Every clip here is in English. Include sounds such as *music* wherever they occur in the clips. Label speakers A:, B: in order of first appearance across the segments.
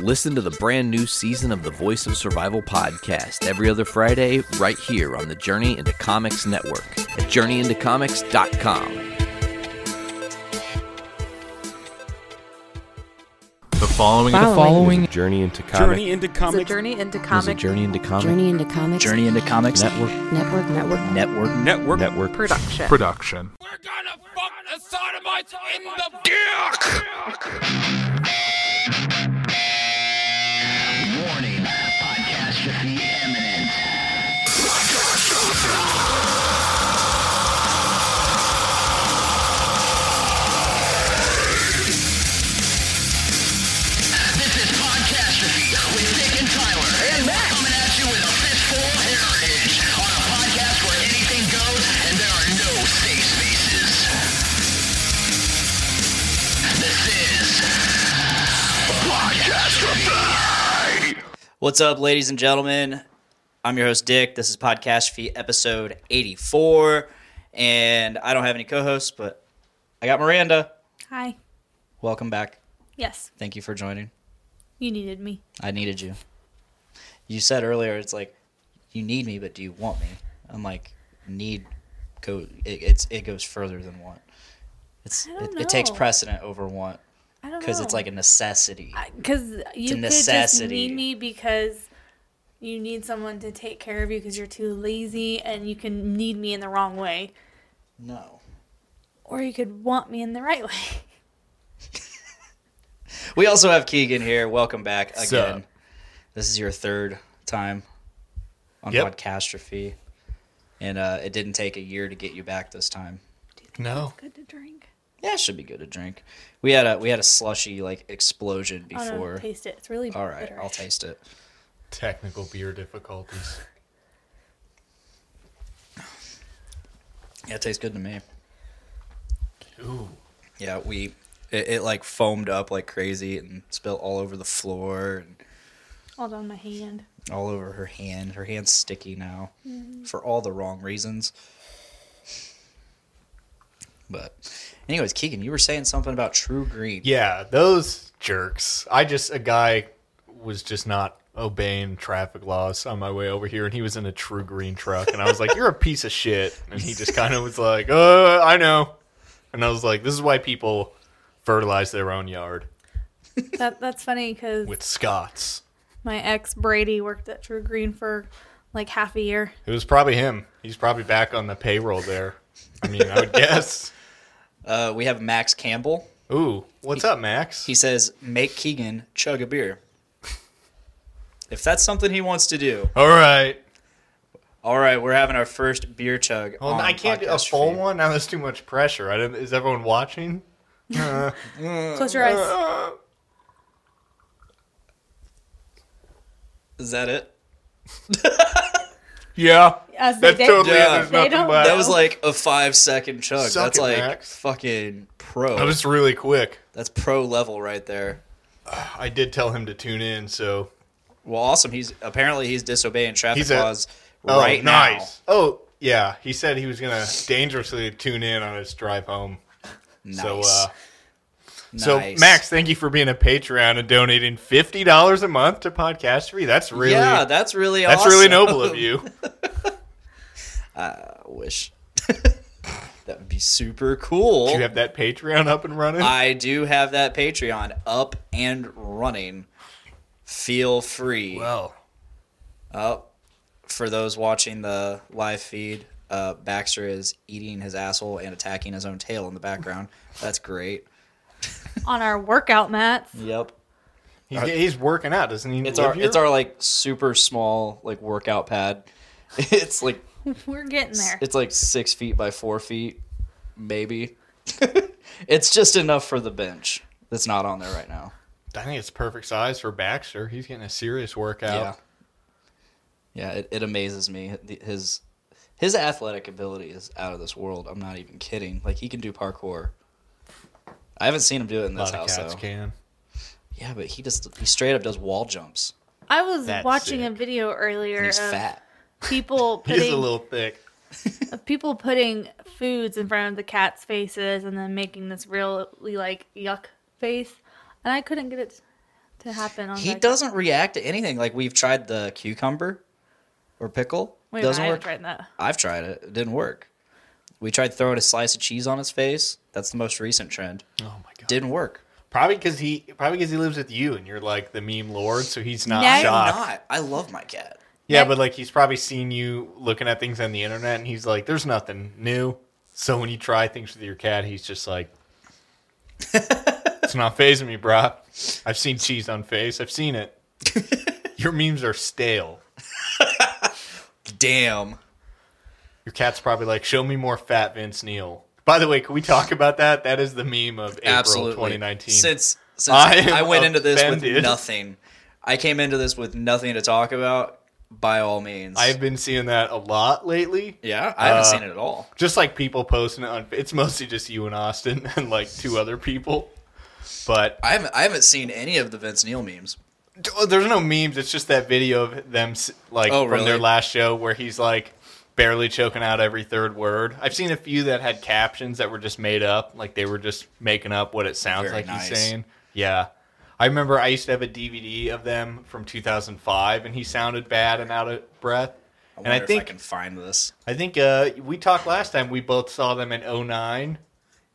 A: listen to the brand new season of the Voice of Survival podcast every other Friday, right here on the Journey into Comics Network at journeyintocomics.com.
B: The following
C: The following
D: Journey into comic.
E: Journey into
F: It's a
E: comics
F: journey into
A: Is
F: comic
A: it Journey into Comics
G: Journey into Comics.
H: Journey into Comics
A: Network?
G: Network. Network.
H: Network.
E: network.
D: network.
F: production.
B: production.
H: What's up, ladies and gentlemen? I'm your host, Dick. This is Podcast Fee episode 84. And I don't have any co hosts, but I got Miranda.
F: Hi.
H: Welcome back.
F: Yes,
H: Thank you for joining.
F: you needed me.
H: I needed you. You said earlier, it's like, you need me, but do you want me? I'm like, need go. It, it's it goes further than want. It's
F: I don't
H: it, it takes
F: know.
H: precedent over want
F: I don't know.
H: because it's like a necessity.
F: because you could just
H: necessity.
F: need me because you need someone to take care of you because you're too lazy and you can need me in the wrong way,
H: no,
F: or you could want me in the right *laughs* way.
H: we also have Keegan here. Welcome back again.
B: Sup?
H: This is your third time on
B: Yep.
H: Podcastrophe, and uh, it didn't take a year to get you back this time.
B: No.
F: Good to drink.
H: Yeah, it should be good to drink. We had a we had a slushy like explosion
F: Oh, no,
H: before.
F: taste it. It's really
H: All right,
F: bitter.
H: I'll taste it.
B: Technical beer difficulties.
H: Yeah, it tastes good to me.
B: Ooh.
H: Yeah, we it, it like foamed up like crazy and spilled all over the floor and
F: All down my
H: *laughs*
F: hand.
H: all over her hand. Her hand's sticky now for all the wrong reasons. But, anyways, Keegan, you were saying something about True Green.
B: Yeah, those jerks. I just a guy was just not obeying traffic laws on my way over here, and he was in a true green truck, and I was like, "You're a piece of shit," and he just kind of was like, "Uh, I know," and I was like, "This is why people fertilize their own yard
F: That that's funny because
B: with Scots."
F: my ex Brady worked at True Green for like half a year.
B: It was probably him. He's probably back on the payroll there. I mean, I would *laughs* guess.
H: Uh, we have Max Campbell.
B: Ooh, what's up, Max?
H: He says, "Make Keegan chug a beer." if that's something he wants to do,
B: All right.
H: all right, we're having our first beer chug.
B: Well,
H: on
B: I can't do a
H: Podcast
B: full
H: Feed.
B: one. Now that's too much pressure. I don't, is everyone watching?
F: Close your eyes.
B: Uh,
H: Is that it?
B: Yeah.
F: As
B: That's
F: they,
B: totally
H: Yeah.
B: there's
F: They
B: nothing
F: don't
B: left.
H: That was like a five second chug.
B: Suck
H: that's
B: it,
H: like
B: Max.
H: fucking pro.
B: That was really quick.
H: that's pro level right there.
B: I did tell him to tune in, so
H: Well, awesome. He's apparently he's disobeying traffic
B: He's a-
H: laws
B: oh,
H: right
B: nice. Oh, yeah. He said he was gonna dangerously tune in on his drive home.
H: now.
B: So,
H: Nice.
B: uh, so
H: Nice.
B: Max, thank you for being a Patreon and donating fifty dollars a month to Podcast Free. That's really
H: yeah, that's really
B: that's
H: awesome.
B: really noble of you.
H: *laughs* I wish *laughs* that would be super cool.
B: Do you have that Patreon up and running?
H: I do have that Patreon up and running. Feel free.
B: well,
H: Oh, for those watching the live feed, uh, Baxter is eating his asshole and attacking his own tail in the background. That's great.
F: on our workout mats.
H: Yep.
B: he's, he's working out, doesn't he?
H: It's
B: live
H: our
B: here?
H: it's our like super small like workout pad. *laughs* It's like
F: We're getting there.
H: It's like six feet by four feet, maybe. *laughs* it's just enough for the bench that's not on there right now.
B: I think it's perfect size for Baxter. He's getting a serious
H: Yeah,
B: workout.
H: yeah. It, it amazes me The- his his athletic ability is out of this world. I'm not even kidding. Like he can do parkour. I haven't seen him do it in
B: A lot
H: this
B: of
H: house
B: cats
H: though.
B: can.
H: Yeah, but he just he straight up does wall jumps.
F: I was
B: That's
F: watching a
B: sick.
F: video earlier
H: And he's
F: of
H: fat.
B: *laughs*
F: people
B: He's
F: putting
B: a little thick.
F: of people putting foods in front of the cat's faces and then making this really like yuck face, and I couldn't get it to happen on
H: He
F: that-
H: doesn't react to anything. Like we've tried the cucumber or pickle.
F: Wait,
H: doesn't
F: I haven't
H: work.
F: tried that.
H: I've tried it. It didn't work. We tried throwing a slice of cheese on his face. That's the most recent trend.
B: Oh my god.
H: Didn't work.
B: Probably because he probably because he lives with you and you're like the meme lord, so he's not
F: No.
B: shocked.
H: Not. I love my cat.
B: Yeah,
F: No.
B: but like he's probably seen you looking at things on the internet, and he's like, "There's nothing new." So when you try things with your cat, he's just
H: *laughs*
B: like, "It's not phasing me, brah. I've seen cheese on face. I've seen
H: *laughs*
B: it. your memes are stale."
H: Damn.
B: Your cat's probably like, "Show me more fat Vince Neil." By the way, can we talk about that? That is the meme of April
H: Absolutely.
B: 2019.
H: Since since
B: I am
H: I, went into this with
B: offended.
H: nothing. I came into this with nothing to talk about. By all means.
B: I've been seeing that a lot lately.
H: yeah, I haven't
B: Uh,
H: seen it at all.
B: just like people posting it on it's mostly just you and austin *laughs* and like two other people but
H: I haven't I haven't seen any of the Vince Neil memes.
B: there's no memes it's just that video of them s- like
H: Oh,
B: from their
H: really?
B: last show where he's like barely choking out every third word i've seen a few that had captions that were just made up like they were just making up what it sounds
H: Very
B: like
H: nice.
B: he's saying yeah i remember i used to have a dvd of them from 2005 and he sounded bad and out of breath
H: I
B: and i
H: wonder
B: think
H: if I can find this.
B: I think uh, we talked last time. We both saw them in 09.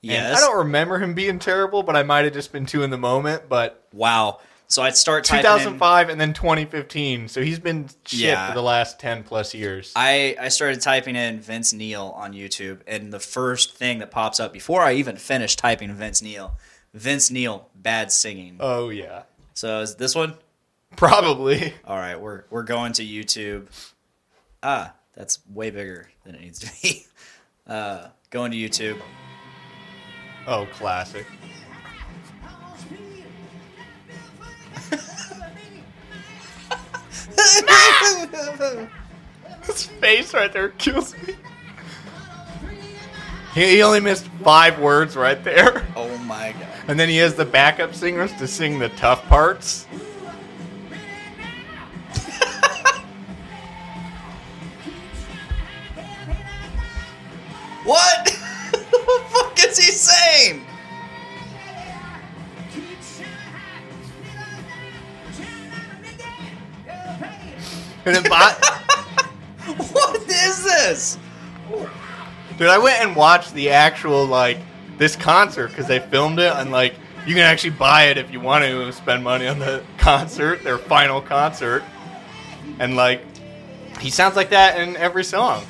H: Yes.
B: And I don't remember him being terrible, but I might have just been too in the moment. But
H: Wow. So I'd start typing in-
B: 2005 and then 2015. So he's been shit
H: Yeah.
B: for the last 10 plus years.
H: I, I started typing in Vince Neil on YouTube, and the first thing that pops up before I even finish typing Vince Neil, Vince Neil, bad singing.
B: oh, yeah.
H: so is this one?
B: Probably. *laughs*
H: All right, we're we're going to YouTube. Ah, that's way bigger than it needs to be. *laughs* Uh, going to YouTube.
B: Oh, classic. *laughs* His face right there kills me. He, he only missed five words right there. *laughs*
H: oh my god.
B: And then he has the backup singers to sing the tough parts.
H: What? *laughs* the fuck is he saying?
B: And if I.
H: What is this?
B: Dude, I went and watched the actual like this concert because they filmed it and like you can actually buy it if you want to and spend money on the *laughs* concert, their final concert, and like he sounds like that in every song.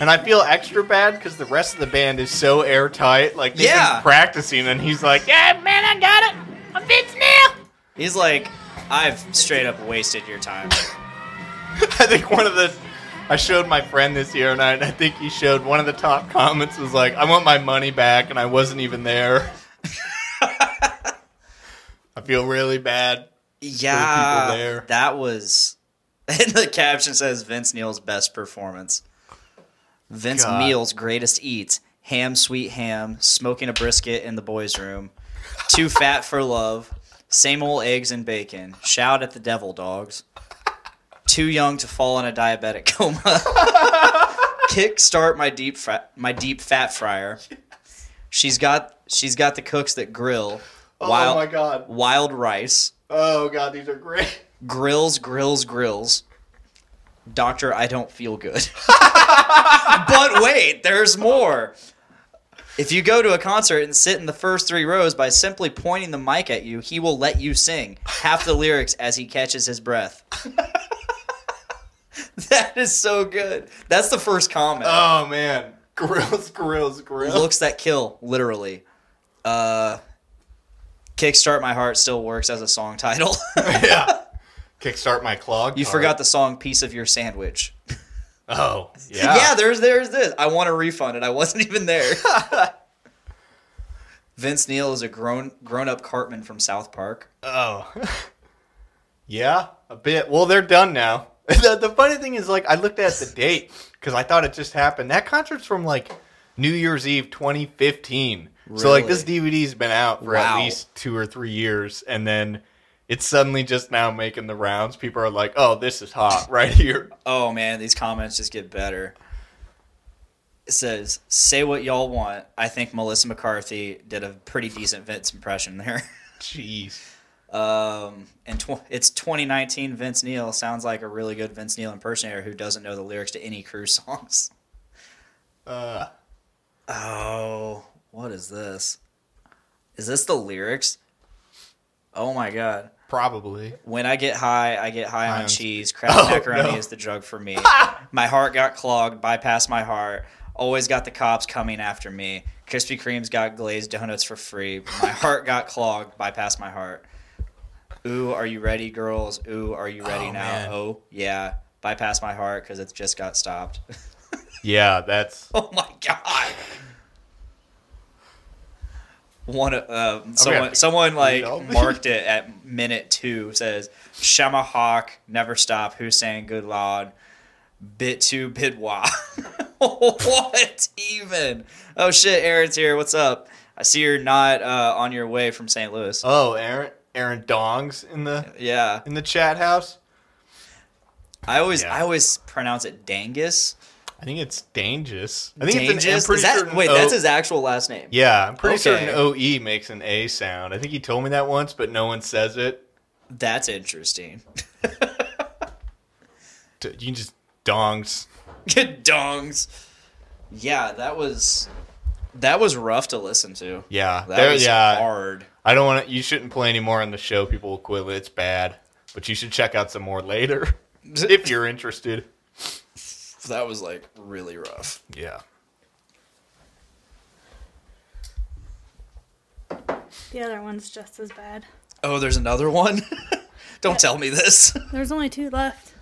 B: And I feel extra bad because the rest of the band is so airtight, like they've
H: Yeah.
B: been practicing, and he's like, "Yeah, man, I got it. I'm Vince now."
H: He's like, I've straight up wasted your time.
B: I think one of the I showed my friend this year, and I, I think he showed one of the top comments was like, "I want my money back," and I wasn't even there. *laughs* I feel really bad.
H: Yeah,
B: there.
H: that was. *laughs* And the caption says Vince Neil's best performance. Vince
B: God.
H: Neil's greatest eats: ham, sweet ham, smoking a brisket in the boys' room, too fat for love, same old eggs and bacon. Shout at the devil dogs. Too young to fall in a diabetic *laughs* coma. Kickstart my deep fry, my deep fat fryer. She's got she's got the cooks that grill.
B: Oh my god.
H: Wild rice
B: Oh god, these are great.
H: grills, grills, grills. Doctor, I don't feel good. but wait, there's more. If you go to a concert and sit in the first three rows by simply pointing the mic at you, he will let you sing half the lyrics as he catches his breath. *laughs* that is so good. That's the first comment.
B: Oh man, grills, grills, grills.
H: Looks that kill, literally. Uh, Kickstart My Heart still works as a song title. *laughs*
B: yeah. Kickstart my clog.
H: you forgot the song Piece of Your Sandwich.
B: Oh yeah.
H: *laughs* Yeah. there's there's this. I want a refund, and I wasn't even there. Vince Neil is a grown grown up Cartman from South Park.
B: Oh. *laughs* yeah, a bit. Well, they're done now. *laughs* the, the funny thing is, like, I looked at the date because I thought it just happened. That concert's from, like, New Year's Eve 2015. So, like, this DVD's been out for
H: Wow.
B: at least two or three years. And then it's suddenly just now making the rounds. People are like, oh, this is hot *laughs* right here.
H: Oh man, these comments just get better. It says, "Say what y'all *laughs* want." I think Melissa McCarthy did a pretty decent Vince impression there.
B: Jeez.
H: Um, and tw- it's 2019 Vince Neil. Sounds like a really good Vince Neil impersonator who doesn't know the lyrics to any Cruise songs.
B: Uh,
H: Oh, what is this? Is this the lyrics? Oh my god.
B: probably.
H: When I get high, I get high
B: High
H: on
B: on-
H: cheese. Kraft
B: Oh,
H: macaroni
B: no.
H: is the drug for
B: *laughs*
H: me. my heart got clogged, bypassed my heart. Always got the cops coming after me. Krispy Kreme's got glazed donuts for free.
B: *laughs*
H: My heart got clogged, bypassed my heart. Ooh, are you ready, girls? Ooh, are you ready
B: Oh,
H: now?
B: man.
H: Oh, yeah. Bypass my heart because it just got stopped. *laughs*
B: Yeah, that's.
H: Oh my god. One of- uh, someone
B: to
H: someone like
B: all these. *laughs*
H: marked it at minute two says Shama Hawk never stop Hussein good lord bit two bit wah *laughs* what even oh shit Aaron's here what's up I see you're not uh, on your way from St Louis
B: Oh, Aaron Aaron Dongs in the
H: yeah
B: in the chat house.
H: I always
B: Yeah.
H: I always pronounce it Dangus
B: I think it's dangerous. I think it's
H: Dangus
B: an. I'm pretty
H: is that
B: certain
H: wait
B: O-
H: that's his actual last name
B: Yeah, I'm pretty
H: Okay.
B: certain OE makes an A sound. I think he told me that once, but no one says it.
H: that's interesting
B: T- You can just dongs.
H: Good dongs. Yeah, that was that was rough to listen to.
B: Yeah,
H: that
B: there-
H: was
B: yeah.
H: hard.
B: I don't want to. You shouldn't play anymore on the show. People will quit. it. It's bad. But you should check out some more
H: *laughs*
B: later if you're interested.
H: That was like really rough.
B: Yeah.
F: The other one's just as bad.
H: Oh, there's another one. *laughs* Don't tell me this.
F: There's only two left.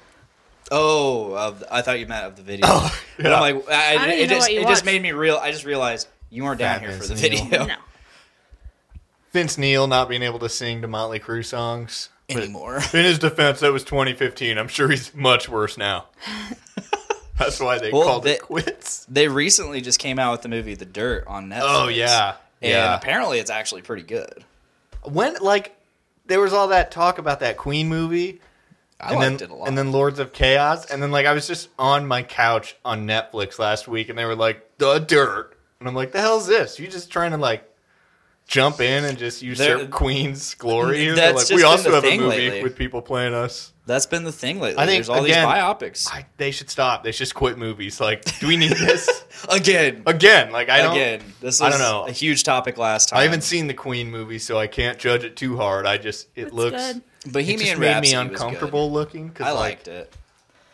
H: Oh, of the- I thought you meant of the video. But
B: *laughs* Oh, yeah.
H: *laughs* I'm like, I,
F: don't even
H: it,
F: know
H: just,
F: what you
H: it just
F: watched.
H: made me real. I just realized you weren't down
B: Fat
H: here for
B: Vince
H: the
B: Neil.
H: video
F: No.
B: Vince Neil not being able to sing to Motley Crue songs.
H: *laughs* anymore.
B: In his defense, that was 2015. I'm sure he's much worse
H: *laughs*
B: now. That's why they
H: Well,
B: called
H: they-
B: it quits.
H: They recently just came out with the movie The Dirt on Netflix.
B: Oh yeah,
H: and
B: yeah.
H: apparently it's actually pretty good.
B: When like there was all that talk about that Queen movie,
H: I
B: and
H: liked
B: then
H: it a lot.
B: and then Lords of Chaos, and then like I was just on my couch on Netflix last week, and they were like the dirt, and I'm like, the hell's this? You just trying to like jump in and just usurp
H: There-
B: Queen's glory? And
H: That's
B: they're like,
H: just
B: we
H: been
B: also
H: the
B: have a
H: thing
B: movie
H: lately.
B: with people playing us.
H: That's been the thing lately.
B: I think,
H: There's all
B: again,
H: these biopics.
B: I, they should stop. They should just quit movies. Like, do
H: *laughs*
B: we need this
H: Again,
B: again? Like, I don't.
H: again, this is
B: I don't know.
H: a huge topic last time.
B: I haven't seen the Queen movie, so I can't judge it too hard. I just it
F: It's
B: looks
F: good.
B: it
H: Bohemian
B: just made
H: Rhapsody
B: me
H: was good.
B: uncomfortable looking. Cause
H: I
B: like,
H: liked it.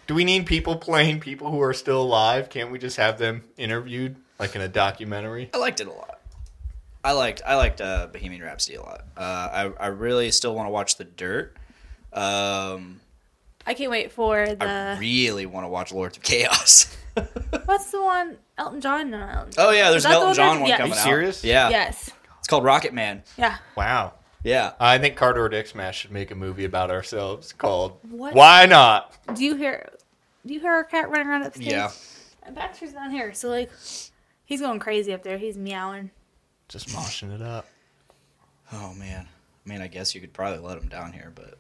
B: do we need people playing people who are still alive? Can't we just have them interviewed like in a documentary?
H: I liked it a lot. I liked I liked uh, Bohemian Rhapsody a lot. Uh, I I really still want to watch The Dirt. Um,
F: I can't wait for
H: I
F: the.
H: really want to watch Lords of Chaos. *laughs*
F: what's the one? Elton John? No, Elton John.
H: oh yeah, there's
F: that
H: an Elton
F: the one
H: John
F: that-
H: one
F: yeah. Are you
H: coming out.
B: serious?
H: Oh, Yeah.
F: Yes.
H: it's called Rocket Man.
F: Yeah.
B: Wow.
H: Yeah,
B: I think Car Door to X Smash should make a movie about ourselves called
F: What?
B: Why Not?
F: Do you hear? Do you hear our cat running around upstairs?
H: yeah.
F: And Baxter's down here, so like, he's going crazy up there. He's meowing.
B: Just moshing it up.
H: Oh man, I mean, I guess you could probably let him down here, but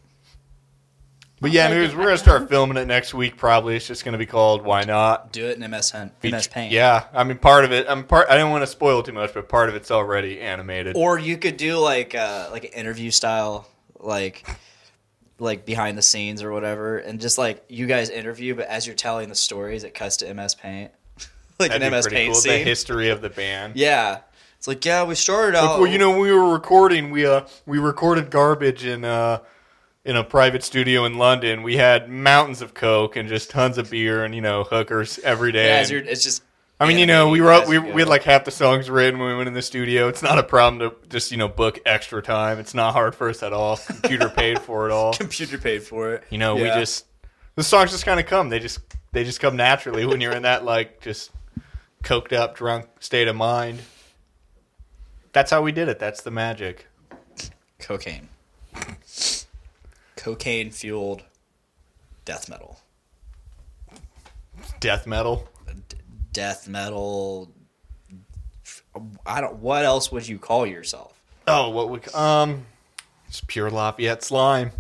B: But yeah,
F: like
B: anyways,
F: it.
B: we're gonna start filming it next week. Probably it's just gonna be called Why Not?
H: do it in MS Hunt, MS Paint.
B: Yeah, I mean part of it. I'm part. I don't want to spoil too much, but part of it's already animated.
H: Or you could do like uh, like an interview style, like like behind the scenes or whatever, and just like you guys interview, but as you're telling the stories, it cuts to MS Paint, *laughs* like
B: That'd
H: an
B: be
H: MS
B: pretty
H: Paint
B: cool. The
H: scene.
B: history of the band.
H: yeah, it's like yeah, we started out.
B: Like, well, you know, when we were recording. We uh, we recorded garbage in uh, in a private studio in London. We had mountains of coke and just tons of beer and you know hookers every day.
H: as
B: And-
H: you're, it's just.
B: I mean, you know,
H: animated
B: we wrote
H: as
B: we,
H: you
B: we had
H: go.
B: like *laughs* half the songs written when we went in the studio. It's not a problem to just you know book extra time. It's not hard for us at all. Computer paid for it all.
H: *laughs* computer paid for it.
B: You know,
H: Yeah.
B: we just the songs just kind of come. They just they just come naturally when you're in that like just coked up, drunk state of mind. That's how we did it. That's the magic.
H: cocaine, cocaine fueled death metal,
B: Death metal.
H: death metal. I don't. What else would you call yourself?
B: Oh, what we um, it's pure Lafayette slime.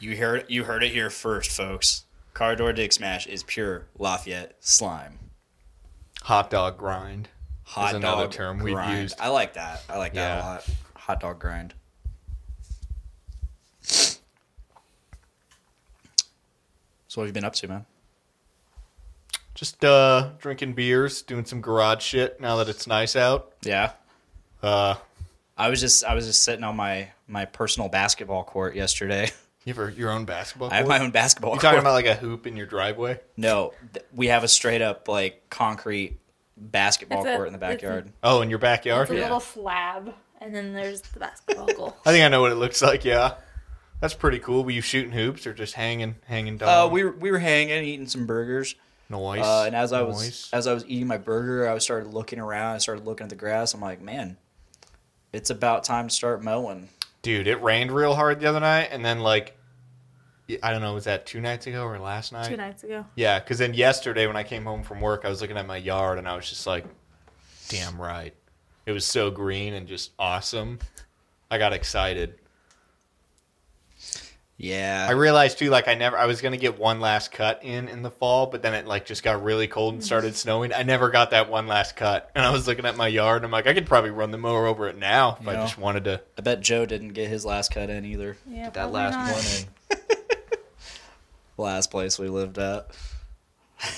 H: You heard you heard it here first, folks. Car door dick smash is pure Lafayette slime.
B: Hot dog grind.
H: Hot
B: Is
H: dog
B: another term we've
H: grind.
B: used.
H: I like that. I like that
B: Yeah.
H: a lot. Hot dog grind. So what have you been up to, man?
B: Just uh, drinking beers, doing some garage shit now that it's nice out.
H: Yeah.
B: Uh,
H: I was just I was just sitting on my my personal basketball court yesterday. *laughs*
B: you ever your own basketball?
H: I have
B: court?
H: my own basketball
B: You
H: court.
B: talking about like a hoop in your driveway?
H: no, th- we have a straight up like concrete basketball
F: It's a-
H: court in the
F: it's a-
H: backyard.
B: Oh, in your backyard?
F: It's a
H: Yeah.
F: little slab, and then there's the basketball goal.
B: I think I know what it looks like. Yeah, that's pretty cool. Were you shooting hoops or just hanging, hanging
H: Uh,
B: down?
H: we were, we were hanging, eating some burgers,
B: noise.
H: uh, and as I was
B: Noise.
H: as I was eating my burger, I started looking around. I started looking at the grass. I'm like, man, it's about time to start mowing.
B: dude, it rained real hard the other night, and then like, I don't know, was that two nights ago or last night?
F: *laughs* Two nights ago.
B: Yeah, because then yesterday when I came home from work, I was looking at my yard and I was just like, damn right. It was so green and just awesome. I got excited.
H: Yeah,
B: I realized too, like I never, I was gonna get one last cut in in the fall, but then it like just got really cold and started snowing. I never got that one last cut, and I was looking at my yard. and I'm like, I could probably run the mower over it now if I
H: Yeah.
B: just wanted to.
H: I bet Joe didn't get his last cut in either.
F: Yeah,
B: That last one in.
F: *laughs*
H: last place we lived at. *laughs*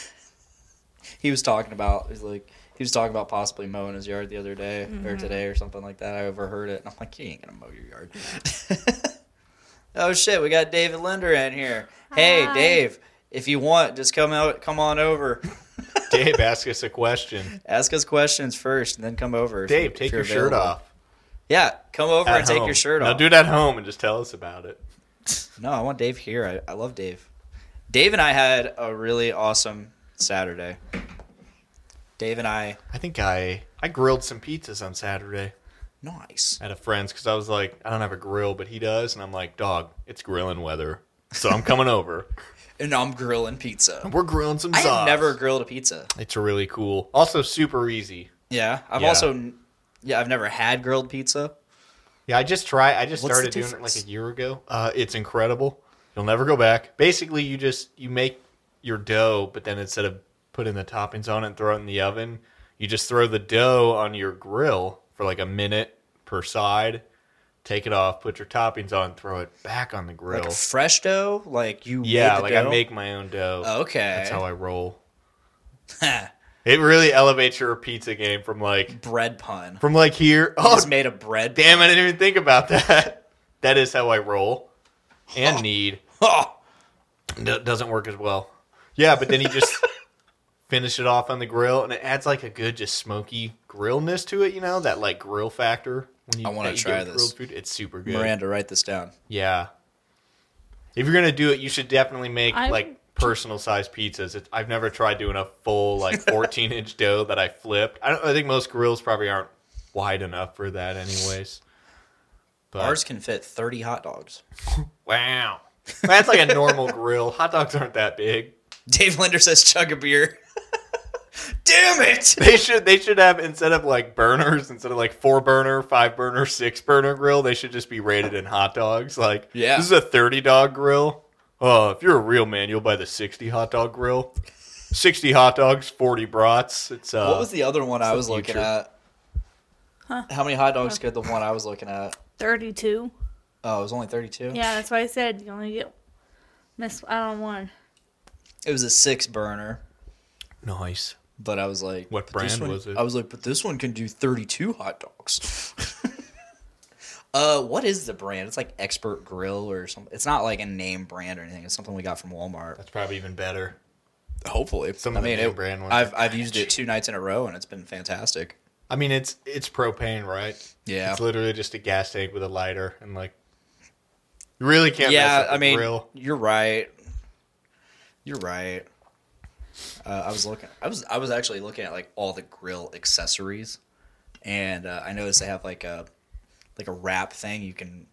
H: he was talking about he's like he was talking about possibly mowing his yard the other day
F: Mm-hmm.
H: or today or something like that. I overheard it and I'm like, you ain't gonna mow your yard. *laughs* oh shit, we got David Linder in here. Hey
F: Hi.
H: Dave, if you want, just come out come on over.
B: Dave, ask us a *laughs* question.
H: Ask us questions first and then come over. if-
B: Dave,
H: if
B: take
H: you're
B: your shirt
H: available.
B: off.
H: Yeah, come over
B: at
H: and take
B: home.
H: your shirt off.
B: Now do it at home and just tell us about it.
H: No, I want Dave here. I, I love Dave. Dave and I had a really awesome Saturday. Dave and I,
B: I think I I grilled some pizzas on Saturday.
H: nice.
B: at a friend's because I was like, I don't have a grill, but he does, and I'm like, dog, it's grilling weather, so I'm coming over.
H: And I'm grilling pizza.
B: And *laughs* we're grilling some
H: I
B: sauce.
H: have never grilled a pizza.
B: It's really cool. Also, super easy.
H: Yeah, I've
B: Yeah.
H: also, n- yeah, I've never had grilled pizza.
B: Yeah, I just try. I just
H: What's the
B: started doing it like
H: difference?
B: a year ago. Uh, it's incredible. You'll never go back. Basically, you just you make your dough, but then instead of putting the toppings on it and throw it in the oven, you just throw the dough on your grill for like a minute per side. Take it off, put your toppings on, throw it back on the grill.
H: Like fresh dough, like you.
B: Oh. yeah,
H: made the
B: like
H: dough?
B: I make my own dough.
H: Okay.
B: That's how I
H: *laughs*
B: roll.
H: I.
B: It really elevates your pizza game from like
H: bread pun.
B: from like here.
H: I
B: Oh
H: just made a bread.
B: damn! I didn't even think about that. *laughs* That is how I roll and need.
H: *laughs* Oh,
B: No, it doesn't work as well. Yeah, but then you
H: *laughs*
B: just finish it off on the grill, and it adds like a good, just smoky grillness to it. You know that like grill factor when you
H: I wanna
B: that you
H: try
B: get with
H: this.
B: Grilled food, it's super good.
H: Miranda, write this down.
B: Yeah. If you're gonna do it, you should definitely make
F: I'm-
B: like personal size pizzas. It, I've never tried doing a full like 14 inch dough that I flipped. I, don't, I think most grills probably aren't wide enough for that, anyways. But
H: Ours can fit 30 hot dogs. *laughs*
B: wow, that's like a normal grill. Hot dogs aren't that big.
H: Dave Linder says, chug a beer. *laughs* damn it.
B: They should they should have instead of like burners, instead of like four burner, five burner, six burner grill, they should just be rated in hot dogs. Like
H: Yeah.
B: this is a thirty dog grill. Oh, if you're a real man, you'll buy the sixty hot dog grill. Sixty hot dogs, forty brats. It's uh
H: What was the other one I was looking
B: future.
H: at? How many hot dogs could the one I was looking at?
F: Thirty-two.
H: Oh, it was only 32?
F: Yeah, that's why I said you only get miss out on one.
H: It was a six burner,
B: nice.
H: but I was like,
B: What
H: "But this
B: brand
H: one-
B: was it?
H: I was like, but this one can do 32 hot dogs. *laughs* uh, what is the brand? It's like Expert Grill or something. It's not like a name brand or anything. It's something we got from Walmart.
B: That's probably even better.
H: Hopefully.
B: Some
H: I
B: of the
H: mean,
B: name
H: it-
B: brand ones
H: I've, I've used it two nights in a row and it's been fantastic.
B: I mean it's it's propane, right?
H: Yeah.
B: It's literally just a gas tank with a lighter and like you really can't mess
H: yeah,
B: up
H: I
B: the
H: mean,
B: grill.
H: you're right. You're right. Uh, I was looking. I was. I was actually looking at like all the grill accessories, and uh, I noticed they have like a like a wrap thing you can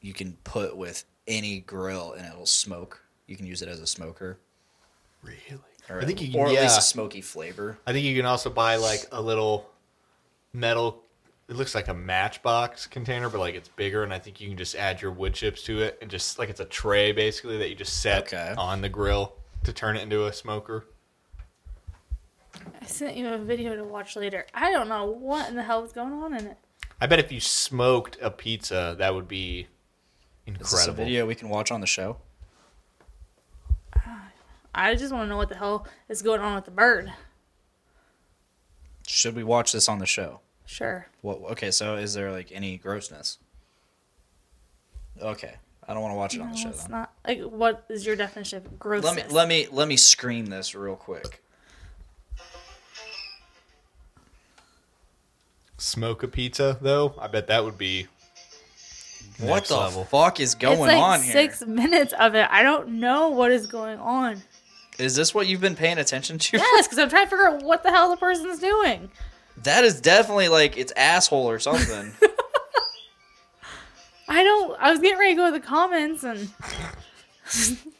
H: you can put with any grill and it'll smoke. You can use it as a smoker,
B: Really?
H: or,
B: I think you
H: or at least
B: yeah.
H: a smoky flavor.
B: I think you can also buy like a little metal. It looks like a matchbox container, but like it's bigger, and I think you can just add your wood chips to it, and just like it's a tray basically that you just set
H: Okay.
B: on the grill to turn it into a smoker.
F: I sent you a video to watch later. I don't know what in the hell was going on in it.
B: I bet if you smoked a pizza, that would be
H: Is this a
B: incredible.
H: video we can watch on the show?
F: I just want to know what the hell is going on with the bird.
H: Should we watch this on the show?
F: Sure.
H: What? Okay, so is there like any grossness? Okay, I don't want to watch it on the show.
F: It's
H: Then.
F: not like what is your definition of
H: Let
F: grossness?
H: me let me let me screen this real quick.
B: Smoke a pizza though. I bet that would be *laughs*
H: what
B: next
H: the
B: level.
H: fuck is going
F: it's like
H: on here?
F: six minutes of it. I don't know what is going on.
H: Is this what you've been paying attention to?
F: Yes, because I'm trying to figure out what the hell the person's doing.
H: *laughs* That is definitely like it's asshole or
F: *laughs*
H: something.
F: I don't. I was getting ready to go to the comments and *laughs*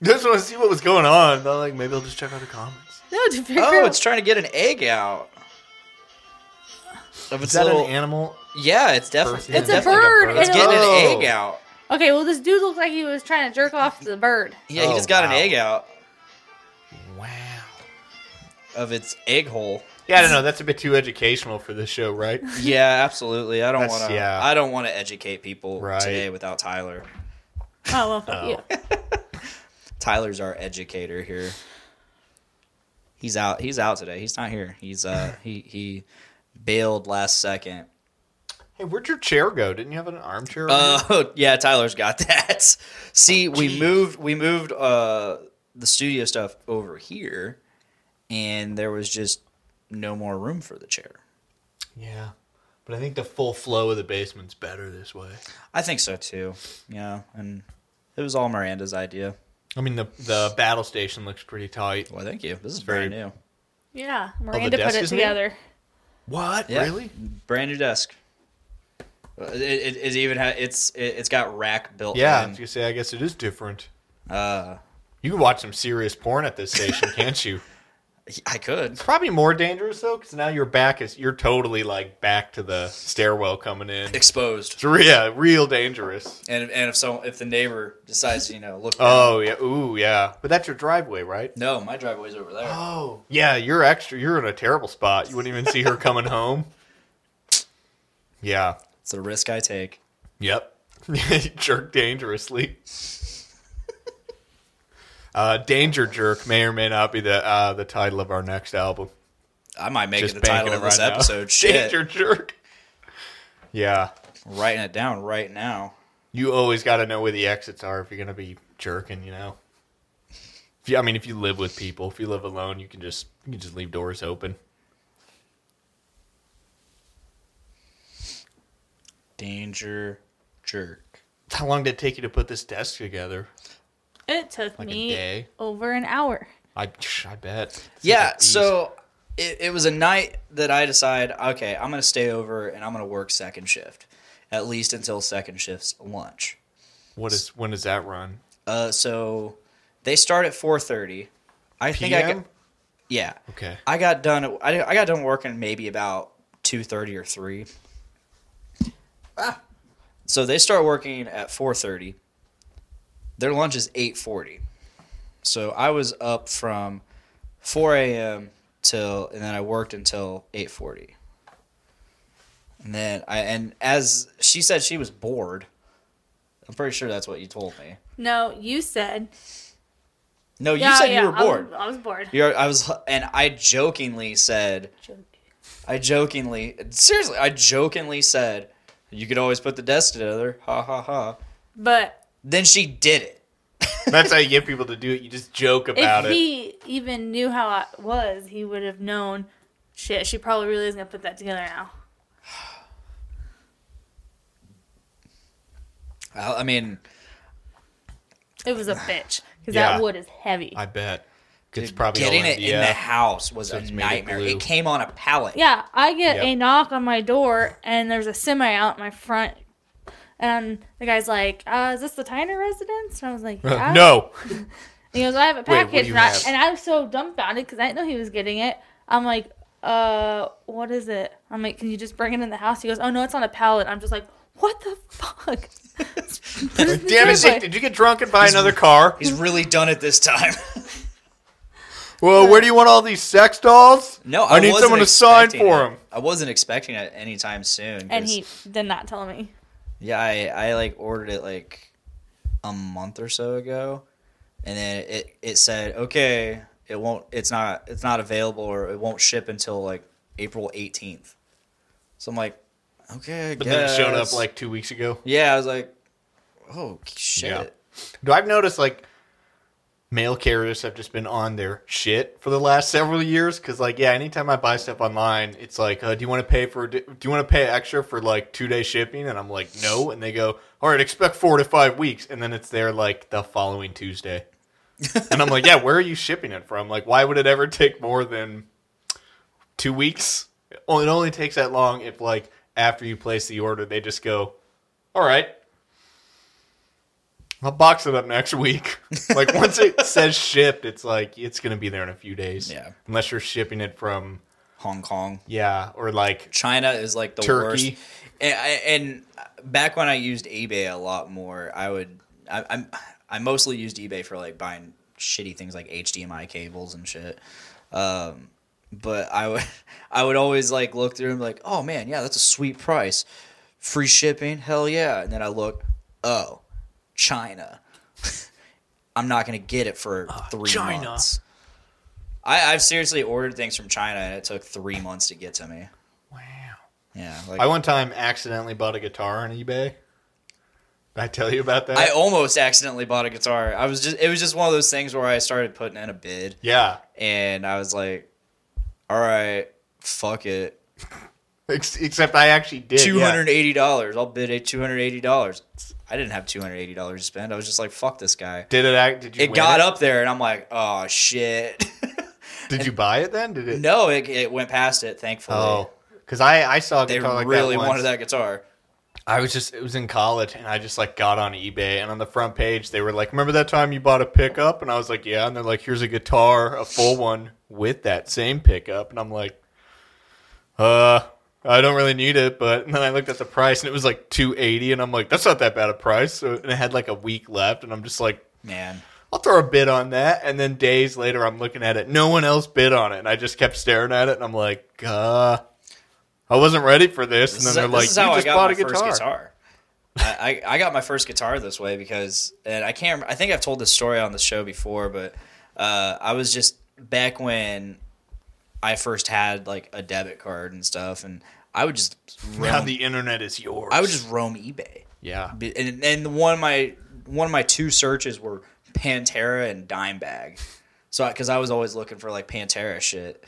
B: Just want to see what was going on. I'm like maybe I'll just check out the comments.
F: no to figure
H: oh,
F: out.
H: it's trying to get an egg out. Of
B: Is
H: its
B: that
H: little,
B: an animal?
H: yeah, it's definitely
B: Person?
F: It's a
H: definitely
F: bird,
H: It's
F: and
H: getting
B: it'll-
H: an egg out.
F: okay, well this dude looked like he was trying to jerk off to the bird.
H: Yeah, he
B: Oh,
H: just got
B: wow.
H: an egg out
B: Wow.
H: of its egg hole.
B: Yeah, I don't know. That's a bit too educational for this show, right?
H: Yeah, absolutely. I don't
B: That's-
H: want to.
B: yeah.
H: I don't want to educate people
B: Right.
H: today without Tyler.
F: Oh well, fuck
B: Oh.
F: you.
H: Tyler's our educator here. He's out. He's out today. He's not here. He's uh *laughs* he he bailed last second. *laughs*
B: Hey, where'd your chair go? Didn't you have an armchair? over here?
H: Oh yeah, Tyler's got *laughs* that. See, we
B: Jeez.
H: moved we moved uh the studio stuff over here, and there was just no more room for the chair.
B: yeah, but I think the full flow of the basement's better this way.
H: I think so too. Yeah, and it was all Miranda's idea.
B: I mean, the the battle station looks pretty tight.
H: Well, thank you. This is
B: Very-
H: brand new.
F: Yeah, Miranda
B: Oh, desk
F: put it
B: is new?
F: together.
B: What?
H: Yeah.
B: Really?
H: Brand new desk. Uh, It, it, it even ha- it's it, it's got rack built.
B: Yeah. I was
H: in.
B: gonna say, I guess it is different.
H: Uh,
B: You can watch some serious porn at this
H: *laughs*
B: station, can't you?
H: I could.
B: Probably more dangerous though, because now your back is you're totally like back to the stairwell coming in.
H: Exposed.
B: It's re- yeah, real dangerous.
H: And and if so, if the neighbor decides, you know, look.
B: Oh yeah, ooh yeah. But that's your driveway, right?
H: No, my driveway's over there.
B: Oh yeah, you're extra. You're in a terrible spot. You wouldn't even see her
H: *laughs*
B: coming home. Yeah.
H: *gasps* It's the risk I take.
B: Yep. *laughs* jerk
H: *laughs*
B: dangerously. Uh, Danger Jerk may or may not be the uh, the title of our next album.
H: I might make it the
B: banking
H: title
B: it
H: of this
B: right now.
H: *laughs*
B: *laughs*
H: episode. Shit.
B: Danger Jerk. Yeah.
H: Writing it down right now.
B: You always got to know where the exits are if you're going to be jerking, you know. If you, I mean, if you live with people, if you live alone, you can just you can just leave doors open.
H: Danger jerk.
B: How long did it take you to put this desk together?
F: It took
B: Like a
F: me
B: day?
F: over an hour.
B: I I bet.
H: Yeah,
B: Jeez.
H: so it, it was a night that I decide, okay, I'm gonna stay over and I'm gonna work second shift, at least until second shift's lunch.
B: what is when does that run?
H: Uh, so they start at 4:30. I think I
B: PM?
H: got yeah.
B: Okay.
H: I got done. at- I, I got done working maybe about two thirty or three. So they start working at four thirty. Their lunch is eight forty. So I was up from four a.m. till, and then I worked until eight forty. And then I and as she said, she was bored. I'm pretty sure that's what you told me.
F: No, you said.
B: Oh,
H: No, you
F: yeah,
H: said
F: yeah,
H: you were bored.
F: I was, I was bored.
H: You're, I was, and I jokingly said, I jokingly, seriously, I jokingly said, you could always put the desk together. Ha ha ha.
F: But
H: Then she did it.
B: That's how you get people to do it. You just joke about
F: if
B: it.
F: he even knew how I was, he would have known. Shit, she probably really is gonna put that together now.
H: I, I mean,
F: It was a bitch because
B: Yeah.
F: that wood is heavy.
B: I bet. It's
H: dude,
B: probably
H: getting
B: all
H: it in the
B: MDF.
H: house was
B: So
H: a
B: it's made of
H: nightmare.
B: glue.
H: It came on a pallet.
F: yeah, I get a
B: Yep.
F: knock on my door and there's a semi out my front, and the guy's like, uh, "Is this the Tyner residence?" And I was like, *laughs* "Yeah."
B: Uh, no.
F: And he goes, I have a
B: Wait, what do
F: package.
B: you
F: and, I,
B: have?
F: and I was so dumbfounded because I didn't know he was getting it. I'm like, uh, what is it? I'm like, can you just bring it in the house? He goes, oh, no, it's on a pallet. I'm just like, what the
B: *laughs*
F: fuck? *laughs* Put it in the
B: Damn it, Zeke,
F: driveway.
B: did you get drunk and buy another car?
H: He's really done it this time. *laughs*
B: Well, where do you want all these sex dolls?
H: no,
B: I,
H: I,
B: need
H: wasn't
B: someone to sign
H: expecting
B: for
H: it.
B: them.
H: I wasn't expecting it anytime soon.
F: And
H: 'cause-
F: he did not tell me.
H: Yeah, I, I like ordered it like a month or so ago, and then it it said okay it won't it's not it's not available or it won't ship until like April 18th. So I'm like, okay, I
B: But then it showed up
H: guess.
B: like two weeks ago.
H: yeah, I was like, oh shit.
B: Yeah. Do I've noticed like mail carriers have just been on their shit for the last several years? Because like, yeah, anytime I buy stuff online, it's like, uh, do you want to pay for? Do you want to pay extra for like two day shipping? And I'm like, no. And they go, all right, expect four to five weeks, and then it's there like the following Tuesday. and I'm like, yeah, where are you shipping it from? Like, why would it ever take more than two weeks? It only- it only takes that long if like after you place the order, they just go, all right, I'll box it up next
H: *laughs*
B: week. Like once it says shipped, it's like it's gonna be there in a few days.
H: Yeah.
B: Unless you're shipping it from
H: Hong Kong.
B: yeah or like
H: China is like the
B: Turkey.
H: worst. And, I- and back when I used eBay a lot more, I would I, I'm I mostly used eBay for like buying shitty things like HDMI cables and shit. Um, but I would *laughs* I would always like look through and be like, oh man, yeah, that's a sweet price, free shipping, hell yeah. And then I look, oh, China. *laughs* I'm not gonna get it for three
B: Ah, China.
H: months. I, I've seriously ordered things from China and it took three months to get to me.
B: wow.
H: Yeah, like
B: I one time accidentally bought a guitar on eBay. Did I tell you about that?
H: I almost accidentally bought a guitar. I was just it was just one of those things where I started putting in a bid
B: yeah.
H: and I was like, all right, fuck it.
B: Ex- except I actually did. yeah.
H: Two hundred eighty dollars. I'll bid at two hundred eighty dollars. I didn't have two hundred eighty dollars to spend. I was just like, fuck this guy.
B: Did it act? Did you?
H: It
B: win
H: got up there, and I'm like, oh shit. *laughs*
B: Did you buy it then? Did it?
H: no, it, it went past it. Thankfully,
B: Oh, because I I saw a
H: they
B: guitar like
H: really
B: that once.
H: wanted that guitar.
B: I was just it was in college and I just like got on eBay and on the front page they were like, Remember that time you bought a pickup? And I was like, Yeah, and they're like, Here's a guitar, a full one with that same pickup and I'm like, Uh, I don't really need it, but and then I looked at the price and it was like two eighty and I'm like, That's not that bad a price. So, and it had like a week left and I'm just like
H: Man,
B: I'll throw a bid on that, and then days later, I'm looking at it. No one else bid on it, and I just kept staring at it, and I'm like, "Uh, I wasn't ready for this."
H: This
B: and
H: is-
B: then they're
H: this is
B: like,
H: how
B: "You
H: I
B: just
H: got
B: bought
H: my
B: a guitar."
H: first guitar. I, I, I got my first guitar this way because, and I can't. I think I've told this story on the show before, but uh, I was just back when I first had like a debit card and stuff, and I would just
B: Now
H: roam,
B: the internet is yours.
H: I would just roam eBay,
B: yeah.
H: Be- and and one of my one of my two searches were Pantera and Dimebag, so because I was always looking for like Pantera shit,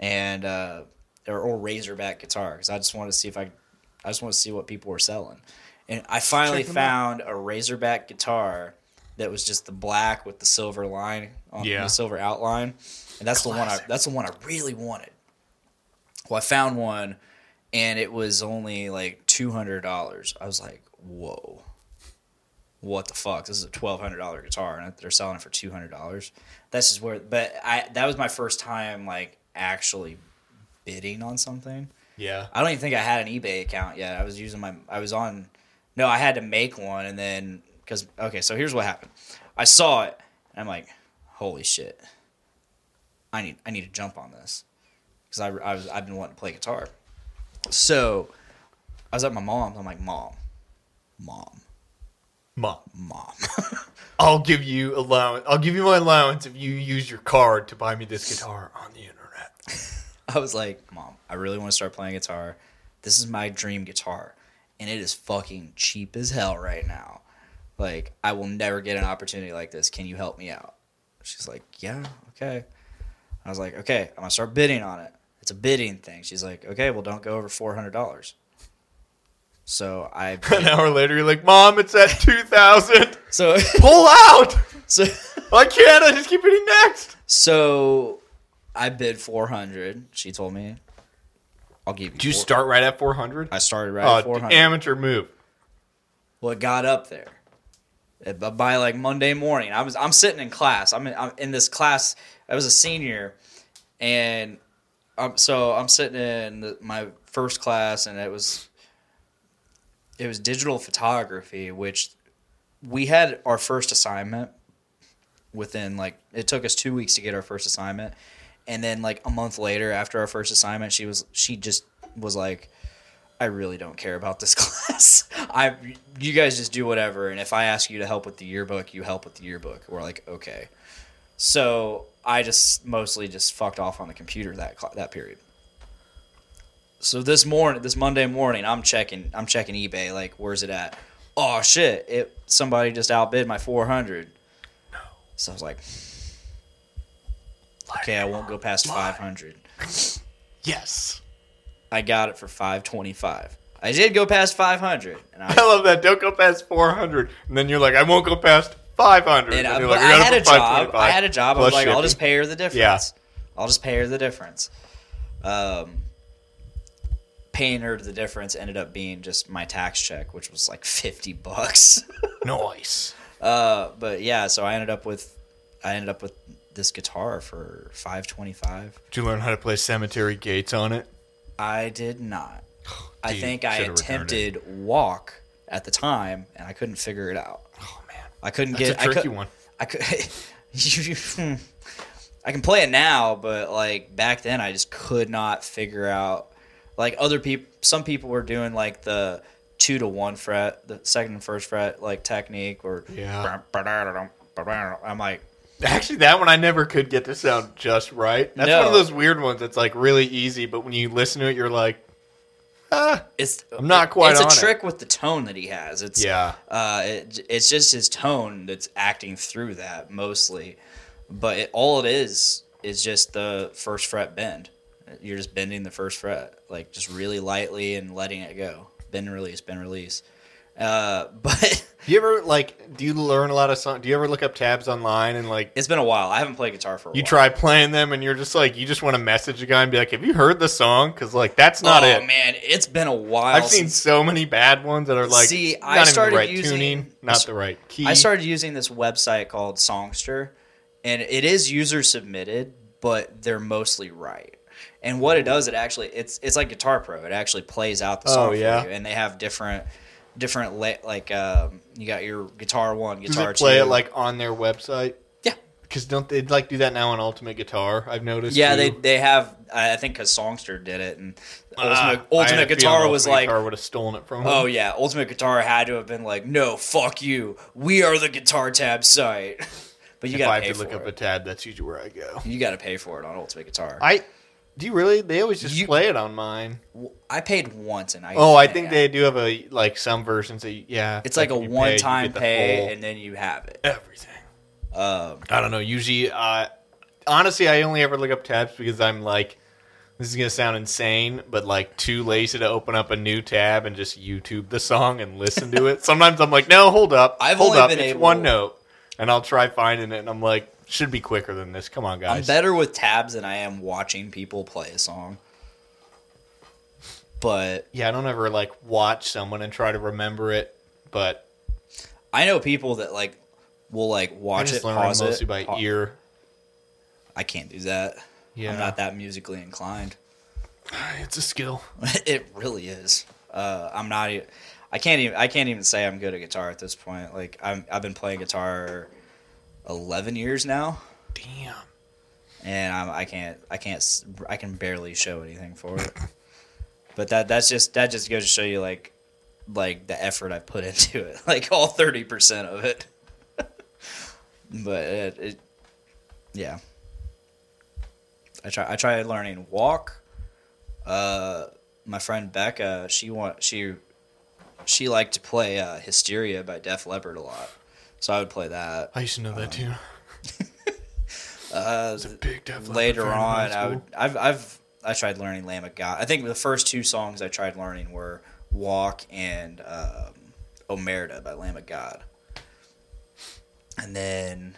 H: and uh, or, or Razorback guitar because I just wanted to see if I, I just want to see what people were selling, and I finally
B: them out.
H: found a Razorback guitar that was just the black with the silver line on
B: Yeah.
H: the silver outline, and that's the one I
B: Classic.
H: that's the one I really wanted. Well, I found one, and it was only like two hundred dollars. I was like, whoa. What the fuck? This is a twelve hundred dollar guitar, and they're selling it for two hundred dollars. That's just where, but I that was my first time like actually bidding on something.
B: Yeah.
H: I don't even think I had an eBay account yet. I was using my, I was on, no, I had to make one. And then, cause, okay, so here's what happened. I saw it and I'm like, holy shit. I need, I need to jump on this. Cause I, I was, I've been wanting to play guitar. So I was at my mom's. I'm like, mom, mom,
B: Mom,
H: mom.
B: I'll give you allowance. I'll give you my allowance if you use your card to buy me this guitar on the internet.
H: *laughs* I was like, Mom, I really want to start playing guitar. This is my dream guitar. And it is fucking cheap as hell right now. Like, I will never get an opportunity like this. Can you help me out? She's like, Yeah, okay. I was like, Okay, I'm going to start bidding on it. It's a bidding thing. She's like, Okay, well, don't go over $400. So I. *laughs*
B: An hour later, you're like, "Mom, it's at two thousand.
H: So. *laughs*
B: Pull out.
H: so
B: I can't. I just keep hitting next."
H: so I bid 400 She told me, I'll give you.
B: Did you
H: four-
B: start right at four hundred?
H: I started right at
B: Oh,
H: 400
B: amateur move.
H: Well, it got up there Uh, but by like Monday morning. I was I'm sitting in class. I'm in, I'm in this class. I was a senior, and um, so I'm sitting in the, my first class, and it was it was digital photography, which we had our first assignment within like it took us two weeks to get our first assignment, and then like a month later after our first assignment, she was she just was like, I really don't care about this *laughs* class. class. I, you guys just do whatever, and if I ask you to help with the yearbook, you help with the yearbook. We're like, okay. So I just mostly just fucked off on the computer that cla- that period. So this morning, this Monday morning, I'm checking, I'm checking eBay. Like, where's it at? Oh shit! It somebody just outbid my 400. So I was like, okay, I won't go past 500.
B: Yes. *laughs*
H: I got it for 525. I did go past 500, and I
B: *laughs* I love that. Don't go past 400. And then you're like, I won't go past 500.
H: And, uh,
B: you're
H: but
B: like,
H: I,
B: gotta
H: had
B: put
H: a job.
B: 525.
H: I had a job. I was
B: Plus
H: like, I'll
B: shipping. *laughs*
H: just pay her the difference. I'll just pay her the difference. Um, paying her the difference ended up being just my tax check, which was like
B: *laughs*
H: 50 bucks.
B: Noise.
H: uh, but yeah, so I ended up with, I ended up with this guitar for 525.
B: Did you learn how to play Cemetery Gates on it?
H: I did not. I
B: Dude,
H: think I
B: shoulda returned it.
H: attempted walk at the time, and I couldn't figure it out.
B: Oh, man.
H: I couldn't
B: That's
H: get.
B: a tricky
H: I could,
B: one.
H: I could. you, you- hmm. *laughs* I can play it now, but like back then, I just could not figure out. Like other people, some people were doing like the two to one fret, the second and first fret like technique, or
B: Yeah.
H: I'm like,
B: Actually, that one I never could get to sound just right. That's
H: No.
B: one of those weird ones that's like really easy, but when you listen to it, you're like, ah.
H: it's
B: I'm not quite
H: It's
B: on
H: a
B: it.
H: trick with the tone that he has. It's
B: Yeah.
H: Uh, it, it's just his tone that's acting through that mostly, but it, all it is is just the first fret bend. You're just bending the first fret, like just really lightly and letting it go. Bend release, bend release. Uh, *laughs* but
B: Do you ever, like, do you learn a lot of songs? Do you ever look up tabs online and, like,
H: it's been a while. I haven't played guitar for a
B: you
H: while.
B: try playing them and you're just like, you just want to message a guy and be like, have you heard the song? Because, like, that's not
H: oh,
B: it.
H: man, it's been a while.
B: I've seen
H: since-
B: so many bad ones that are like
H: See,
B: not
H: I
B: even
H: started
B: the right
H: using-
B: tuning, not the right key.
H: I started using this website called Songster, and it is user submitted, but they're mostly right. And what it does, it actually it's it's like Guitar Pro. It actually plays out the
B: Oh,
H: song
B: yeah.
H: for you, and they have different different la- like um, you got your guitar one,
B: Does
H: guitar
B: it play
H: two.
B: it like on their website?
H: yeah,
B: Because don't they like do that now on Ultimate Guitar? I've noticed.
H: yeah.
B: too.
H: They they have I I think because Songster did it, and
B: Ah,
H: Ultimate,
B: I had a
H: Ultimate
B: feeling
H: Guitar was
B: Ultimate
H: like
B: Guitar would have stolen it from.
H: Oh
B: them.
H: yeah, Ultimate Guitar had to have been like, no, fuck you. We are the Guitar Tab site. *laughs* but you
B: if I
H: gotta
B: have
H: pay
B: to
H: for
B: look up a
H: it.
B: tab, that's usually where I go.
H: you gotta pay for it on Ultimate Guitar. I,
B: I do you really? They always just
H: You-
B: play it on mine.
H: paid once and I
B: Oh, I think they do have a like some versions. That, you- yeah,
H: It's like a
B: if you pay, you
H: one-time
B: get the
H: pay,
B: full-
H: and then you have it.
B: everything.
H: Um,
B: I don't know. Usually, uh, honestly, I only ever look up tabs because I'm like, this is gonna sound insane, but like too lazy to open up a new tab and just YouTube the song and listen to
H: *laughs*
B: it. Sometimes I'm like, no, hold up,
H: I've
B: hold
H: only
B: up,
H: been
B: it's
H: able-
B: one note, and I'll try finding it, and I'm like, should be quicker than this. Come on,
H: I'm
B: guys.
H: better with tabs than I am watching people play a song. But
B: yeah, I don't ever like watch someone and try to remember it, but
H: I know people that like will like
B: I
H: watch
B: just
H: it,
B: learn
H: pause
B: mostly
H: it.
B: by
H: pa-
B: ear.
H: I can't do that.
B: Yeah.
H: I'm not that musically inclined.
B: *sighs*
H: *laughs*
B: It's a skill.
H: it really is. Uh, I'm not. e- I can't even. I can't even say I'm good at guitar at this point. Like I'm. I've been playing guitar eleven years now,
B: Damn.
H: and I'm, I can't. I can't. s- I can barely show anything for it. *laughs* but that. That's just. That just goes to show you like, like the effort I put *laughs* into it. Like all thirty percent of it. *laughs* but it, it. Yeah. I try. I tried learning walk. Uh, my friend Becca, she want she she liked to play uh, Hysteria by Def Leppard a lot, so I would play that.
B: I used to know that too.
H: Uh,
B: It's a big Def Leppard
H: later
B: fan in high
H: on, I would,
B: school.
H: I've I've I tried learning Lamb of God. I think the first two songs I tried learning were Walk and um, Omerta by Lamb of God, and then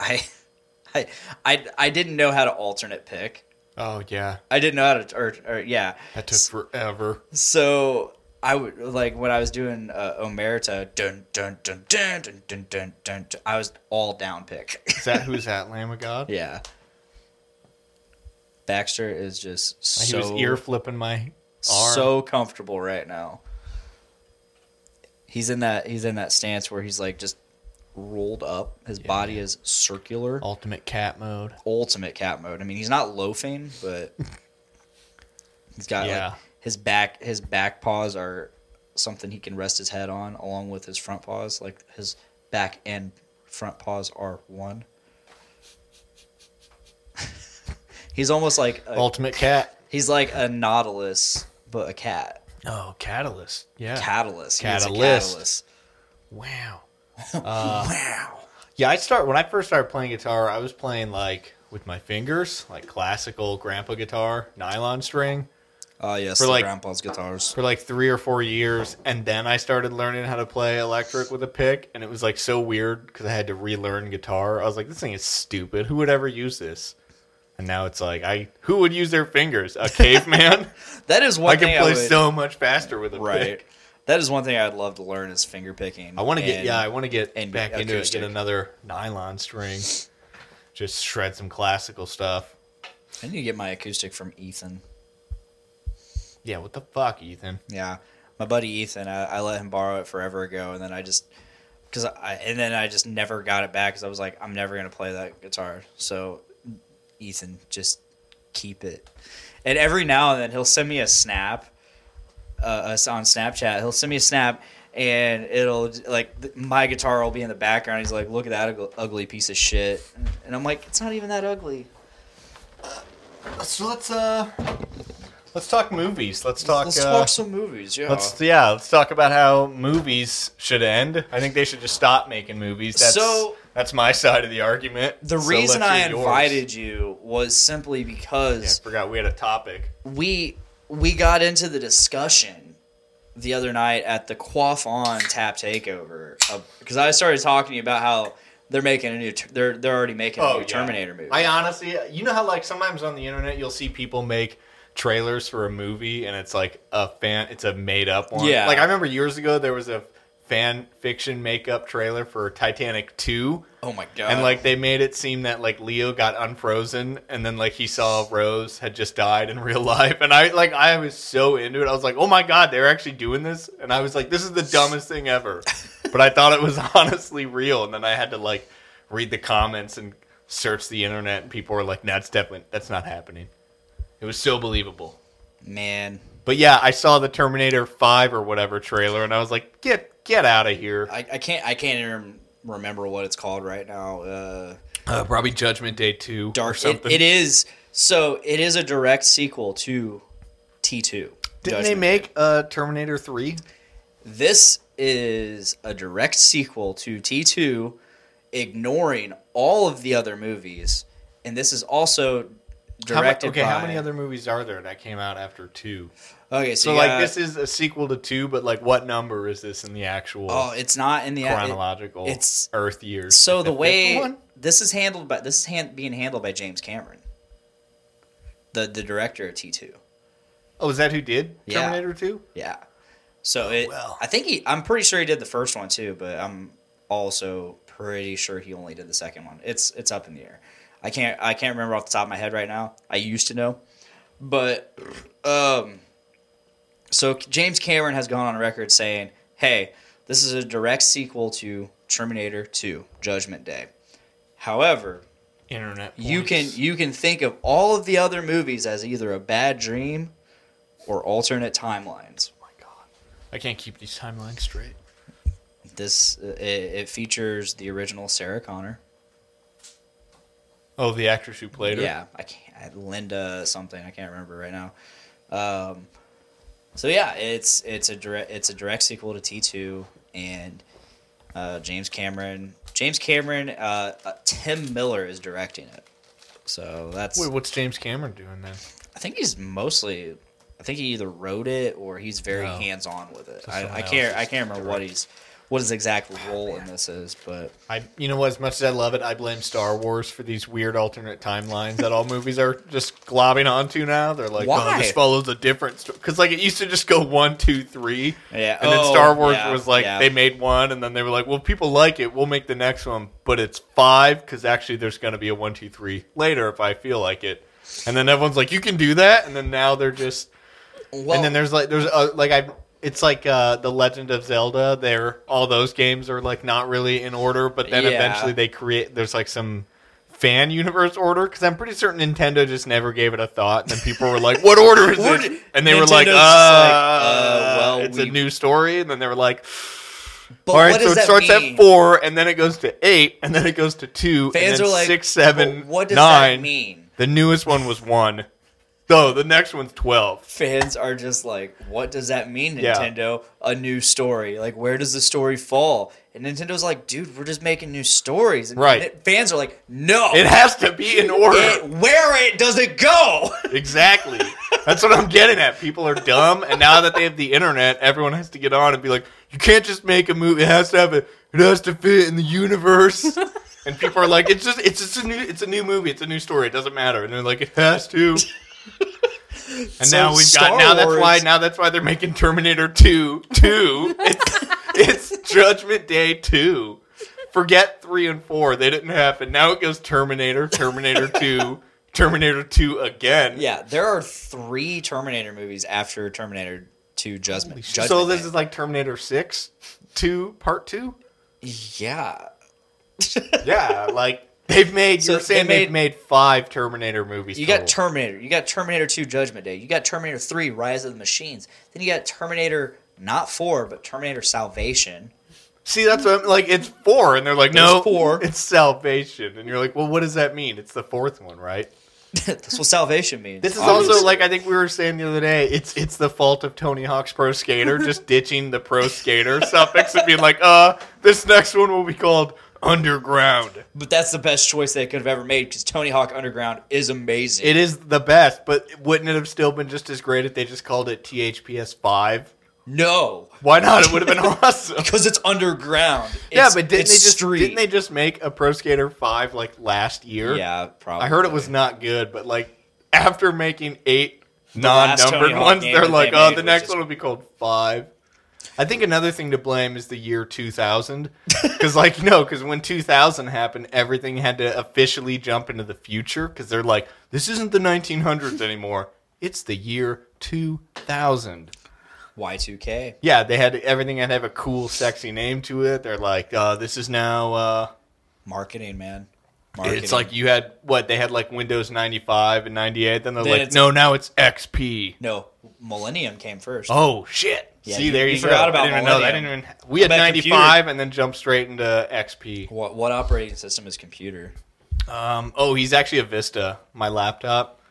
H: I. *laughs* I, I, I didn't know how to alternate pick.
B: Oh yeah,
H: I didn't know how to, or, or yeah.
B: that took forever.
H: So I would like when I was doing uh, Omerta, dun dun dun dun dun dun dun dun. dun, I was all down pick. *laughs*
B: Is that who's that? Lamb of God?
H: yeah. Baxter is just
B: He
H: so
B: was ear flipping my arm.
H: so comfortable right now. He's in that he's in that stance where he's like just rolled up. His body is circular.
B: ultimate cat mode.
H: ultimate cat mode. I mean, he's not loafing,
B: *laughs*
H: but he's got
B: Yeah.
H: like his back his back paws are something he can rest his head on along with his front paws. Like his back and front paws are one. *laughs* he's almost like a, *laughs*
B: Ultimate cat.
H: he's like a nautilus but a cat.
B: Oh, catalyst. Yeah.
H: Catalyst. He is a
B: Catalyst.
H: catalyst. *laughs*
B: wow. Uh,
H: Wow.
B: Yeah, I start when I first started playing guitar, I was playing like with my fingers, like classical grandpa guitar, nylon string
H: Oh yes,
B: For
H: the
B: like-
H: grandpa's guitars.
B: for like 3 or 4 years and then I started learning how to play electric with a pick and it was like so weird cuz I had to relearn guitar. I was like this thing is stupid. Who would ever use this? And now it's like I who would use their fingers? A caveman?
H: That is *laughs* one
B: I can
H: thing
B: play
H: I would, *laughs*
B: so much faster with a
H: right.
B: pick.
H: That is one thing I'd love to learn is finger picking.
B: I want to get
H: and-
B: yeah, I want to get
H: and
B: back into it.
H: acoustic.
B: Get another nylon string. Just shred some classical stuff.
H: I need to get my acoustic from Ethan.
B: Yeah, what the fuck, Ethan?
H: Yeah, my buddy Ethan. I, I let him borrow it forever ago, and then I just because I and then I just never got it back because I was like, I'm never gonna play that guitar. So Ethan, just keep it. And every now and then he'll send me a snap, uh, us on Snapchat. He'll send me a snap. And it'll like th- my guitar will be in the background. He's like, "Look at that ug- ugly piece of shit," and I'm like, "It's not even that ugly."
B: So let's uh let's talk movies. Let's talk
H: Let's
B: uh,
H: watch some movies. Yeah,
B: let's yeah, let's talk about how movies should end. I think they should just stop making movies. That's
H: So-
B: that's my side of the argument.
H: The
B: So
H: reason
B: let's
H: I
B: hear yours.
H: invited you was simply
B: Yeah, I
H: because
B: forgot we had a topic.
H: we we got into the discussion the other night at the Quaff on Tap Takeover because I started talking to you about how they're making a new ter- they're they're already making a new
B: Oh, yeah.
H: Terminator movie.
B: I honestly, you know how like sometimes on the internet you'll see people make trailers for a movie and it's like a fan, it's a made up one.
H: Yeah.
B: Like I remember years ago there was a fan fiction makeup trailer for Titanic two,
H: oh my god!
B: and like they made it seem that like Leo got unfrozen and then like he saw Rose had just died in *laughs* real life, and I like I was so into it. I was like, oh my god, they're actually doing this, and I was like, this is the dumbest thing *laughs* ever, but I thought it was *laughs* honestly real, and then I had to like read the comments and search the internet, and people were like, no, that's definitely that's not happening. It was so believable.
H: man,
B: But yeah, I saw the Terminator Five or whatever trailer, and I was like, get get out of here.
H: I, I can't I can't even remember what it's called right now. Uh,
B: Uh, probably Judgment Day Two,
H: dark.
B: or
H: it-
B: something.
H: it is so it is a direct sequel to T two.
B: Didn't they make uh, Terminator Three?
H: This is a direct sequel to T2, ignoring all of the other movies, and this is also
B: How mu-
H: directed
B: okay,
H: by.
B: how many other movies are there that came out after two?
H: Okay, so,
B: So like
H: this
B: this is
H: is.
B: a sequel to two, but like what number is this in the actual
H: Oh, it's not in the
B: chronological
H: it- it's
B: Earth years?
H: so
B: Like
H: the
B: fifth
H: way
B: one?
H: this is handled by this is hand, being handled by James Cameron, the the director of T2.
B: Oh, is that who did
H: Yeah.
B: Terminator Two?
H: Yeah. So it.
B: well.
H: I think he. I'm pretty sure he did the first one too, but I'm also pretty sure he only did the second one. It's it's up in the air. I can't I can't remember off the top of my head right now. I used to know, but um, so James Cameron has gone on record saying, "Hey, this is a direct sequel to Terminator 2: Judgment Day." However,
B: Internet.
H: you can
B: points.
H: you can think of all of the other movies as either a bad dream or alternate timelines.
B: Oh my god, I can't keep these timelines straight.
H: This uh, it, it features the original Sarah Connor.
B: Oh, the actress who played her.
H: Yeah, I can't uh, Linda something I can't remember right now. Um, so yeah, it's it's a direct it's a direct sequel to T two and uh, James Cameron. James Cameron, uh, uh, Tim Miller is directing it. So that's
B: Wait, what's James Cameron doing then?
H: I think he's mostly. I think he either wrote it or he's very
B: No.
H: hands on with it.
B: So someone
H: I, I
B: else
H: can't.
B: is Ah,
H: I can't remember what he's what his exact role in this is, but
B: I, you know what? As much as I love it, I blame Star Wars for these weird alternate timelines that all movies are just globbing onto now. They're like,
H: Why?
B: oh, this follows a different because like it used to just go one, two, three,
H: Yeah.
B: and then
H: Oh,
B: Star Wars
H: yeah,
B: was like
H: yeah.
B: they made one, and then they were like, well, people like it, we'll make the next one, but it's five because actually there's going to be a one, two, three later if I feel like it, and then everyone's like, you can do that, and then now they're just
H: well,
B: and then there's like there's uh, like I it's like uh the Legend of Zelda. There all those games are like not really in order, but then
H: Yeah.
B: eventually they create there's like some fan universe order because I'm pretty certain Nintendo just never gave it a thought, and then people were like, "What order
H: *laughs*
B: is
H: Or
B: it?" And they were
H: Nintendo's
B: like, uh,
H: just like, uh,
B: well,
H: well,
B: it's a
H: we-
B: new story," and then they were like,
H: But
B: "All right,
H: what
B: so
H: does
B: it
H: that
B: starts
H: mean?
B: at four, and then it goes to eight, and then it goes to two,
H: Fans
B: and
H: are
B: then
H: like,
B: six, seven,
H: "But what does
B: nine."
H: that mean?
B: The newest one was one. No, the next one's twelve.
H: Fans are just like, what does that mean,
B: Yeah.
H: Nintendo? A new story. Like, where does the story fall? And Nintendo's like, dude, we're just making new stories. And
B: Right.
H: N- Fans are like, no.
B: It has to be in order.
H: It- where it does it go? *laughs*
B: Exactly. That's what I'm getting at. People are dumb, and now that they have the internet, everyone has to get on and be like, "You can't just make a movie. It has to have a, It has to fit in the
H: *laughs*
B: universe." And people are like, "It's just, it's just a new, it's a new movie. It's a new story. It doesn't matter." And they're like, "It has
H: *laughs*
B: to." And
H: So
B: now we've
H: Star
B: got now that's why
H: Wars-
B: now that's why they're making Terminator Two
H: *laughs*
B: Two. It's, it's Judgment Day Two. Forget three and four; they didn't happen. Now it goes Terminator, Terminator Two, Terminator Two again.
H: yeah, there are three Terminator movies after Terminator 2 Judgment. Judgment
B: so this
H: Day.
B: is like Terminator Six, Two Part
H: *laughs*
B: Two.
H: Yeah.
B: Yeah, like they've made.
H: So
B: you're saying
H: they
B: they have made five Terminator movies.
H: You got
B: total.
H: Terminator. You got Terminator 2 Judgment Day. You got Terminator 3 Rise of the Machines. Then you got Terminator, not 4, but Terminator Salvation.
B: See, that's what I'm, like it's four, and they're like,
H: There's
B: no, *laughs*
H: four.
B: It's Salvation, and you're like, well, what does that mean? It's the fourth one, right?
H: That's what Salvation means.
B: This is
H: obviously.
B: also like I think we were saying the other day. It's it's the fault of Tony Hawk's Pro
H: *laughs*
B: Skater just ditching the Pro Skater suffix and being like, uh, this next one will be called Underground.
H: But that's the best choice they could have ever made because Tony Hawk Underground is amazing.
B: It is the best, but wouldn't it have still been just as great if they just called it THPS five?
H: no,
B: Why not? It would have
H: *laughs*
B: been awesome.
H: because it's underground.
B: yeah,
H: It's-
B: but didn't
H: it's
B: they just
H: street.
B: didn't they just make a Pro Skater Five like last year?
H: Yeah, probably.
B: I heard it was not good, but like after making eight
H: last
B: non-numbered
H: Tony Hawk
B: ones,
H: game
B: they're
H: that
B: like,
H: they
B: oh,
H: made
B: the
H: was
B: next
H: just-
B: one will be called Five. I think another thing to blame is the year
H: *laughs*
B: 2000, because like you know, because when 2000 happened, everything had to officially jump into the future, because they're like, this isn't the 1900s anymore; it's the year 2000.
H: Y2K.
B: Yeah, they had everything had to have a cool, sexy name to it. They're like, uh, this is now. Uh,
H: Marketing, man. Marketing.
B: it's like you had what they had like Windows ninety five and ninety eight. Then they're
H: Then
B: like,
H: it's-
B: no, now it's XP.
H: No, Millennium came first.
B: Oh shit!
H: Yeah,
B: See,
H: you-
B: there
H: you
B: you,
H: forgot
B: go.
H: about
B: I didn't even know that. I
H: Millennium.
B: didn't even. We had
H: About
B: ninety
H: computer.
B: five and then jumped straight into XP.
H: What, what operating system is computer?
B: Um, oh, he's actually a Vista, my laptop.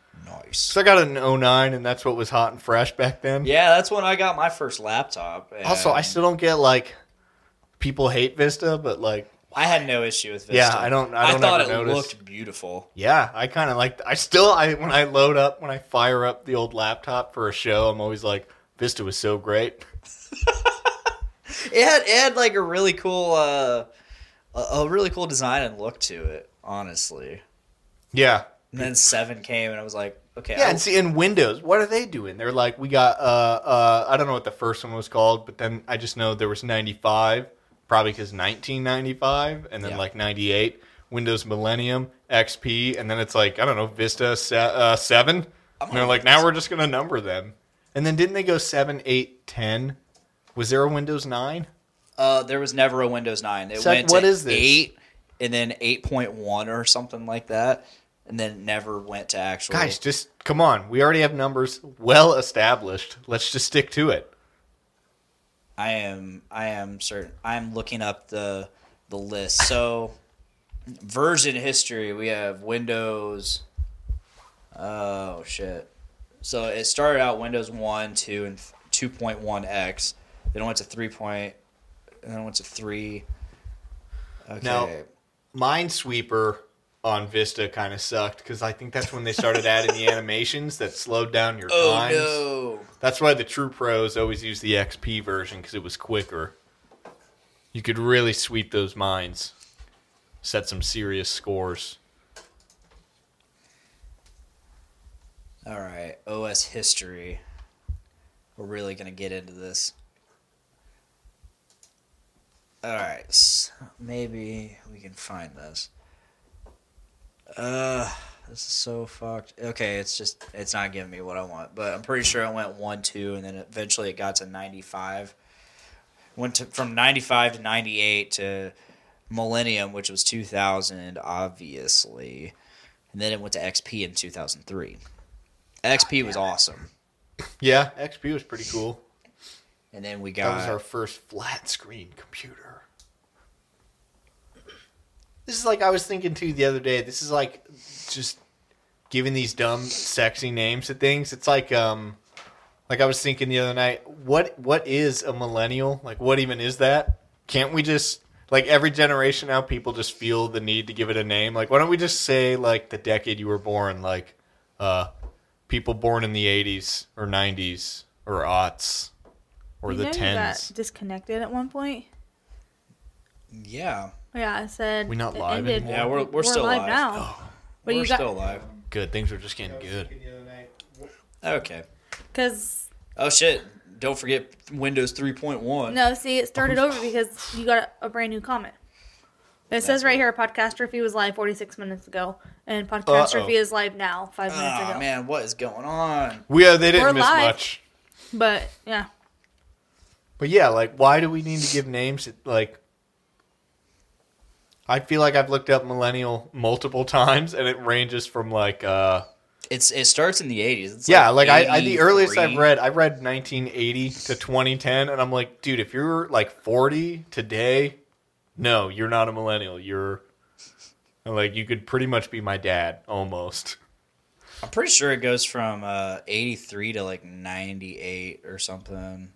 H: Nice.
B: So I got an 09 and that's what was hot and fresh back then.
H: Yeah, that's when I got my first laptop. and
B: Also, I still don't get like people hate Vista, but like
H: I had no issue with Vista.
B: Yeah, I don't- I don't
H: thought
B: ever
H: it
B: notice.
H: looked beautiful.
B: Yeah, I kind of like. I still, I when I load up, when I fire up the old laptop for a show, I'm always like, Vista was so great.
H: It had, it had like a really cool, uh, a, a really cool design and look to it. Honestly.
B: Yeah,
H: And then seven came, and I was like, okay,
B: yeah.
H: I-
B: And see, in Windows, what are they doing? They're like, we got, uh, uh, I don't know what the first one was called, but then I just know there was 95, probably because 1995, and then
H: Yeah.
B: like 98, Windows Millennium, XP, and then it's like I don't know, Vista se- uh, seven. And they're like, now we're just gonna number them. And then didn't they go seven, eight, ten? Was there a Windows nine?
H: uh, there was never a Windows nine. It
B: It's like,
H: went to
B: what is this?
H: eight, and then eight point one or something like that, and then it never went to actual.
B: Guys, just come on. We already have numbers well established. Let's just stick to it.
H: I am, I am certain. I am looking up the the list. So, version history. We have Windows. Oh shit! So it started out Windows one, two, and two point one X. Then it went to three point. Then it went to three. Okay.
B: Now- Minesweeper on Vista kind of sucked because I think that's when they started adding
H: *laughs*
B: the animations that slowed down your
H: Oh
B: times.
H: no!
B: That's why the true pros always use the XP version because it was quicker. You could really sweep those mines, set some serious scores.
H: All right, OS history. We're really gonna get into this. All right, so maybe we can find this. Uh, this is so fucked. Okay, it's just it's not giving me what I want, but I'm pretty sure I went one, two, and then eventually it got to ninety five. Went to, from ninety five to ninety eight to Millennium, which was 2000, obviously. And then it went to XP in 2003. XP was awesome.
B: Yeah, XP was pretty cool.
H: And then we
B: That was
H: got
B: our first flat screen computer. This is like I was thinking too the other day. This is like just giving these dumb sexy names to things. It's like um like I was thinking the other night, what what is a millennial? Like what even is that? Can't we just like every generation now people just feel the need to give it a name? Like why don't we just say like the decade you were born like uh people born in the 80s or 90s or aughts or
F: You
B: the
F: know you
B: 10s.
F: got disconnected at one point.
H: yeah,
F: Yeah, I said
B: We not
F: it
B: live
F: ended-
B: anymore? Oh,
H: yeah, we're we're, still
F: live,
H: alive.
F: now. But
H: we're
F: you got
H: still alive.
B: Good. Things are just getting good.
H: Okay.
F: because
H: Oh shit! Don't forget Windows 3.1.
F: no, see, it started over because you got a, a brand new comment. It says right here, podcaster fee was live 46 minutes ago, and podcaster
B: Uh-oh.
F: fee is live now, five minutes
H: Ah
F: ago.
H: man, what is going on?
B: We uh, they didn't
F: We're
B: miss
F: live.
B: much.
F: But yeah,
B: But yeah, like why do we need to give names? That, like I feel like I've looked up millennial multiple times, and it ranges from like uh
H: It's it starts in the 80s. It's
B: yeah, like I, I the earliest I've
H: 83.
B: read I read 1980 to 2010, and I'm like, dude, if you're like 40 today, no, you're not a millennial. You're like you could pretty much be my dad almost.
H: I'm pretty sure it goes from uh, 83 to like 98 or something.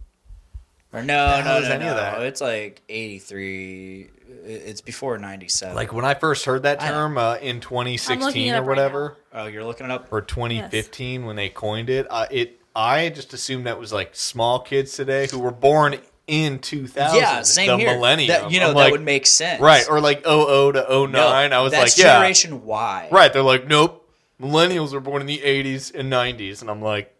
H: Or no,
B: the hell
H: no,
B: is
H: no,
B: any
H: no.
B: of that?
H: It's like 83. I- It's before 97.
B: Like when I first heard that
H: I-
B: term uh, in
F: I'm looking
B: 2016
F: it
B: or
F: up right
B: whatever.
F: now.
H: oh, you're looking it up.
B: or 2015 when they coined it. Uh, it I just assumed that was like small kids today who were born in 2000.
H: Yeah, same
B: the
H: here.
B: Millennium.
H: That, you know
B: I'm
H: that
B: like,
H: would make sense,
B: right or like 00 to 09.
H: No,
B: I was
H: that's
B: like, yeah,
H: Generation Y.
B: right. They're like, nope. Millennials were born in the 80s and 90s, and I'm like,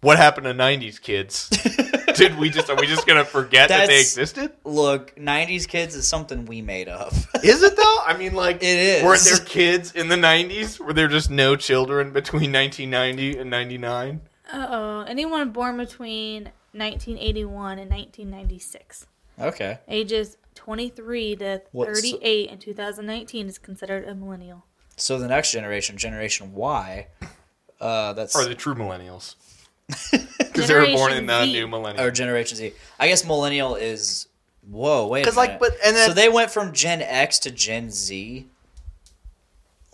B: what happened to 90s kids?
H: *laughs*
B: Did we just are we just gonna forget that they
H: That's-
B: existed?
H: Look, 90s kids is something we made up. *laughs*
B: Is it though? I mean, like,
H: It
B: Were
H: is.
B: there kids in the 90s? Were there just no children between 1990 and 99?
F: uh oh, anyone born between 1981 and 1996.
H: okay.
F: Ages 23 to
H: What's-
F: 38 in 2019 is considered a millennial.
H: So the next generation, Generation Y, uh, that's
B: Are the true
F: *laughs*
B: millennials? Because they were born in the
F: Generation Z.
B: new millennium.
H: or Generation Z. I guess millennial is whoa, wait.
B: 'Cause,
H: Because
B: like, but- and
H: so
B: that's-
H: they went from Gen X to Gen Z.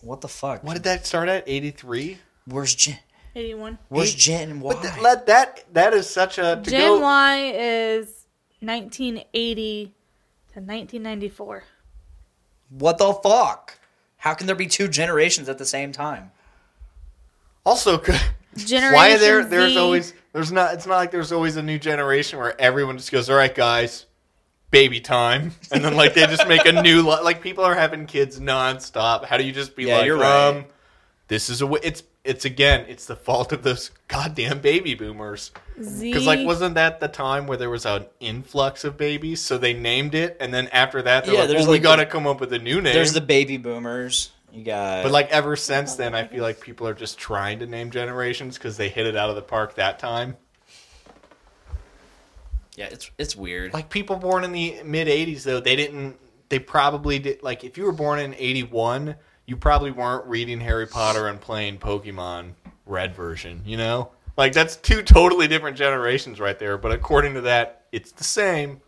H: What the fuck?
B: what did that start at? Eighty three.
H: Where's Gen?
F: 81.
H: Where's Gen Y?
B: But th- let that that is such a to
F: Oh Gen
B: go-
F: Y is 1980 to 1994.
H: what the fuck? How can there be two generations at the same time?
B: also. *laughs* could-
F: Generation
B: why are there? There's
F: Z-
B: always there's not. It's not like there's always a new generation where everyone just goes, "All right, guys, baby time," and then like they just make a new li- like people are having kids nonstop. How do you just be
H: Yeah,
B: like,
H: you're right.
B: um, this is a w- it's it's again it's the fault of those goddamn baby boomers.
F: Z.
B: Because like, wasn't that the time where there was an influx of babies? So they named it, and then after that, they're
H: Yeah,
B: like,
H: there's
B: "Well, we
H: like
B: got to
H: the-
B: come up with a new name."
H: There's the baby boomers. You got.
B: but like ever since then, I feel like people are just trying to name generations because they hit it out of the park that time.
H: yeah, it's it's weird.
B: Like people born in the mid '80s, though they didn't. They probably did. Like if you were born in '81, you probably weren't reading Harry Potter and playing Pokemon Red version. You know, like that's two totally different generations right there. But according to that, it's the same.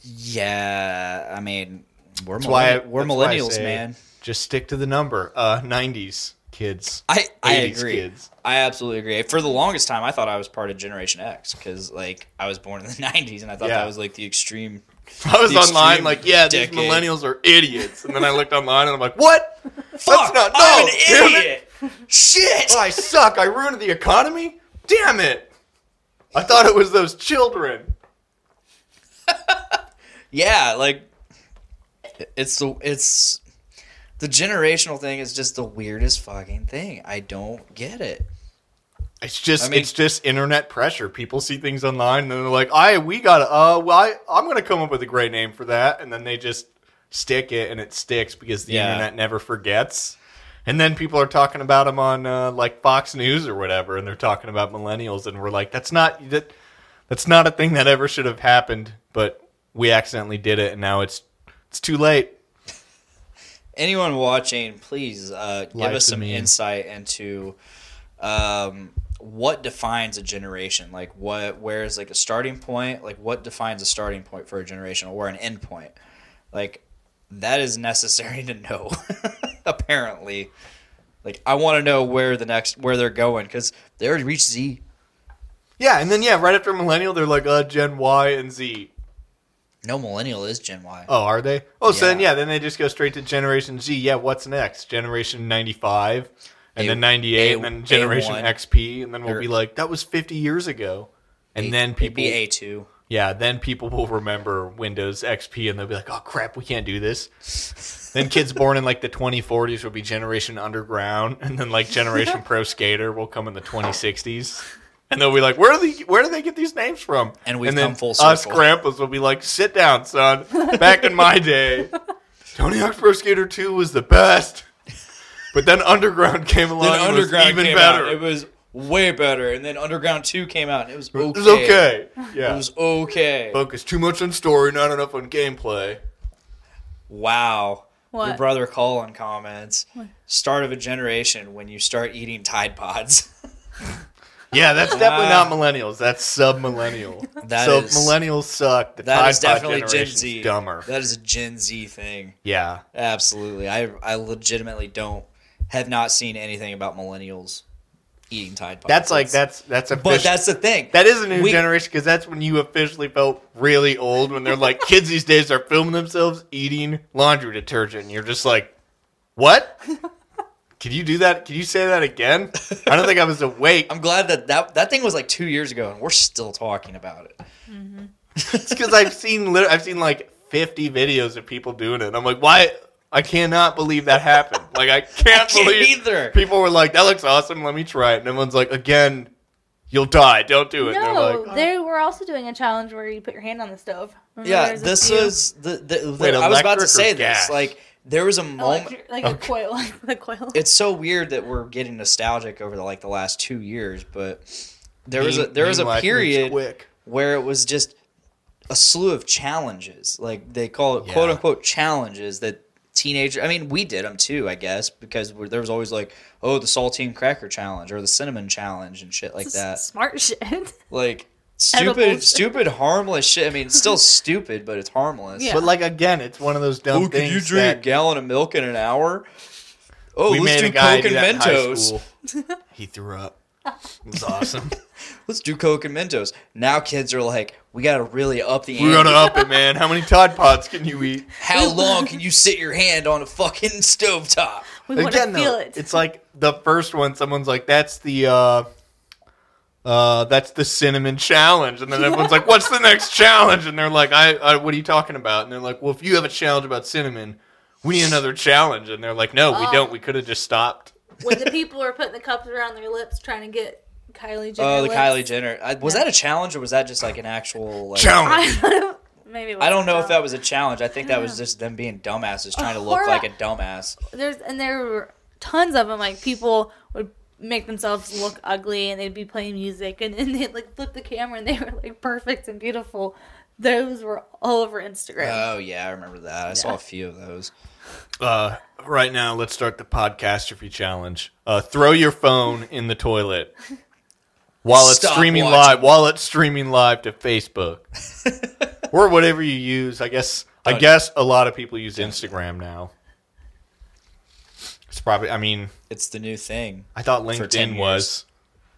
H: yeah, I mean, we're
B: That's why I-
H: millenni- we're
B: that's why I
H: millennials,
B: say
H: man.
B: Just stick to the number. Uh, 90s kids.
H: I, I
B: 80s
H: agree.
B: kids. *laughs*
H: I absolutely agree. For the longest time, I thought I was part of Generation X because, like, I was born in the *laughs* '90s, and I thought
B: Yeah.
H: that was like the extreme.
B: I was
H: The
B: online
H: extreme
B: like, yeah,
H: decade.
B: these millennials are idiots. And then I looked online and I'm like, what?
H: *laughs* Fuck!
B: not- no,
H: I'm an
B: damn it.
H: idiot. Shit!
B: Oh, I suck. I ruined the economy. Damn it. I thought it was those children.
H: Yeah, like, it's the it's the generational thing is just the weirdest fucking thing. I don't get it.
B: It's just
H: I mean-
B: it's just internet pressure. People see things online and they're like, "I we got to uh well, I, I'm going to come up with a great name for that." And then they just stick it and it sticks because the
H: Yeah.
B: internet never forgets. And then people are talking about them on uh, like Fox News or whatever and they're talking about millennials and we're like, "That's not that that's not a thing that ever should have happened." But we accidentally did it, and now it's it's too late.
H: anyone watching, please uh, give
B: Life
H: us
B: to
H: some
B: me.
H: insight into um, what defines a generation. Like what, where is like a starting point? Like what defines a starting point for a generation or an end point? Like that is necessary *laughs* to know. apparently, like I want to know where the next where they're going because they already reached Z.
B: Yeah, and then yeah, right after millennial, they're like uh, Gen Y and Z.
H: No millennial is Gen Y.
B: Oh, are they? Oh, so then
H: Yeah.
B: yeah, then they just go straight to Generation Z. Yeah, what's next? Generation ninety five, and
H: A-
B: then ninety eight,
H: A-
B: and then Generation
H: A1.
B: XP, and then we'll
H: Or-
B: be like, that was fifty years ago. And then
H: It'd
B: people,
H: be A two.
B: yeah, then people will remember Windows XP, and they'll be like, oh crap, we can't do this. then kids born in like the twenty forties will be Generation Underground, and then like Generation Pro Skater will come in the twenty sixties. And they'll be like, "Where do they, where do they get these names from?"
H: And we've
B: then
H: come full
B: Us
H: circle.
B: grandpas will be like, "Sit down, son. Back in my day, Tony Hawk's Pro Skater Two was the best." But then Underground came along.
H: Then
B: and
H: Underground
B: Oh, was even
H: came
B: better.
H: out. It was way better. And then Underground 2 came out. And it was okay.
B: It was okay. Yeah,
H: It was okay.
B: focus too much on story, not enough on gameplay.
H: wow. Your
F: What?
H: brother Colin comments. Start of a generation when you start eating Tide Pods. *laughs*
B: Yeah, that's definitely
H: Wow.
B: not millennials. That's sub millennial.
H: *laughs* That
B: so
H: is-
B: if millennials suck. The
H: That
B: Tide
H: is
B: Pod
H: definitely Gen
B: generation's
H: Z.
B: Dumber.
H: That is a Gen Z thing.
B: Yeah,
H: Absolutely. I I legitimately don't have not seen anything about millennials eating Tide Pods.
B: that's like that's that's a.
H: But that's the thing.
B: That is a new
H: We-
B: generation because that's when you officially felt really old when they're like, kids these days are filming themselves eating laundry detergent. And you're just like,
H: *laughs*
B: what? Can you do that? Can you say that again? I don't think I was awake.
H: I'm glad that, that that thing was like two years ago and we're still talking about it.
B: It's because I've seen lit- I've seen like 50 videos of people doing it. And I'm like, why? I cannot believe that happened. Like
H: *laughs*
B: I can't,
H: can't
B: believe
H: either.
B: People were like, that looks awesome. Let me try it. And everyone's like, again, you'll die. Don't do it. and they're
F: No,
B: like, "Oh,
F: they were also doing a challenge where you put your hand on the stove. Remember
H: Yeah,
F: there's a
H: this
F: few
H: was the, the,
B: Wait,
H: I was about to
B: electric
H: say
B: or
H: this.
B: gas?
H: Like there was a moment
F: electric- like
B: Okay.
F: a coil, *laughs* like the coil.
H: it's so weird that we're getting nostalgic over the, like the last 2 years, but there was a
B: "Mean-
H: there was
B: meanwhile,
H: a
B: it moves
H: period
B: Quick.
H: where it was just a slew of challenges. Like they call it
B: Yeah.
H: quote unquote challenges that teenager I mean we did them too, I guess, because we there was always like oh the saltine cracker challenge or the cinnamon challenge and shit like
F: It's
H: that.
F: smart shit. *laughs*
H: Like stupid
F: Edibles. *laughs*
H: stupid harmless shit. I mean, it's still stupid, but it's harmless.
F: Yeah.
B: But like again, it's one of those dumb
H: Oh, could
B: things.
H: you drink a
B: that
H: gallon of milk in an hour? Oh,
B: we made
H: let's do
B: a guy
H: Coke
B: do
H: and
B: that in high
H: Mentos.
B: school.
H: *laughs*
B: He threw up. It was
F: *laughs*
B: awesome.
H: Let's do Coke and Mentos. Now kids are like, we gotta really up the
B: We're
H: ante.
B: gonna *laughs* up it, man. How many Tide Pods can you eat?
H: How long can you sit your hand on a fucking *laughs* stovetop?
F: We want to
B: Again,
F: feel
B: though,
F: it.
B: it's like the first one. Someone's like, "That's the." uh uh, that's the cinnamon challenge, and
F: *laughs*
B: then everyone's like, "What's the next challenge?" And they're like, I, "I, what are you talking about?" And they're like, "Well, if you have a challenge about cinnamon, we need another challenge." And they're like, "No, we
F: Oh.
B: don't. We could have just stopped."
H: *laughs*
F: when the people were putting the cups around their lips trying to get Kylie Jenner.
H: Oh, the
F: lips. *laughs*
H: Kylie Jenner. I, was that a challenge or was that just like an actual like?
B: Challenge.
F: I maybe it
H: I don't know if
F: wasn't,
H: that was a challenge. I think that was just them being dumbasses trying to look
F: horror-
H: like a dumbass.
F: though. there's and there were tons of them. Like people would make themselves look ugly and they'd be playing music and then they'd like flip the camera and they were like perfect and beautiful. Those were all over Instagram.
H: Oh yeah, I remember that. I saw a few of those.
B: Uh, right now, let's start the podcastrophy challenge. Uh, throw your phone in the
H: *laughs*
B: toilet while it's
H: Stop
B: streaming
H: watching.
B: live. While it's streaming live to
H: *laughs*
B: Facebook or whatever you use. I guess. I
H: Don't-
B: guess a lot of people use Instagram now. It's probably. I mean,
H: It's the new thing.
B: I thought
H: 10
B: LinkedIn
H: years.
B: was.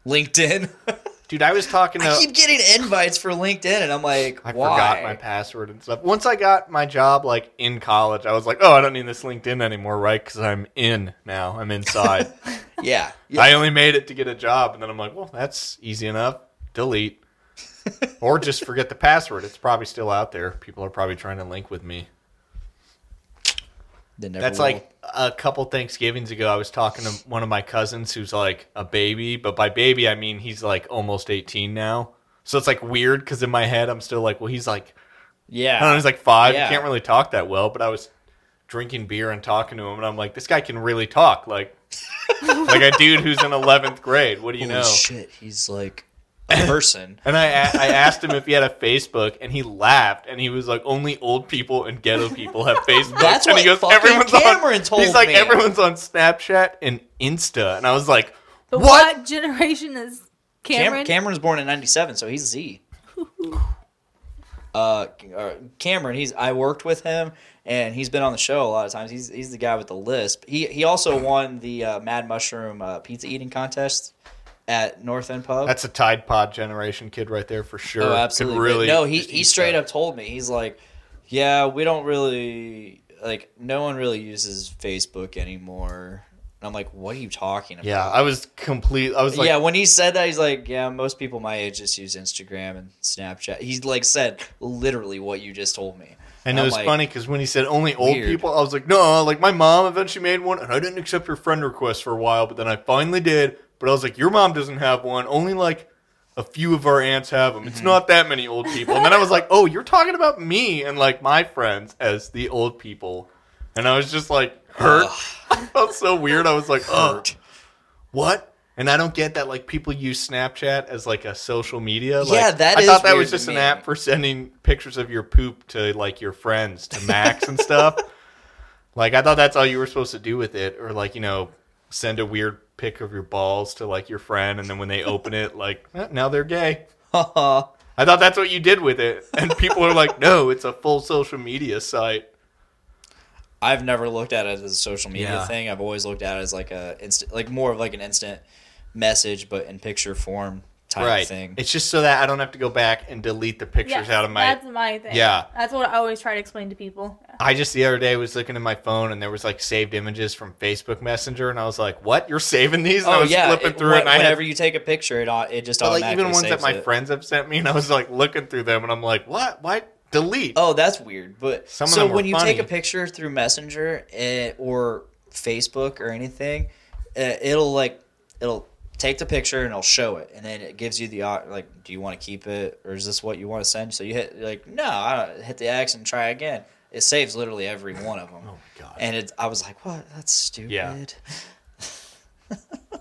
H: LinkedIn. *laughs*
B: Dude, I was talking to.
H: I keep getting invites for LinkedIn, and I'm like,
B: I
H: why?
B: forgot my password and stuff. Once I got my job, like in college, I was like, "Oh, I don't need this LinkedIn anymore, right? Because I'm in now. I'm
H: *laughs*
B: inside."
H: yeah, yeah.
B: I only made it to get a job, and then I'm like, well, that's easy enough.
H: *laughs*
B: Delete, or just forget the password. It's probably still out there. People are probably trying to link with me.
H: They never
B: That's
H: will.
B: like a couple Thanksgivings ago. I was talking to one of my cousins who's like a baby, but by baby I mean he's like almost 18 now. So it's like weird because in my head I'm still like, well, he's like, I don't know,
H: yeah.
B: he's like five.
H: Yeah.
B: He can't really talk that well. But I was drinking beer and talking to him, and I'm like, this guy can really *laughs* talk, like, like a dude who's in 11th grade. What do you
H: Holy
B: know?
H: shit, he's like
B: *coughs*
H: person.
B: And I, a- I asked him if he had a Facebook, and he laughed, and he was like, "Only old people and ghetto people
H: *laughs*
B: have Facebook."
H: That's
B: and
H: what
B: he goes,
H: fucking
B: "Everyone's
H: Cameron
B: on,
H: told
B: He's like,
H: me.
B: "Everyone's on Snapchat and Insta," and I was like,
F: But
B: "What?"
F: what, generation is
H: Cameron?
F: Cameron?
H: Cameron was born in '97, so he's Z. Uh, uh, Cameron, he's I worked with him, and he's been on the show a lot of times. He's he's the guy with the lisp. He he also won the uh, Mad Mushroom uh, pizza eating contest at North End Pub.
B: That's a Tide Pod generation kid right there for sure.
H: Oh,
B: Could
H: absolutely. But
B: Really?
H: no, he
B: just
H: he
B: eat
H: straight
B: that.
H: up told me he's like, yeah, we don't really like no one really uses Facebook anymore. And I'm like, what are you talking about?
B: Yeah, I was complete. I was like,
H: yeah, when he said that, he's like, "Yeah, most people my age just use Instagram and Snapchat." He's like said literally what you just told me.
B: And it
H: I'm
B: was
H: like,
B: funny because when he said only old
H: weird.
B: people, I was like, no, like my mom eventually made one and I didn't accept her friend request for a while, but then I finally did. But I was like, your mom doesn't have one. Only like a few of our aunts have them.
H: Mm-hmm.
B: It's not that many old people. And then I was like, oh, you're talking about me and like my friends as the old people. And I was just like, hurt. I *laughs* felt so weird. I was like, oh,
H: Hurt.
B: what? And I don't get that like people use Snapchat as like a social media. Like,
H: Yeah, that
B: I
H: is
B: thought that
H: weird
B: was
H: to
B: just an
H: me.
B: app for sending pictures of your poop to like your friends to Max and
H: *laughs*
B: stuff. Like I thought that's all you were supposed to do with it, or like you know, send a weird pic of your balls to like your friend, and then when they open
H: *laughs*
B: it, like eh, now they're gay. I thought that's what you did with it, and people are like, "No, it's a full social media site."
H: I've never looked at it as a social media
B: Yeah.
H: thing. I've always looked at it as like a instant, like more of like an instant message, but in picture form type
B: Right.
H: thing.
B: It's just so that I don't have to go back and delete the pictures
F: Yes,
B: out of my
F: That's my thing.
B: Yeah.
F: That's what I always try to explain to people.
B: I just the other day was looking at my phone and there was like saved images from Facebook Messenger and I was like, "What? You're saving these?" And I was flipping
H: Oh, it-
B: through
H: when-
B: it and I
H: whenever
B: had,
H: you take a picture, it au- it just
B: but, like
H: automatically
B: even ones that
H: saves
B: my
H: it.
B: friends have sent me and I was like looking through them and I'm like, "What? Why delete?"
H: Oh, that's weird. But
B: Some of
H: so
B: them were
H: when you take
B: funny.
H: a picture through Messenger eh, or Facebook or anything, eh, it'll like it'll take the picture and it'll show it, and then it gives you the op- like, do you want to keep it or is this what you want to send? So you hit you're like no, I don't, hit the X and try again. It saves literally every one of them. Oh
B: my God.
H: And it, I was like, what? That's stupid.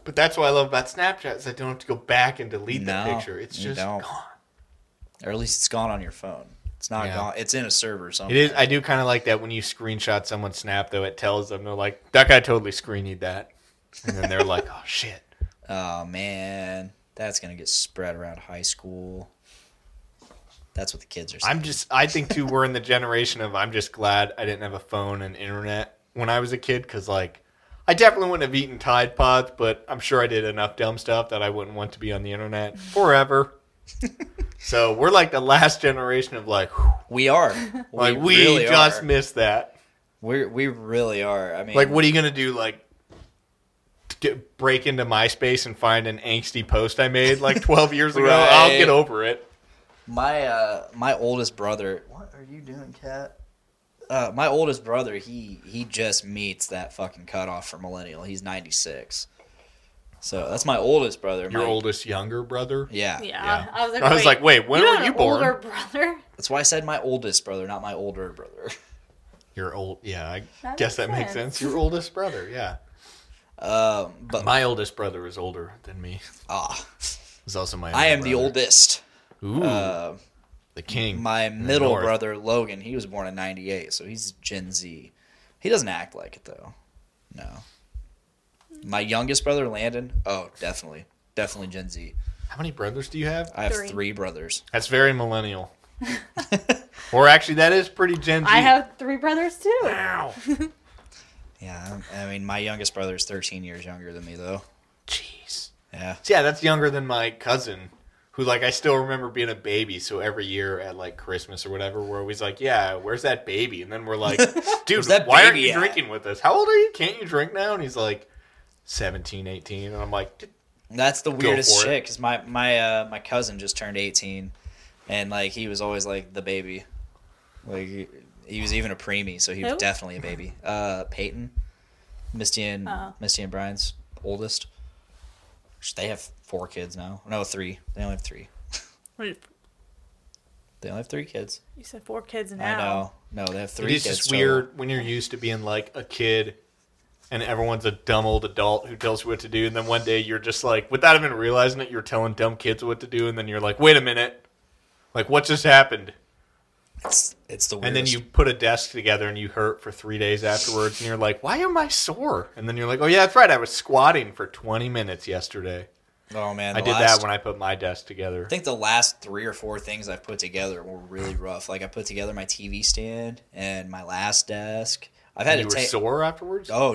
B: But that's what I love about Snapchat is I don't have to go back and delete that
H: No,
B: picture. It's
H: you
B: just
H: don't.
B: gone.
H: Or at least it's gone on your phone. It's not
B: Yeah.
H: gone. It's in a server
B: It
H: somewhere.
B: is. I do kind of like that when you screenshot someone's snap though. It tells them they're like, "That guy totally screenied that," and then they're like, "Oh shit."
H: Oh man, that's gonna get spread around high school. That's what the kids are saying.
B: I'm just I think too we're in the generation of I'm just glad I didn't have a phone and internet when I was a kid cuz like I definitely wouldn't have eaten Tide Pods, but I'm sure I did enough dumb stuff that I wouldn't want to be on the internet
H: *laughs*
B: forever. so we're like the last generation of like whew, *laughs*
H: we are. We
B: like we,
H: really
B: just
H: are.
B: missed that.
H: We're, we really are. I mean,
B: Like what are you going to do like t- get, break into MySpace and find an angsty post I made like 12 years ago? I'll
H: Right.
B: get over it.
H: my uh, my oldest brother. What are you doing, cat? Uh, my oldest brother, he he just meets that fucking cutoff for millennial. He's 96. So that's my oldest brother.
B: Your
H: My-
B: oldest younger brother?
H: Yeah.
F: Yeah.
B: Yeah.
F: I was like,
B: I was
F: wait,
B: like, "Wait, when
F: you
B: were
F: have
B: you
F: an
B: born?"
F: Older brother.
H: That's why I said my oldest brother, not my older brother. *laughs*
B: Your old, yeah, I
F: That
B: guess
F: makes
B: that makes
F: sense.
B: sense. Your oldest brother, yeah.
H: Um, but
B: My oldest brother is older than me.
H: ah,
B: He's also my.
H: I am
B: older
H: the
B: brother.
H: oldest.
B: Ooh,
H: Uh,
B: the king.
H: my
B: in the
H: middle
B: north.
H: brother Logan, he was born in '98, so he's Gen Z. He doesn't act like it though. No. My youngest brother Landon, oh, definitely, definitely Gen Z.
B: How many brothers do you have?
H: I have
F: Three.
H: three brothers.
B: That's very
H: *laughs*
B: millennial. or actually, that is pretty Gen Z.
F: I have three brothers too. *laughs*
B: Wow.
H: Yeah, I I mean, my youngest brother is 13 years younger than me though.
B: Jeez.
H: Yeah.
B: So, yeah, that's younger than my cousin, who like I still remember being a baby. So every year at like Christmas or whatever, we're always like, "Yeah, where's that baby?" And then we're
H: *laughs*
B: like, "Dude,
H: Where's that
B: why aren't
H: baby
B: you
H: at?"
B: drinking with us? How old are you? Can't you drink now?" And he's like, 17, 18. and I'm like, "D-
H: That's the weirdest
B: for it.
H: shit because my my uh, my cousin just turned eighteen, and like he was always like the baby, like he, he was even a preemie, so he was
F: Who?
H: definitely a baby. Uh, Peyton, Misty and
F: Oh.
H: Misty and Brian's oldest. Sh- They have four kids now. No, three. They only have three.
F: Wait,
H: They only have three kids.
F: you said four kids now.
H: I know. No, they have three.
B: It is
H: kids
B: just
H: total.
B: weird when you're used to being like a kid and everyone's a dumb old adult who tells you what to do, and then one day you're just like, without even realizing it, you're telling dumb kids what to do, and then you're like, wait a minute, like what just happened?
H: It's, it's the
B: And
H: weirdest.
B: then you put a desk together and you hurt for three days afterwards, and you're like, why am I sore? And then you're like, oh yeah, that's right, I was squatting for 20 minutes yesterday.
H: Oh man,
B: I
H: the
B: did
H: last-
B: that when I put my desk together.
H: I think the last three or four things I've put together were really rough. Like I put together my TV stand and my last desk. I've had
B: You were
H: to take.
B: sore afterwards.
H: oh,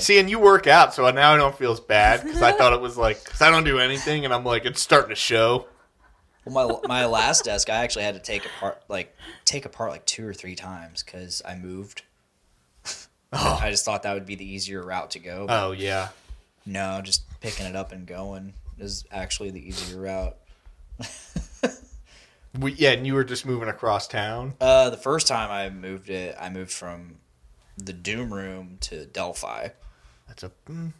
B: *laughs* See, and you work out, so now I don't feel as bad because I thought it was like because I don't do anything, and I'm like it's starting to show.
H: Well, my my last desk, I actually had to take apart like take apart like two or three times because
B: *laughs*
H: I moved. I just thought that would be the easier route to go. but
B: Oh yeah,
H: no, just picking it up and going is actually the easier route.
B: we, yeah, and you were just moving across town.
H: Uh, the first time I moved it, I moved from the Doom Room to Delphi.
B: That's a. mm.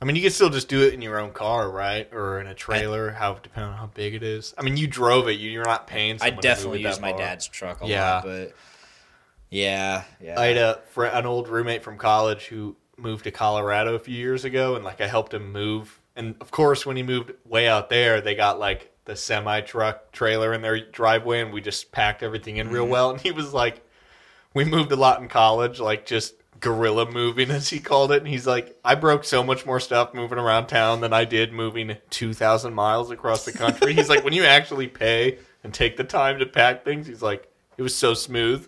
B: I mean, you can still just do it in your own car, right, or in a trailer, how depending on how big it is. I mean, you drove it; you- you're not paying.
H: I
B: Someone
H: definitely
B: to move it
H: use
B: that
H: my
B: far.
H: dad's truck a
B: Yeah.
H: lot, but yeah, yeah.
B: I had a fr- an old roommate from college who moved to Colorado a few years ago, and like I helped him move. And of course, when he moved way out there, they got like the semi truck trailer in their driveway, and we just packed everything in real well. And he was like, "We moved a lot in college, like just." Guerrilla moving, *laughs* as he called it, and he's like, "I broke so much more stuff moving around town than I did moving two thousand miles across the country." he's like, "When you actually pay and take the time to pack things, he's like, it was so smooth."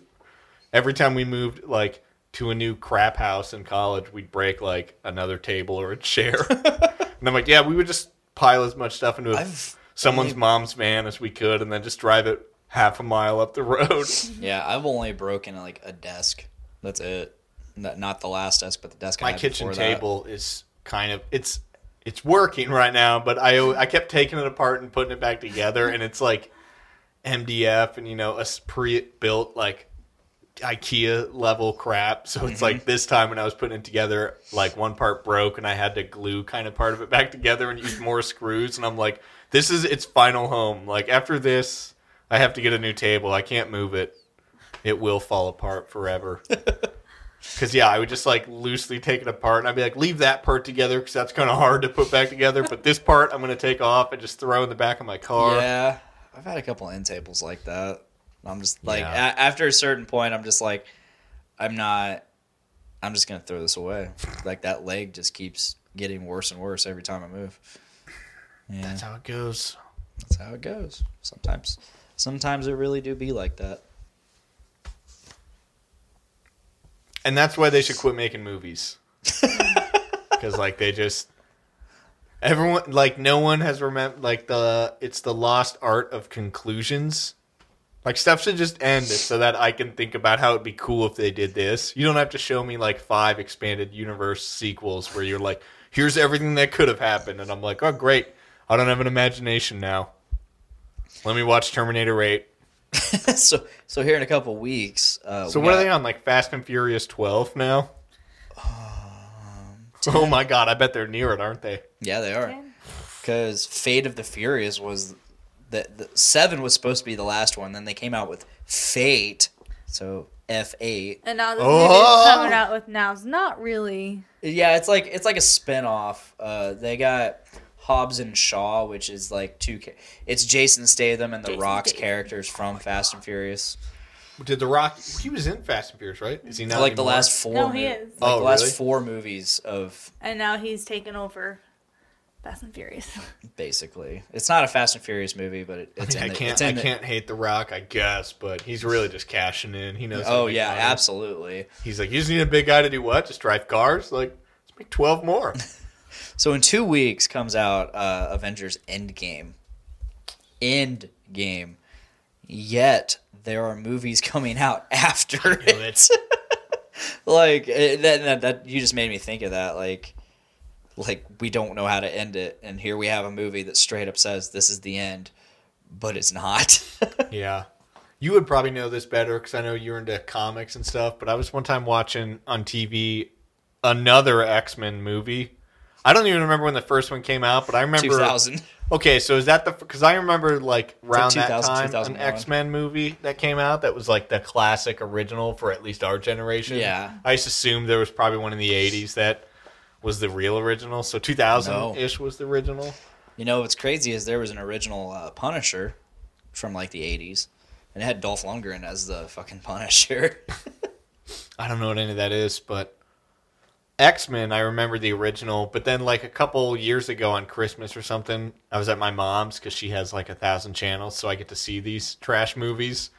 B: every time we moved like to a new crap house in college, we'd break like another table or a chair. *laughs* and I'm like, yeah, we would just pile as much stuff into
H: I've
B: someone's mom's van as we could, and then just drive it half a mile up the road.
H: yeah, I've only broken like a desk. That's it. Not, not the last desk, but the desk. I
B: My
H: had
B: kitchen
H: before that.
B: table is kind of it's it's working right now, but I I kept taking it apart and putting it back together, and it's like MDF and you know a pre-built like IKEA level crap. So it's like
H: Mm-hmm.
B: this time when I was putting it together, like one part broke and I had to glue kind of part of it back together and use more screws. And I'm like, this is its final home. Like after this, I have to get a new table. I can't move it. It will fall apart forever. *laughs* Cause yeah, I would just like loosely take it apart and I'd be like, leave that part together because that's kind of hard to put back together. But this part I'm gonna take off and just throw in the back of my car.
H: Yeah, I've had a couple end tables like that. I'm just like
B: Yeah.
H: a- after a certain point, I'm just like, I'm not. I'm just gonna throw this away. like that leg just keeps getting worse and worse every time I move. Yeah,
B: That's
H: that's how,
B: how it goes.
H: it goes. Sometimes, sometimes it really do be like that. *laughs*
B: And that's why they should quit making movies. *laughs* Because like they just everyone like no one has remembered like the it's the lost art of conclusions. Like stuff should just end it so that I can think about how it'd be cool if they did this. You don't have to show me like five expanded universe sequels where you're like, here's everything that could have happened, and I'm like, oh great, I don't have an imagination now. Let me watch Terminator Eight.
H: so, so here in a couple weeks. Uh,
B: So
H: we
B: what are
H: got-
B: they on? Like Fast and Furious twelve now? oh my god! I bet they're near it, aren't they?
H: Yeah, they are.
F: Ten?
H: Because Fate of the Furious was the, the seven was supposed to be the last one. Then they came out with Fate, so F eight.
F: And now this
B: Oh!
F: movie's coming out with now's not really.
H: Yeah, it's like it's like a spinoff. Uh, they got Hobbs and Shaw, which is like two. Ca- it's Jason Statham and the
F: Jason
H: Rock's
F: Statham.
H: characters from Fast and Furious.
B: Did the Rock? He was in Fast and Furious, right? Is he not
H: like the
B: anymore?
H: last four.
F: No, he is.
H: Like
B: Oh,
H: the last
B: really?
H: four movies of
F: And now he's taken over Fast and Furious. *laughs*
H: basically. It's not a Fast and Furious movie, but it, it's
B: I,
H: in
B: mean, I
H: the,
B: can't.
H: It's in
B: I
H: the-
B: can't hate the Rock, I guess, but he's really just cashing in. He knows. how to
H: Oh
B: make
H: yeah,
B: money.
H: absolutely.
B: He's like, you just need a big guy to do what? Just drive cars? Like, let's make twelve more.
H: So in two weeks comes out uh, Avengers Endgame. Endgame. Yet there are movies *laughs* coming out after it. *laughs* Like eh, that, that, that. You just made me think of that. Like, like we don't know how to end it, and here we have a movie that straight up says this is the end, but it's not. *laughs*
B: Yeah. You would probably know this better because I know you're into comics and stuff, but I was one time watching on TV another X Men movie I don't even remember when the first one came out, but I remember
H: 2000.
B: Okay, so is that the because I remember like around that
H: 2000,
B: time an
H: 2001.
B: X Men movie that came out that was like the classic original for at least our generation.
H: Yeah.
B: I just assumed there was probably one in the '80s that was the real original. So 2000 ish was the original.
H: You know what's crazy is there was an original uh, Punisher from like the 80s, and it had Dolph Lundgren as the fucking Punisher. *laughs*
B: I don't know what any of that is, but X Men, I remember the original. But then, like a couple years ago on Christmas or something, I was at my mom's because she has like a thousand channels, so I get to see these trash movies.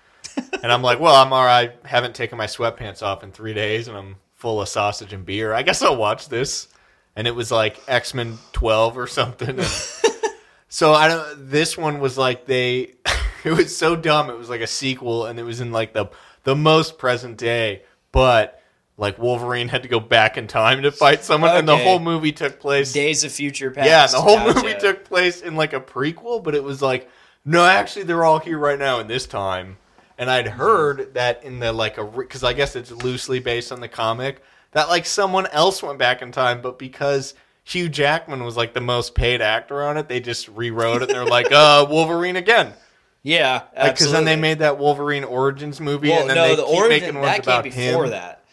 B: and I'm like, well, I'm all right. Haven't taken my sweatpants off in three days, and I'm full of sausage and beer. I guess I'll watch this. And it was like X Men 12 or something. And so I don't. This one was like they. *laughs* It was so dumb. It was like a sequel, and it was in like the the most present day. But like Wolverine had to go back in time to fight someone, and the
H: Okay.
B: whole movie took place.
H: Days of Future Past.
B: yeah, and the whole
H: Gotcha.
B: movie took place in like a prequel, but it was like no, actually they're all here right now in this time. And
H: Mm-hmm.
B: I'd heard that in the like a because I guess it's loosely based on the comic that like someone else went back in time, but because. Hugh Jackman was like the most paid actor on it. They just rewrote it. and They're like,
H: *laughs*
B: uh, Wolverine again.
H: Yeah,
B: Because then they
H: absolutely.
B: made that Wolverine Origins movie,
H: Well,
B: and then
H: no,
B: they
H: the
B: keep
H: origin
B: making ones
H: that came
B: about
H: before
B: him.
H: that.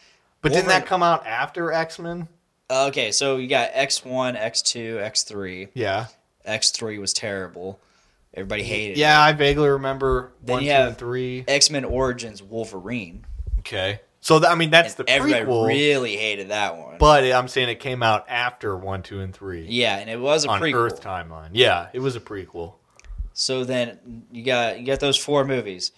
B: But didn't that
H: Wolverine-
B: come out after X Men?
H: Uh, okay, so you got X one, X two, X three.
B: Yeah,
H: X three was terrible. Everybody hated.
B: yeah, I vaguely remember
H: Then
B: one,
H: you
B: two,
H: have-
B: and three.
H: X Men Origins Wolverine.
B: Okay, so th- I mean that's
H: And
B: the
H: everybody
B: prequel,
H: really hated that one.
B: but I'm saying it came out after one, two, and three
H: yeah, and it was a
B: on
H: prequel.
B: Earth timeline. Yeah, it was a prequel.
H: So then you got you got those four movies.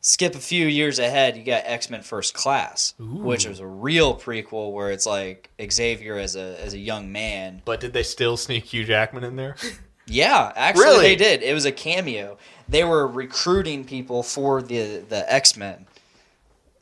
H: Skip a few years ahead, you got X Men First Class, which was a real prequel where it's like Xavier as a as a young man.
B: But did they still sneak Hugh Jackman in
H: *laughs*
B: there?
H: Yeah, actually
B: Really?
H: they did. It was a cameo. They were recruiting people for the the X Men,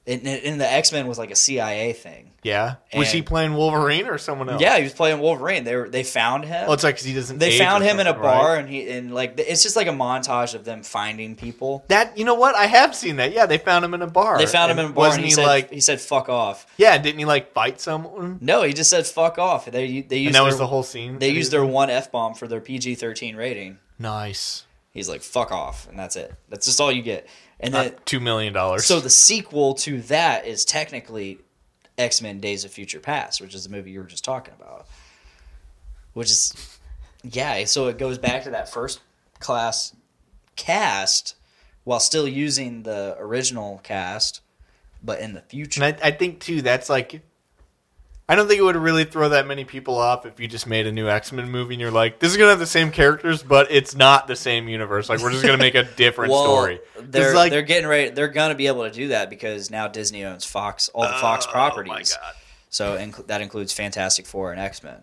H: and, and the X Men was like a CIA thing.
B: Yeah, was he
H: And-
B: playing Wolverine or someone else?
H: Yeah, he was playing Wolverine. They were, they found him.
B: Oh, it's like 'cause he doesn't.
H: they
B: age
H: found
B: or
H: him in a
B: something, right?
H: bar, and he and like it's just like a montage of them finding people.
B: That you know what? I have seen that. Yeah, they found him in a bar.
H: They found him in
B: And
H: a bar,
B: Wasn't
H: and he,
B: he
H: said,
B: like?
H: he said "fuck off."
B: Yeah, didn't he like fight someone?
H: No, he just said "fuck off." They they
B: And
H: used
B: that
H: their,
B: was the whole scene.
H: they used their one f bomb for their PG thirteen rating.
B: nice
H: He's like "fuck off," and that's it. That's just all you get. And then
B: two million dollars.
H: so the sequel to that is technically X Men: Days of Future Past, which is the movie you were just talking about. Which is yeah, so it goes back to that first class cast while still using the original cast, but in the future.
B: and I, I think too that's like, I don't think it would really throw that many people off if you just made a new X Men movie and you're like, this is gonna have the same characters, but it's not the same universe. Like we're just gonna make a
H: *laughs*
B: different story. 'Cause,
H: They're
B: like,
H: they're getting ready. They're gonna be able to do that because now Disney owns Fox, all the Fox properties.
B: Oh, God.
H: So inc- that includes Fantastic Four and X Men.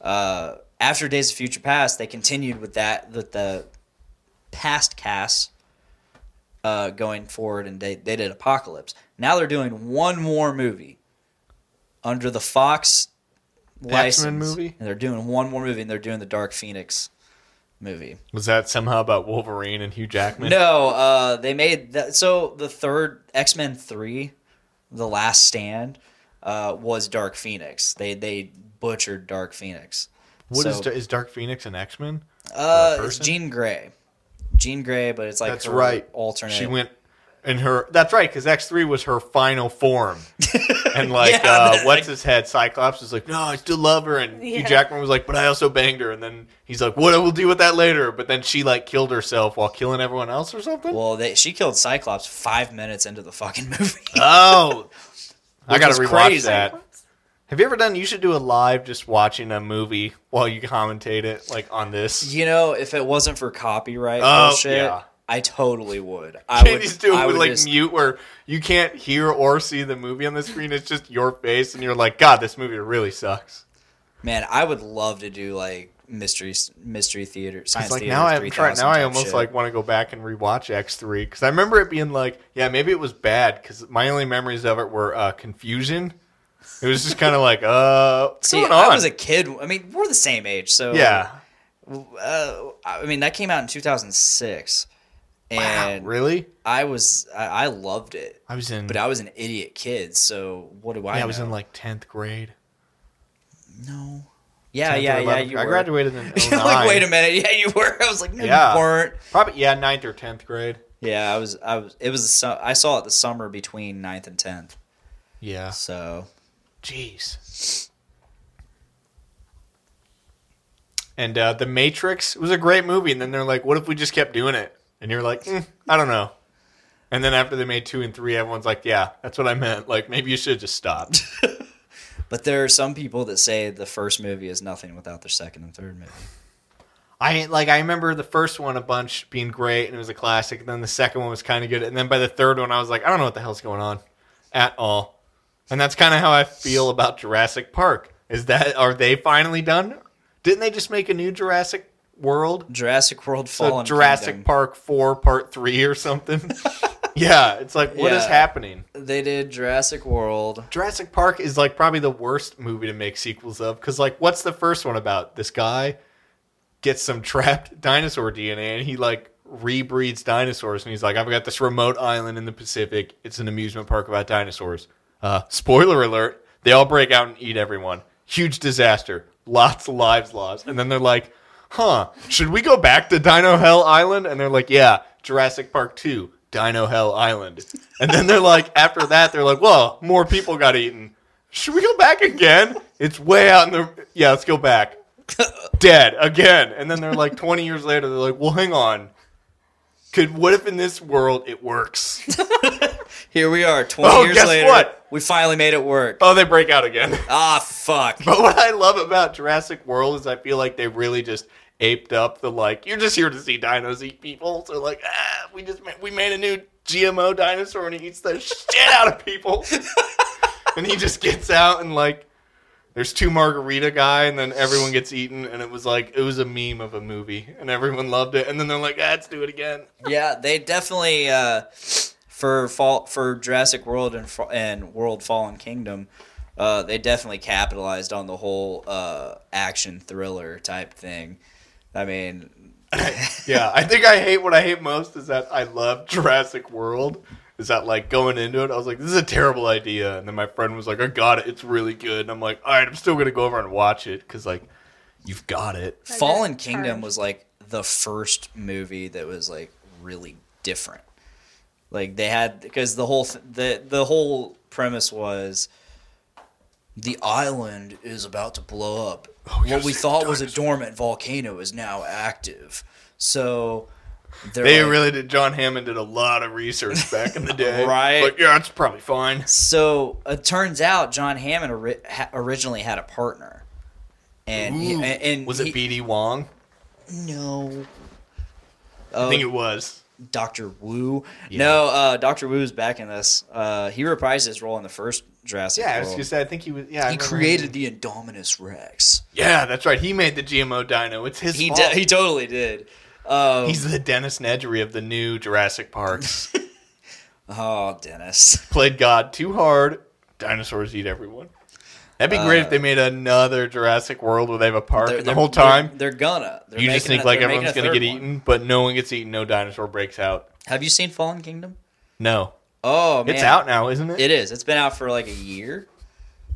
H: Uh, after Days of Future Past, they continued with that with the past casts uh, going forward, and they they did Apocalypse. Now they're doing one more movie under the Fox license.
B: movie?
H: and they're doing one more movie, and they're doing the Dark Phoenix movie.
B: was that somehow about Wolverine and Hugh Jackman?
H: No, uh, they made that. So the third X Men three, the Last Stand, uh, was Dark Phoenix. They they butchered Dark Phoenix.
B: What is
H: so-
B: Da- is Dark Phoenix an X Men?
H: Uh, it's
B: person?
H: Jean Grey, Jean Grey, but it's like
B: That's
H: her
B: right.
H: Alternate.
B: She went in her. That's right, because X three was her final *laughs* form. and like,
H: Yeah,
B: uh,
H: that-
B: what's his head? Cyclops was like, "No, I still love her." And Hugh
F: Yeah.
B: Jackman was like, "But I also banged her." And then he's like, "What? I will deal with that later." But then she like killed herself while killing everyone else or something.
H: Well, they, she killed Cyclops five minutes into the fucking *laughs* movie.
B: *laughs* oh, I
H: Which
B: gotta
H: is
B: rewatch
H: crazy.
B: that. Have you ever done? You should do a live just watching a movie while you commentate it, like on this.
H: you know, if it wasn't for copyright
B: Oh,
H: bullshit,
B: yeah.
H: I totally would. I
B: Can
H: would
B: you just do
H: I
B: it with
H: would
B: like
H: just-
B: mute where you can't hear or see the movie on the screen? It's just your face, and you're like, "God, this movie really sucks."
H: Man, I would love to do like mystery mystery theater science
B: It's like
H: theater.
B: now I'm trying.
H: 3000
B: Now I
H: type
B: almost
H: shit.
B: like want to go back and rewatch X three because I remember it being like, yeah, maybe it was bad because my only memories of it were uh, confusion. It was just kind of like, uh, what's
H: See,
B: going
H: I
B: on?
H: was a kid. I mean, we're the same age, so
B: yeah,
H: Uh, I mean, that came out in 2006,
B: wow,
H: and
B: really?
H: I was I, I loved it,
B: I was in,
H: but I was an idiot kid. So what do I?
B: yeah, I was
H: know?
B: in like tenth grade.
H: no. Yeah,
B: 10th or
H: Uh, yeah, yeah.
B: 11th.
H: You
B: I
H: were.
B: graduated in
H: *laughs* You're
B: 09.
H: like, wait a minute. *laughs* Yeah, you were. I was like, no,
B: Yeah.
H: you weren't.
B: Probably yeah, 9th or tenth grade.
H: Yeah, I was. I was. It was. The, su- I saw it the summer between 9th and tenth.
B: Yeah.
H: So
B: Jeez. And uh, The Matrix was a great movie. And then they're like, what if we just kept doing it? And you're like, "Mm, I don't know. And then after they made two and three, everyone's like, yeah, that's what I meant. Like, maybe you should have just stopped.
H: But there are some people that say the first movie is nothing without their second and third movie.
B: I like I remember the first one a bunch being great and it was a classic. And then the second one was kind of good. And then by the third one, I was like, I don't know what the hell's going on at all. And that's kind of how I feel about Jurassic Park. Is that are they finally done? Didn't they just make a new Jurassic World?
H: Jurassic World
B: So
H: Fallen
B: Jurassic
H: Kingdom.
B: Park Four Part Three or
H: *laughs*
B: something. yeah, it's like what is
H: Yeah.
B: happening?
H: They did Jurassic World.
B: Jurassic Park is like probably the worst movie to make sequels of because like what's the first one about? This guy gets some trapped *laughs* dinosaur DNA and he like rebreeds dinosaurs and he's like, I've got this remote island in the Pacific. It's an amusement park about dinosaurs. Uh, spoiler alert: they all break out and eat everyone. Huge disaster. Lots of lives lost. And then they're like, Huh? Should we go back to Dino Hell Island? And they're like, Yeah, Jurassic Park Two. Dino Hell Island. And then they're like, after that, they're like, well, more people got eaten. Should we go back again? It's way out in the. Yeah, let's go back dead again. And then they're like 20 years later, they're like, well, hang on. Could what if in this world it works?
H: Here we are, 20
B: Oh,
H: years
B: guess
H: later.
B: what?
H: We finally made it work.
B: Oh, they break out again. *laughs*
H: Ah, fuck.
B: But what I love about Jurassic World is I feel like they really just aped up the like you're just here to see dinos eat people. So like ah, we just ma- we made a new GMO dinosaur and he eats the shit out of people. and he just gets out and like there's two margarita guy and then everyone gets eaten and it was like it was a meme of a movie and everyone loved it and then they're like ah, let's do it again.
H: Yeah, they definitely uh, for fall for Jurassic World and Fa- and World Fallen Kingdom, uh, they definitely capitalized on the whole uh, action thriller type thing. I mean,
B: yeah, I think I hate what I hate most is that I love Jurassic World. Is that like going into it? I was like, this is a terrible idea. And then my friend was like, I got it. It's really good. And I'm like, all right, I'm still going to go over and watch it because, like, you've got it.
H: Fallen
F: charged.
H: Kingdom was like the first movie that was like really different. Like they had because the whole th- the the whole premise was the island is about to blow up.
B: gotta
H: what we
B: save Oh, the
H: thought was a dormant volcano is now active. So they're
B: They
H: like-
B: really did. John Hammond did a lot of *laughs* research back in the day.
H: Right.
B: But yeah, it's probably fine.
H: So it turns out John Hammond ori- ha- originally had a partner, and he,
B: Ooh.
H: and, and
B: was
H: he-
B: it BD Wong?
H: No,
B: I think it was.
H: Doctor Wu. No, uh, Doctor Wu's back in this. Uh, he reprised his role in the first Jurassic.
B: Yeah, I was
H: World.
B: going to say, I think he was. Yeah, I
H: he
B: remember
H: created
B: him.
H: the Indominus Rex.
B: Yeah, that's right. He made the GMO dino. It's his
H: He
B: fault.
H: de- he totally did. Um,
B: He's the Dennis Nedry of the new Jurassic
H: *laughs*
B: Parks.
H: oh, Dennis.
B: played God too hard. Dinosaurs eat everyone. That'd be great if they made another Jurassic World where they have a park,
H: Uh, They're-
B: and the
H: they're-
B: whole time
H: they're, they're gonna. They're
B: you just
H: making
B: think
H: a-
B: like
H: they're making
B: everyone's
H: a
B: gonna
H: third
B: get
H: one.
B: eaten, but no one gets eaten. No dinosaur breaks out.
H: Have you seen Fallen Kingdom?
B: No,
H: Oh man,
B: it's out now, isn't it?
H: It is. It's been out for like a year.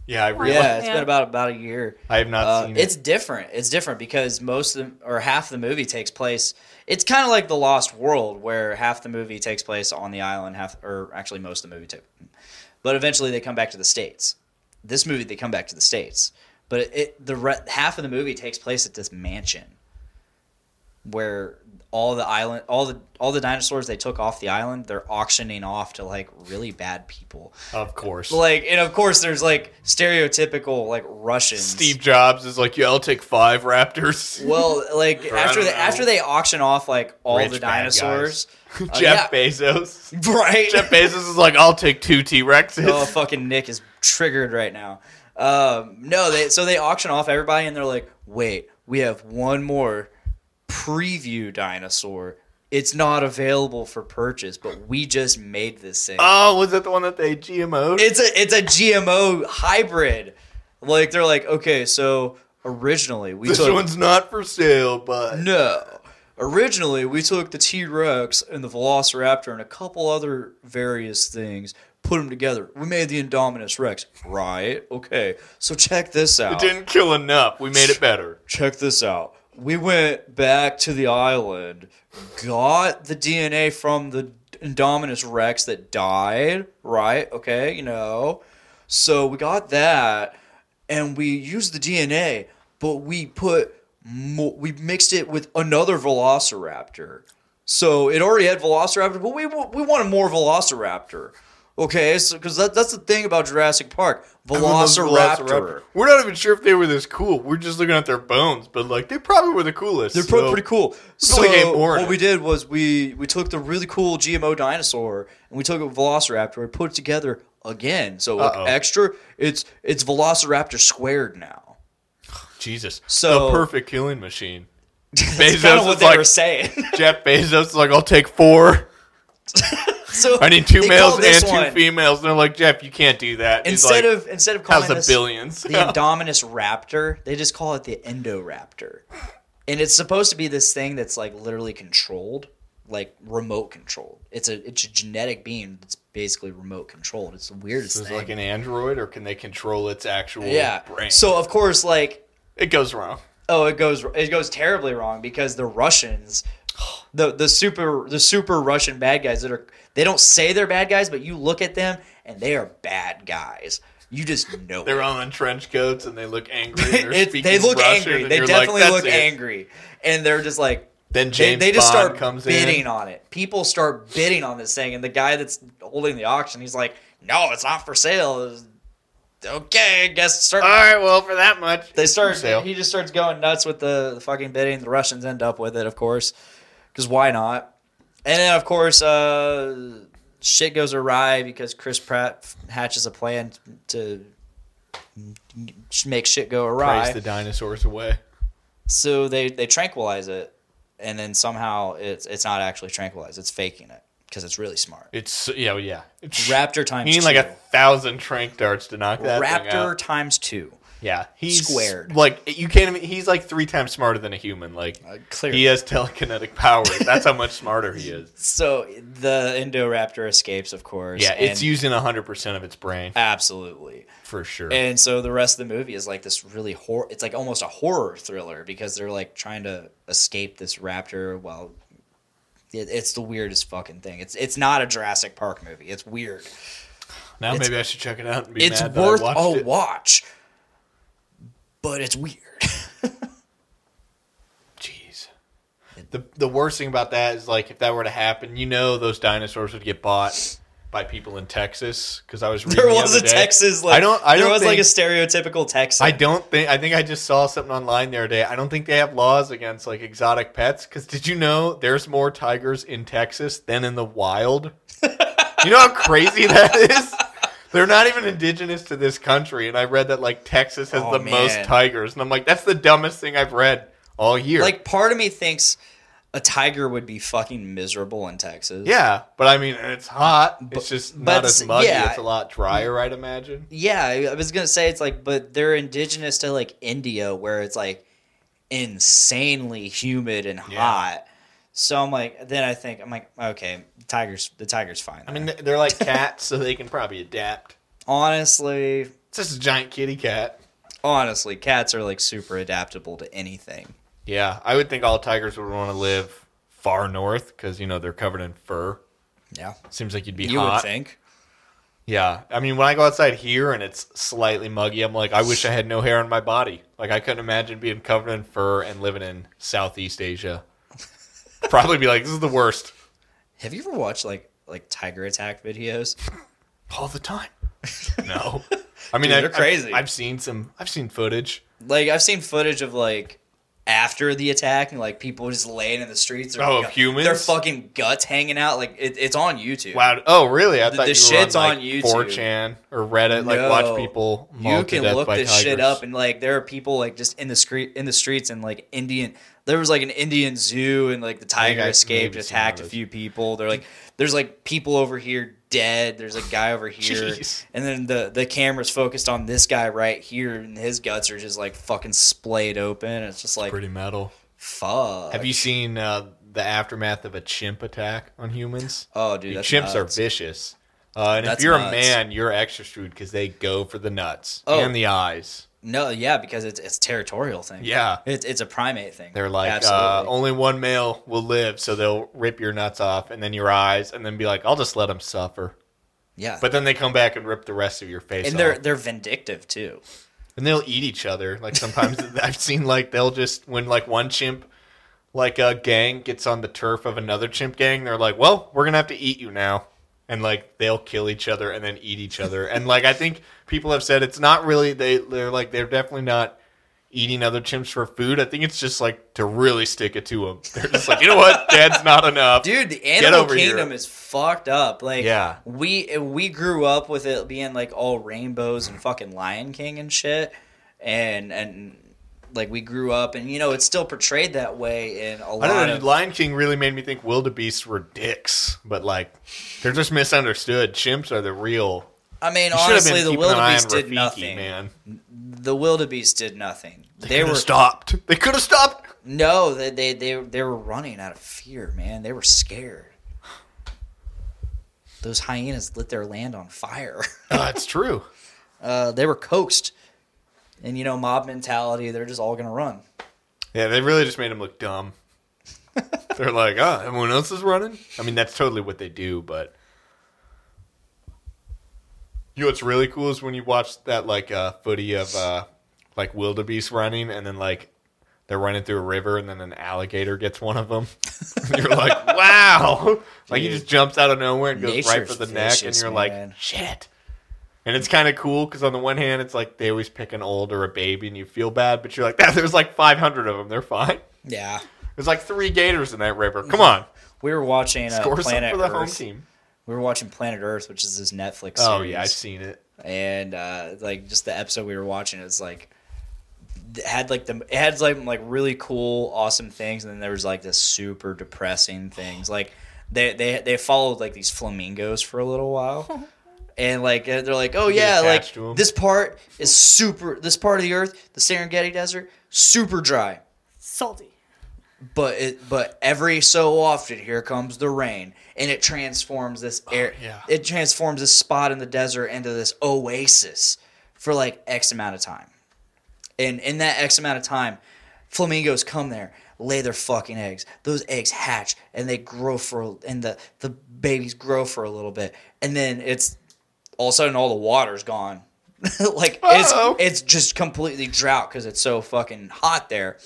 B: yeah, I realize.
H: Yeah, it's
F: Yeah.
H: been about about a year.
B: I have not
H: Uh,
B: seen
H: it's
B: it.
H: different. It's different because most of the, or half the movie takes place. It's kind of like The Lost World, where half the movie takes place on the island, half or actually most of the movie take. But eventually they come back to the states. This movie they come back to the states, but it, the re, half of the movie takes place at this mansion, where all the island, all the all the dinosaurs they took off the island, they're auctioning off to like really bad people.
B: Of course,
H: Like, and of course there's like stereotypical like Russians.
B: Steve Jobs is like, yeah, I'll take five raptors.
H: Well,
B: *laughs*
H: like
B: I
H: after
B: don't
H: the,
B: know.
H: after they auction off like all
B: Rich
H: the
B: bad guys. *laughs*
H: dinosaurs, *laughs* uh,
B: Jeff
H: yeah,
B: Bezos.
H: right?
B: Jeff Bezos is like, I'll take two T Rexes.
H: oh, fucking Nick is triggered right now. Um, no, they so they auction off everybody, and they're like, "Wait, we have one more preview dinosaur. It's not available for purchase, but we just made this thing.
B: oh, was that the one that they GMO'd?
H: it's a it's a GMO hybrid. Like they're like, okay, so originally we
B: this
H: took
B: one's not for sale, but
H: No. Originally, we took the T Rex and the Velociraptor and a couple other various things, Put them together. We made the Indominus Rex. Right. Okay. So check this out.
B: It didn't kill enough. We made it better.
H: check this out. We went back to the island, got the DNA from the Indominus Rex that died, right? Okay, you know. So we got that, and we used the DNA, but we put mo- we mixed it with another Velociraptor. So it already had Velociraptor, but we wa- we wanted more Velociraptor. Okay, so because that, that's the thing about Jurassic Park, Velociraptor.
B: We're not even sure if they were this cool. We're just looking at their bones, but like they probably were the coolest.
H: They're pro-
B: so-
H: pretty cool. So
B: probably ain't boring.
H: what we did was we we took the really cool GMO dinosaur and we took a Velociraptor and put it together again. So like
B: Uh-oh.
H: extra, it's it's Velociraptor squared now.
B: Jesus.
H: So-
B: the perfect killing machine.
H: *laughs* That's kind
B: Bezos
H: of what
B: is
H: they
B: like-
H: were saying. *laughs*
B: Jeff Bezos is like, I'll take four.
H: so
B: I need two
H: they
B: males
H: called
B: and
H: this
B: two
H: one-
B: females. And they're like, Jeff, you can't do that. He's
H: Instead
B: like,
H: of instead of calling
B: how's the
H: this
B: billions? *laughs*
H: the Indominus Raptor, they just call it the Endoraptor, and it's supposed to be this thing that's like literally controlled, like remote controlled. It's a it's a genetic being that's basically remote controlled. It's the weirdest
B: Is it
H: thing.
B: like an android, or can they control its actual
H: yeah.
B: brain?
H: So of course, like
B: it goes wrong.
H: oh, it goes it goes terribly wrong because the Russians, *sighs* the the super the super Russian bad guys that are they don't say they're bad guys, but you look at them and they are bad guys. You just know
B: They're
H: it.
B: all in trench coats and they look angry.
H: *laughs*
B: and they're
H: It's-
B: speaking
H: they look
B: Russian,
H: angry.
B: and
H: They
B: you're like,
H: definitely
B: "That's
H: look
B: it."
H: angry, and they're just like
B: Then
H: they,
B: James
H: they just
B: Bond
H: start
B: comes
H: bidding
B: in.
H: on it. People start bidding on this thing, and the guy that's holding the auction, he's like, "No, it's not for sale." It's- Okay, I guess start
B: All right, well, for that much,
H: they start.
B: Uh, sale.
H: He just starts going nuts with the, the fucking bidding. The Russians end up with it, of course, because why not? And then, of course, uh, shit goes awry because Chris Pratt f- hatches a plan to sh- make shit go awry.
B: Raise the dinosaurs away.
H: so they they tranquilize it, and then somehow it's it's not actually tranquilized. It's faking it because it's really smart.
B: It's yeah, well, yeah. It's,
H: *laughs* Raptor times
B: you need like
H: two.
B: a thousand trank darts to knock that thing
H: Raptor
B: out.
H: times two.
B: Yeah, he's
H: squared.
B: Like you can't. even He's like three times smarter than a human. Like
H: clearly.
B: he has telekinetic powers. That's how much smarter he is.
H: *laughs* So the Indoraptor escapes, of course.
B: Yeah, it's
H: and-
B: using hundred percent of its brain
H: Absolutely.
B: for sure.
H: And so the rest of the movie is like this really horror. It's like almost a horror thriller because they're like trying to escape this raptor while. It, it's the weirdest fucking thing. It's it's not a Jurassic Park movie. It's weird.
B: now
H: it's-
B: maybe I should check it out and be
H: It's
B: mad that I
H: worth
B: watched
H: a
B: it.
H: watch, but it's weird. *laughs*
B: Jeez. The the worst thing about that is like if that were to happen, you know those dinosaurs would get bought by people in Texas because I was reading
H: there
B: the
H: was
B: other
H: a
B: day-
H: Texas like
B: I don't I
H: there
B: don't
H: was
B: think,
H: like a stereotypical Texas.
B: I don't think I think I just saw something online the other day. I don't think they have laws against like exotic pets because did you know there's more tigers in Texas than in the
H: *laughs*
B: wild? you know how crazy that is. They're not even indigenous to this country, and I read that like Texas has
H: Oh,
B: the most
H: man.
B: tigers, and I'm like, that's the dumbest thing I've read all year.
H: like part of me thinks a tiger would be fucking miserable in Texas.
B: Yeah, but I mean, it's hot. It's just not
H: but
B: as
H: s-
B: muggy.
H: yeah.
B: It's a lot drier, I'd imagine.
H: Yeah, I I was gonna say it's like, but they're indigenous to like India, where it's like insanely humid and
B: Yeah.
H: hot. So I'm like, then I think I'm like, okay, tigers, the tiger's fine.
B: I mean, th- they're
H: *laughs*
B: like cats, so they can probably adapt.
H: honestly,
B: It's just a giant kitty cat.
H: honestly, cats are like super adaptable to anything.
B: Yeah, I would think all tigers would want to live far north because you know they're covered in fur.
H: Yeah,
B: Seems like you'd be
H: you would
B: hot.
H: think.
B: Yeah, I mean, when I go outside here and it's slightly muggy, I'm like, I wish I had no hair on my body. Like, I couldn't imagine being covered in fur and living in Southeast Asia. probably be like, this is the worst
H: Have you ever watched like like tiger attack videos?
B: all the
H: *laughs*
B: time. No, I mean
H: Dude,
B: I-
H: they're
B: I've-
H: crazy.
B: I've, seen some. I've seen footage.
H: Like I've seen footage of like after the attack and like people just laying in the streets. Their
B: Oh,
H: gut-
B: humans?
H: Their fucking guts hanging out. Like it, it's on YouTube.
B: Wow. Oh, really? I
H: The-
B: thought
H: the
B: you
H: shit's
B: were on,
H: on
B: like,
H: YouTube.
B: 4chan or Reddit. Like
H: No.
B: watch people.
H: you
B: mauled to
H: can
B: death
H: look
B: by
H: this shit
B: tigers.
H: up and like there are people like just in the street in the streets and like indian there was like an indian zoo and like the tiger
B: I've
H: escaped
B: maybe seen
H: attacked a
B: one of
H: few people they're like there's like people over here dead there's a
B: *laughs*
H: guy over here
B: Jeez.
H: and then the the camera's focused on this guy right here and his guts are just like fucking splayed open it's just like
B: Pretty metal.
H: fuck
B: Have you seen uh, the aftermath of a chimp attack on humans?
H: *laughs* oh dude
B: Dude,
H: that's
B: chimps
H: nuts.
B: are vicious. Uh, and if
H: That's
B: you're
H: nuts.
B: a man, you're extra shrewd because they go for the nuts
H: Oh.
B: and the eyes.
H: No, yeah, because it's it's a territorial thing.
B: Yeah.
H: it's it's a primate thing.
B: They're like, uh,
H: Absolutely.
B: only one male will live, so they'll rip your nuts off and then your eyes, and then be like, I'll just let them suffer.
H: yeah,
B: But then they come back and rip the rest of your face
H: and they're
B: off.
H: they're vindictive too.
B: and they'll eat each other. Like
H: *laughs*
B: sometimes I've seen like they'll just when like one chimp, like a gang gets on the turf of another chimp gang, they're like, "Well, we're gonna have to eat you now," and like they'll kill each other and then eat each other. and like I think people have said it's not really they they're like they're definitely not eating other chimps for food. I think it's just like to really stick it to them. They're just like, you know what, dad's not enough,
H: Dude, the animal
B: over here.
H: kingdom is fucked up. Like,
B: Yeah.
H: we we grew up with it being like all rainbows and fucking Lion King and shit, and and like we grew up, and you know it's still portrayed that way in a
B: I
H: lot
B: don't know.
H: of
B: dude, Lion King really made me think wildebeests were dicks, but like they're just misunderstood. Chimps are the real.
H: I mean,
B: You should have been
H: honestly, the
B: keeping an eye on
H: wildebeest did
B: Rafiki,
H: nothing.
B: man.
H: The wildebeest did nothing. They,
B: They
H: were
B: were stopped. They could have stopped. *laughs*
H: no, they, they they they were running out of fear, man. They were scared. Those hyenas lit their land on fire. *laughs*
B: That's Ah, true.
H: Uh, they were coaxed, and you know, mob mentality. They're just all gonna run.
B: Yeah, they really just made him look dumb. They're like, ah, everyone else is running. I mean, that's totally what they do, but you know what's really cool is when you watch that like uh, footy of uh, like wildebeest running, and then like they're running through a river, and then an alligator gets one of them. *laughs* you're like, wow! Like he
H: Dude.
B: just jumps out of nowhere and goes right
H: Nature's
B: for the neck, and
H: vicious,
B: you're
H: man.
B: like, shit. And it's kind of cool because on the one hand, it's like they always pick an old or a baby, and you feel bad, but you're like, ah, there's like 500 of them. They're fine.
H: Yeah,
B: There's like three gators in that river. Come on,
H: we were watching uh,
B: score something
H: Planet
B: for the
H: Earth.
B: home team.
H: We were watching Planet Earth, which is this Netflix. Series.
B: Oh yeah, I've seen it.
H: and uh, like just the episode we were watching it's like it had like the it had like like really cool awesome things and then there was like this super depressing things like they they they followed like these flamingos for a little while and like uh, they're like oh yeah
B: attached
H: like
B: to 'em.
H: this part is super this part of the earth the Serengeti desert super dry
F: Salty.
H: but it but every so often here comes the rain and it transforms this air
B: Oh, yeah.
H: it transforms this spot in the desert into this oasis for like x amount of time and in that x amount of time flamingos come there lay their fucking eggs those eggs hatch and they grow for and the the babies grow for a little bit and then it's all of a sudden all the water's gone. *laughs* like
B: Uh-oh.
H: it's it's just completely drought because it's so fucking hot there.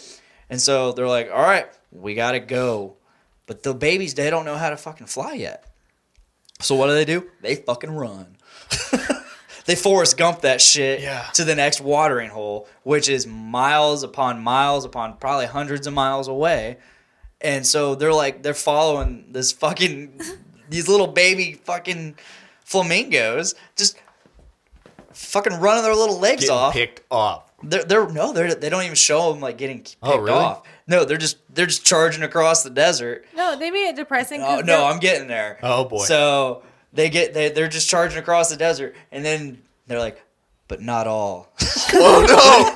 H: And so they're like, all right, we gotta go. But the babies, they don't know how to fucking fly yet. So what do they do? They fucking run. *laughs* they forest gump that shit
B: Yeah.
H: to the next watering hole, which is miles upon miles upon probably hundreds of miles away. And so they're like they're following this fucking *laughs* these little baby fucking flamingos just fucking running their little legs
B: Getting
H: off.
B: picked off.
H: They're, they're no, they're they don't even show them like getting picked
B: Oh, really?
H: off. No, they're just they're just charging across the desert.
F: No, they made it depressing.
H: Oh
F: 'cause
H: no,
F: they're-
H: I'm getting there.
B: Oh, boy.
H: So they get they they're just charging across the desert, and then they're like, but not all, *laughs*
B: Oh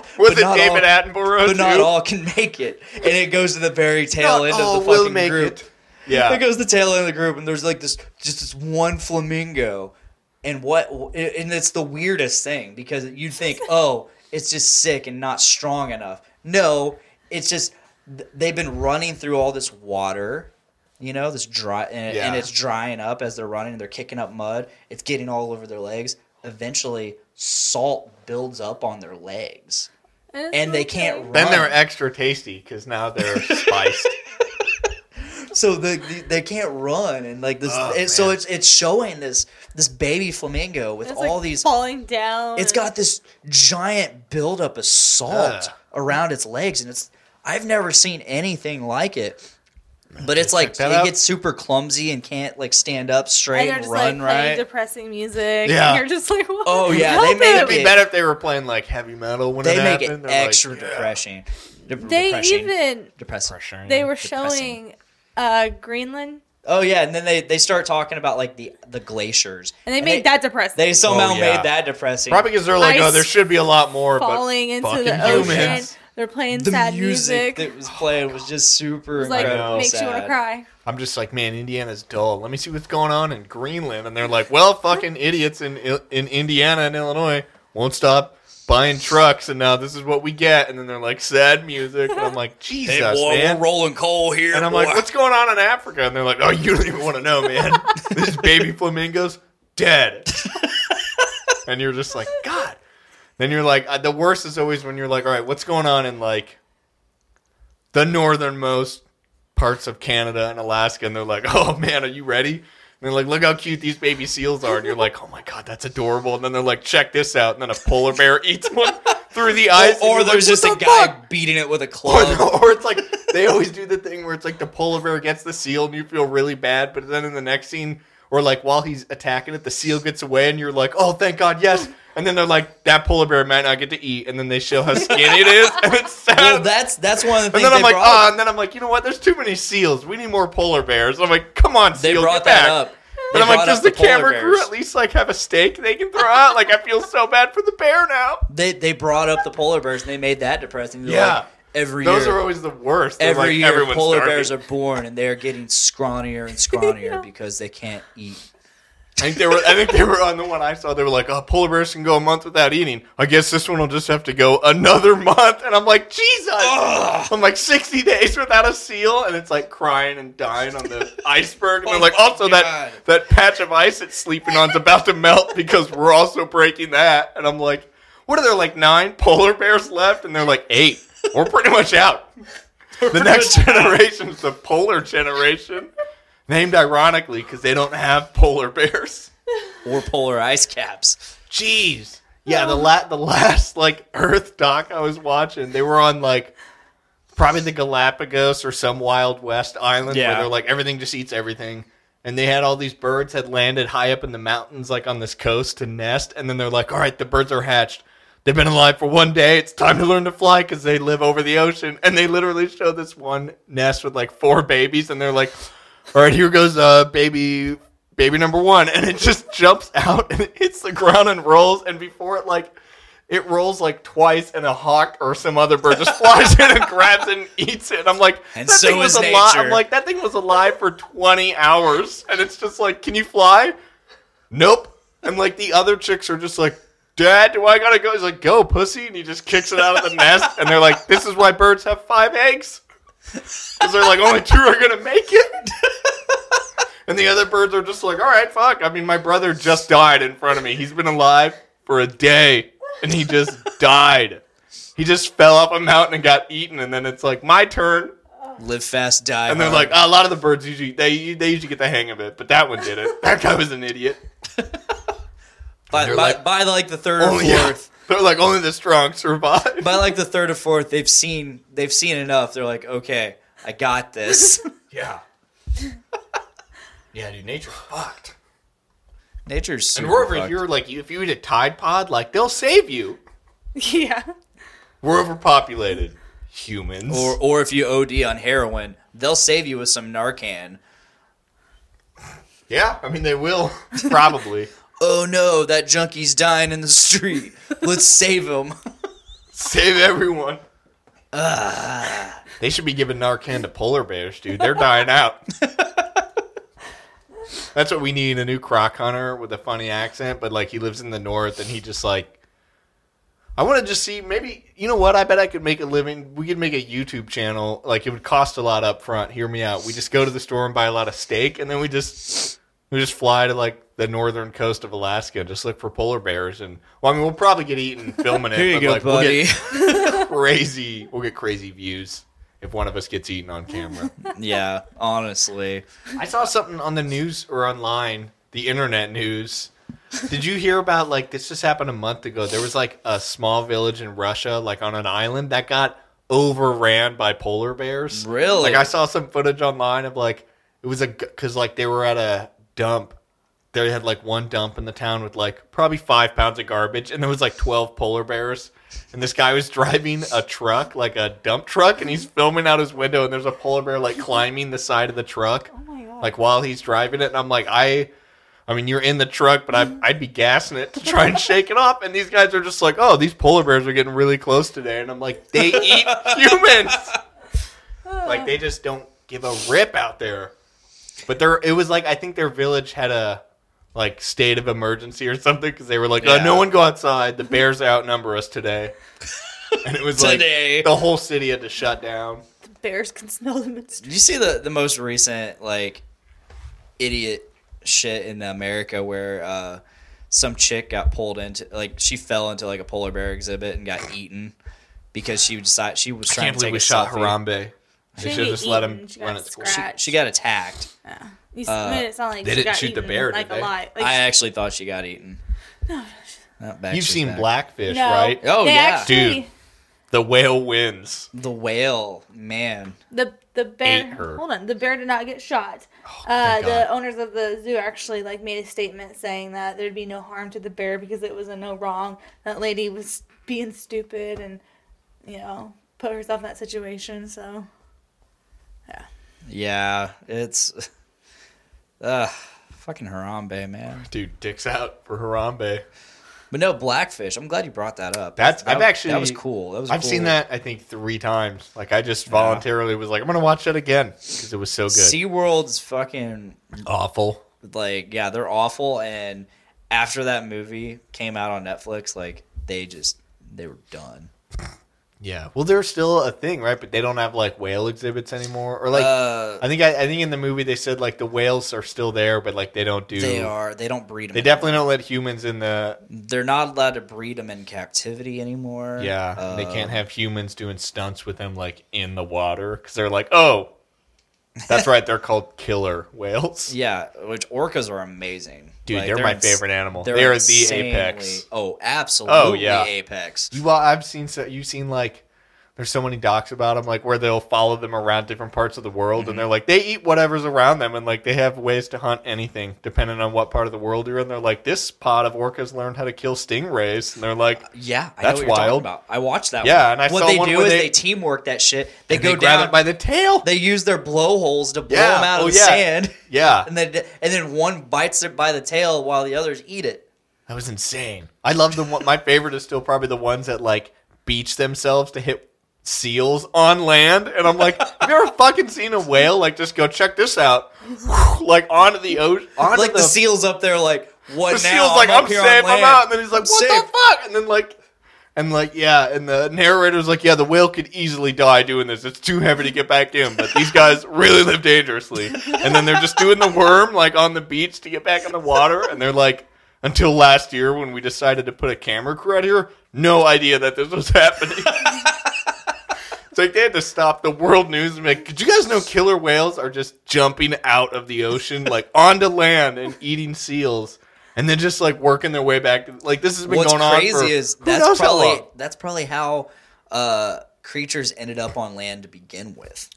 B: no! Was
H: But
B: it
H: not
B: David
H: all-
B: Attenborough?
H: but not
B: too?
H: all can make it, and it goes to the very tail
B: Not
H: end
B: all
H: of the
B: will
H: fucking
B: make
H: group.
B: it. Yeah.
H: It goes to the tail end of the group, and there's like this just this one flamingo, and what and it's the weirdest thing because you'd think, oh, it's just sick and not strong enough. No, it's just th- they've been running through all this water, you know, this dry and,
B: Yeah.
H: and it's drying up as they're running. They're kicking up mud. It's getting all over their legs. Eventually, salt builds up on their legs,
F: It's
H: and they
F: okay.
H: can't. Run.
B: Then they're extra tasty because now
H: *laughs*
B: they're spiced.
H: so the, the they can't run and like this
B: Oh,
H: and so
B: man.
H: it's it's showing this this baby flamingo with
F: It's, like,
H: all these
F: falling down.
H: it's got this giant buildup of salt
B: Ugh.
H: around its legs and it's i've never seen anything like it but it's like it
B: that out.
H: gets super clumsy and can't like stand up
F: and
H: straight
F: they're
H: and
F: just
H: run
F: like playing
H: right
F: depressing music.
B: Yeah.
F: and you're just like, *laughs* what?
H: Oh, yeah,
F: Help
H: they made
F: it.
B: It'd be better if they were playing like heavy metal when
H: they
B: it
H: make it
B: happened. They're like,
H: extra
B: yeah.
H: depressing Dep-
F: They
H: depressing.
F: even
H: depressing
F: they were
H: Depressing.
F: showing uh, Greenland,
H: oh yeah and then they they start talking about like the the glaciers
F: and they made that depressing.
H: they somehow
B: Oh, yeah.
H: made that depressing
B: Probably because they're like, oh,
F: Ice
B: there should be a lot more.
F: falling
B: but
F: into
B: fucking
F: the ocean.
B: humans.
F: They're playing sad music.
H: that was playing was just super
F: It's like
H: incredible.
F: makes you want to
H: sad.
F: cry. *laughs*
B: I'm just like, man, Indiana's dull. Let me see what's going on in Greenland. And they're like, well, fucking idiots in in Indiana and Illinois won't stop buying trucks, and now this is what we get. And then they're like, sad music. And I'm like, Jesus,
C: Hey, boy,
B: man.
C: we're rolling coal here.
B: And I'm like,
C: boy.
B: *laughs* what's going on in Africa? And they're like, oh, you don't even want to know,
C: *laughs*
B: man. These baby flamingos dead. and you're just like, God. Then you're like, uh, the worst is always when you're like, all right, what's going on in like the northernmost parts of Canada and Alaska? And they're like, *laughs* oh, man, are you ready? And they're like, look how cute these baby seals are. And you're like, oh my God, that's adorable. And then they're like, check this out. And then a polar bear eats one through the eyes.
C: Or, or
B: And you're like,
C: there's
B: "What
C: just a
B: the
C: guy
B: fuck?"
C: beating it with
B: *laughs*
C: a
B: Or,
H: Um,
C: club.
B: or it's like they always do the thing where it's like the polar bear gets the seal and you feel really bad, but then in the next scene, or like while he's attacking it, the seal gets away and you're like, oh, thank God, yes. And then they're like, that polar bear might not get to eat, and then they show how skinny it is, and it's sad.
H: *laughs* Well, that's that's one of the
B: and
H: things
B: then
H: they
B: I'm like,
H: brought.
B: ah, and then I'm like, you know what? There's too many seals. We need more polar bears. I'm like, come on,
H: they
B: seal, get
H: brought that
B: back.
H: up.
B: And I'm like,
H: They brought up
B: does the,
H: the polar
B: camera crew
H: bears.
B: at least like have a steak they can throw out? Like, I feel so bad for the bear now.
H: They they brought up the polar bears and they made that depressing. They're
B: Yeah.
H: like, every
B: Those
H: year,
B: are always the worst. They're
H: every
B: like,
H: year
B: "Everyone's
H: polar
B: starving."
H: bears are born and they're getting scrawnier and
F: *laughs*
H: scrawnier because they can't eat.
B: I think they were. I think they were on the one I saw. They were like, "Oh, polar bears can go a month without eating. I guess this one will just have to go another *laughs* month." And I'm like, "Jesus!" I'm like, "60 days without a seal," and it's like crying and dying
C: *laughs*
B: on the iceberg. And they're
C: Oh
B: like,
C: my
B: "Also,
C: God.
B: that that patch of ice it's sleeping on's about to melt because we're also breaking that." And I'm like, "What are there like nine polar bears left?" And they're like, eight. We're pretty
C: *laughs*
B: much out." The next generation's the polar generation, named ironically because they don't have polar bears.
H: Or polar ice caps.
B: Jeez. Yeah, the la- the last like Earth doc I was watching, they were on like probably the Galapagos or some Wild West island where
H: Yeah.
B: they're like everything just eats everything. And they had all these birds had landed high up in the mountains, like on this coast, to nest. And then they're like, "All right, the birds are hatched. They've been alive for one day. It's time to learn to fly because they live over the ocean." And they literally show this one nest with like four babies, and they're like, all right, here goes uh, baby baby number one, and it just jumps out and it hits the ground and rolls, and before it like it rolls like twice, and a hawk or some other bird just flies in and grabs it and eats it. And I'm like,
H: And
B: that
H: so
B: thing was
H: is
B: alive. I'm
H: nature.
B: like, that thing was alive for 20 hours, and it's just like, can you fly? Nope. And like the other chicks are just like, Dad, do I gotta go? He's like, Go, pussy, and he just kicks it out of the nest, and they're like, This is why birds have five eggs. Because they're like, only two are gonna make it. *laughs* And the other birds are just like, all right, fuck. I mean, my brother just died in front of me. He's been alive for a day and he just died. He just fell off a mountain and got eaten. And then it's like, my turn.
H: Live fast, die.
B: And they're
H: hard.
B: like, "Ah, a lot of the birds usually, they, they usually get the hang of it, but that one didn't. *laughs* That guy was an idiot.
H: by,
B: they're
H: by,
B: like- oh,
H: by like the third or
B: Only,
H: fourth.
B: they're like, only the strong survive.
H: By like the third or fourth, they've seen they've seen enough. They're like, okay, I got this.
B: *laughs* Yeah. yeah, dude, nature's fucked.
H: Nature's
B: And
H: super
B: wherever
H: fucked.
B: you're like, if you eat a Tide Pod, like, they'll save you.
F: Yeah.
B: We're overpopulated. Humans.
H: or or if you OD on heroin, they'll save you with some Narcan.
B: Yeah, I mean they will *laughs* probably
H: Oh no, that junkie's dying in the street. Let's save him.
B: save everyone. They should be giving Narcan to polar bears, dude. They're dying out. That's what we need—a new croc hunter with a funny accent, but like he lives in the north and he just like. I want to just see maybe you know what I bet I could make a living. We could make a YouTube channel. Like it would cost a lot up front. Hear me out. We just go to the store and buy a lot of steak, and then we just We just fly to like the northern coast of Alaska, just look for polar bears, and well, I mean, we'll probably get eaten filming it.
H: *laughs* Here you
B: but,
H: go,
B: like,
H: buddy. *laughs*
B: We'll get crazy. We'll get crazy views if one of us gets eaten on camera.
H: yeah, honestly.
B: I saw something on the news or online, the internet news. Did you hear about like this? Just happened a month ago. There was like a small village in Russia, like on an island, that got overran by polar bears.
H: Really?
B: Like I saw some footage online of like it was a because like they were at a dump. They had like one dump in the town with like probably five pounds of garbage, and there was like twelve polar bears. And this guy was *laughs* driving a truck, like a dump truck, and he's filming out his window, and there's a polar bear like climbing the side of the truck
F: Oh my god.
B: like while he's driving it and i'm like i i mean you're in the truck but I, i'd be gassing it to try
F: *laughs*
B: and shake it off and these guys are just like oh these polar bears are getting really close today and i'm like they
F: *laughs* *sighs*
B: eat humans like they just don't give a rip out there But there, it was like I think their village had a like state of emergency or something because they were like, uh,
H: Yeah.
B: "No one go outside. The bears outnumber us today." And it was like
H: Today.
B: the whole city had to shut down.
F: Bears can smell them in
H: Did you see the the most recent like idiot shit in America where uh, some chick got pulled into like she fell into like a polar bear exhibit and got eaten because she decided she was trying
B: Can't
H: to take
B: believe
H: a
B: we shot
H: selfie.
B: Harambe. They
F: didn't
B: should
F: get
B: just let
F: eaten.
B: him
F: She got
B: run at school.
F: scratched.
H: She got attacked.
F: You made it sound like
B: they
F: she
B: didn't
F: got
B: shoot the
F: eaten,
B: bear,
F: like
B: did
F: a
B: they?
F: lot. Like,
H: I actually thought she got eaten. No,
B: You've seen
H: black.
B: Blackfish,
F: no.
B: right?
H: Oh,
F: They
H: yeah.
F: actually,
B: Dude. The whale wins.
H: The whale, man.
F: the the bear
B: Ate her.
F: hold on the bear did not get shot
H: Oh,
F: uh, the owners of the zoo actually like made a statement saying that there'd be no harm to the bear because it was a no wrong that lady was being stupid and you know put herself in that situation so
H: Yeah, it's *laughs* uh fucking Harambe, man.
B: Dude, dicks out for Harambe.
H: But no, Blackfish. I'm glad you brought that up.
B: That's
H: That-
B: I've actually
H: that was cool. That was
B: I've seen
H: cool.
B: that I think three times. Like I just voluntarily was like I'm gonna watch that again because it was so good.
H: SeaWorld's fucking
B: Awful.
H: like yeah, they're awful and after that movie came out on Netflix, like they just they were done.
B: Yeah. Well, they're still a thing, right? But they don't have like whale exhibits anymore. Or like
H: Uh,
B: I think I, I think in the movie they said like the whales are still there, but like they don't do.
H: They are they don't breed them.
B: They definitely don't let humans in the.
H: They're not allowed to breed them in captivity anymore.
B: Yeah, they
H: Uh,
B: can't have humans doing stunts with them like in the water because they're like, oh, that's right, they're called killer whales.
H: Yeah, which orcas are amazing.
B: Dude,
H: Like,
B: they're, my
H: ins-
B: favorite animal. They are the
H: insanely-
B: apex.
H: Oh, absolutely.
B: Oh, yeah.
H: apex.
B: You, well, I've seen so you've seen like there's so many docs about them, like where they'll follow them around different parts of the world,
H: Mm-hmm.
B: and they're like they eat whatever's around them, and like they have ways to hunt anything depending on what part of the world you're in. They're like this pod of orcas learned how to kill stingrays, and they're like
H: Yeah,
B: That's
H: I know what you're talking
B: wild.
H: about. I watched that.
B: Yeah,
H: one.
B: and I
H: what
B: saw
H: they
B: one
H: do
B: where
H: is
B: they-
H: they teamwork that shit. They
B: and
H: go
B: they grab
H: down.
B: it by the tail.
H: they use their blowholes to blow
B: Yeah,
H: them out of
B: oh,
H: the
B: yeah.
H: sand,
B: *laughs* yeah,
H: and then and then one bites it by the tail while the others eat it.
B: that was insane. I love the one. My favorite is still probably the ones that like beach themselves to hit seals on land, and I'm like, have you ever fucking seen a whale like just go check this out, *laughs* like onto the ocean, onto
H: like the, seals up there, like
B: *laughs*
H: what
B: the
H: now?
B: seal's like,
H: up
B: I'm,
H: here on
B: safe, I'm
H: land."
B: out. And then he's like, what
H: safe."
B: the fuck? And then like, and like, yeah. And the narrator's like, yeah, the whale could easily die doing this. It's too heavy to get back in. But these guys really live dangerously. And then they're just doing the worm like on the beach to get back in the water. And they're like, until last year when we decided to put a camera crew out here, no idea that this was happening. *laughs* It's like they had to stop the world news and be like, did you guys know killer whales are just jumping out of the
H: *laughs*
B: ocean, like onto land and eating seals, and then just like working their way back? Like this has been
H: What's
B: going on.
H: crazy
B: for,
H: is
B: who
H: that's
B: knows how
H: probably
B: long.
H: that's probably how uh, creatures ended up on land to begin with.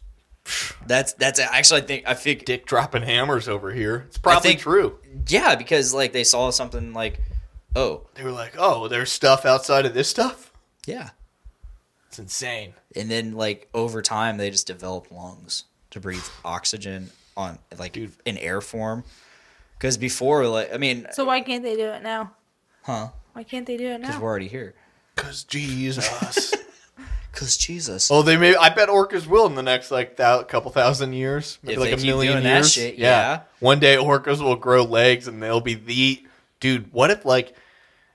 H: That's that's actually I think I think
B: dick dropping hammers over here. It's probably
H: think-
B: true.
H: Yeah, because like they saw something like, oh
B: They were like, oh, there's stuff outside of this stuff.
H: yeah,
B: It's insane.
H: and then like over time they just developed lungs to breathe oxygen on like in air form. Because before, like I mean,
F: so why can't they do it now
H: huh?
F: why can't they do it
H: Because
F: now *laughs*
H: we're already here.
B: Cause
H: *laughs*
B: Jesus.
H: Because Jesus,
B: oh, they may. I bet orcas will in the next like thou, couple thousand years, maybe
H: If
B: like
H: they
B: a
H: keep
B: million
H: doing that
B: years.
H: shit, yeah.
B: One day orcas will grow legs and they'll be the dude. What if like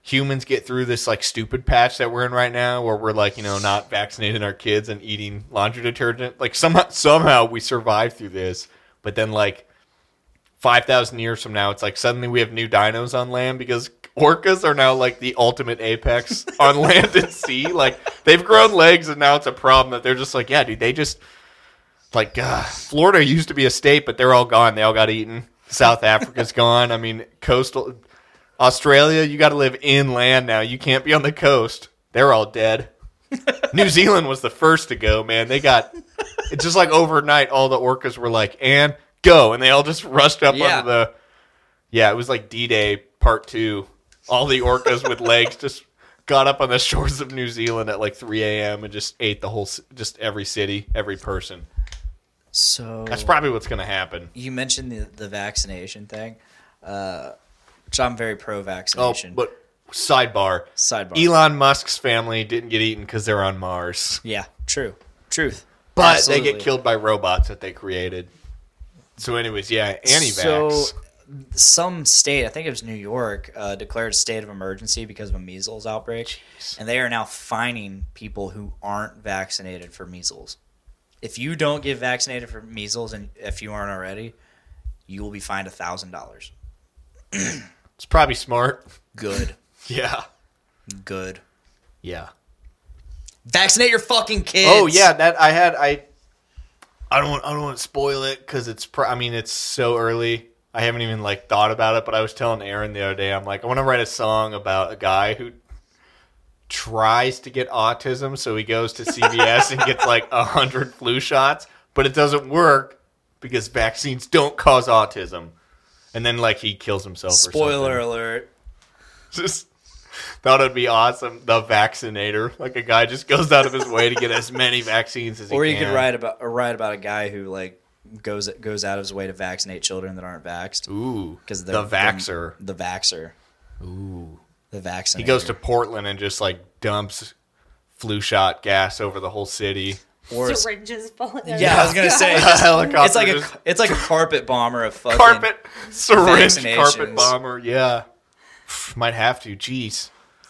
B: humans get through this like stupid patch that we're in right now, where we're like you know not vaccinating our kids and eating laundry detergent? Like somehow somehow we survive through this, but then like five thousand years from now, it's like suddenly we have new dinos on land because orcas are now like the ultimate apex on *laughs* land and sea. Like they've grown legs, and now it's a problem that they're just like, yeah, dude, they just like uh, Florida used to be a state, but they're all gone. They all got eaten. South Africa's gone. I mean, coastal Australia, you got to live inland now. You can't be on the coast. They're all dead. New Zealand was the first to go, man. They got it's just like overnight all the orcas were like, "And go." And they all just rushed up
H: Yeah.
B: onto the Yeah, it was like D-Day part 2. All the orcas with legs just got up on the shores of New Zealand at like 3 a.m. and just ate the whole ci- just every city, every person.
H: so
B: That's probably what's going to happen.
H: you mentioned the the vaccination thing, uh, which I'm very pro
B: Oh,
H: vaccination.
B: but sidebar.
H: sidebar.
B: Elon Musk's family didn't get eaten because they're on Mars,
H: Yeah, true. Truth.
B: but they
H: Absolutely.
B: get killed by robots that they created. So, anyways, yeah, anti-vax.
H: So, some state, I think it was New York, uh, declared a state of emergency because of a measles outbreak, and they are now fining people who aren't vaccinated for measles. If you don't get vaccinated for measles, and if you aren't already, you will be fined a thousand dollars.
B: it's probably smart. *laughs*
H: Good,
B: Yeah,
H: good.
B: yeah.
H: Vaccinate your fucking kids.
B: Oh yeah, that I had I. I don't want I don't want to spoil it because it's pr- I mean it's so early. I haven't even like thought about it, but I was telling Aaron the other day. I'm like I want to write a song about a guy who tries to get autism, so he goes
H: *laughs*
B: to CVS and gets like a hundred flu shots, but it doesn't work because vaccines don't cause autism. And then like he kills himself.
H: Spoiler
B: Or something.
H: alert.
B: Just thought it'd be awesome. The vaccinator, like a guy just goes out of his way to get as many vaccines as he
H: Or
B: can.
H: you could write about or write about a guy who like goes goes out of his way to vaccinate children that aren't vaxxed
B: Ooh,
H: because
B: the vaxer.
H: the vaxer,
B: Ooh,
H: the vaccinator.
B: he goes to Portland and just like dumps flu shot gas over the whole city.
H: Or it's-
F: syringes falling. out of
H: yeah, I
F: his
B: *laughs*
H: was gonna
F: mouth.
H: say
B: A helicopter.
H: Oh, it's like a
B: just-
H: it's like a carpet bomber of fucking
B: carpet syringe,
H: vaccinations.
B: carpet bomber. Yeah, might have to. Jeez,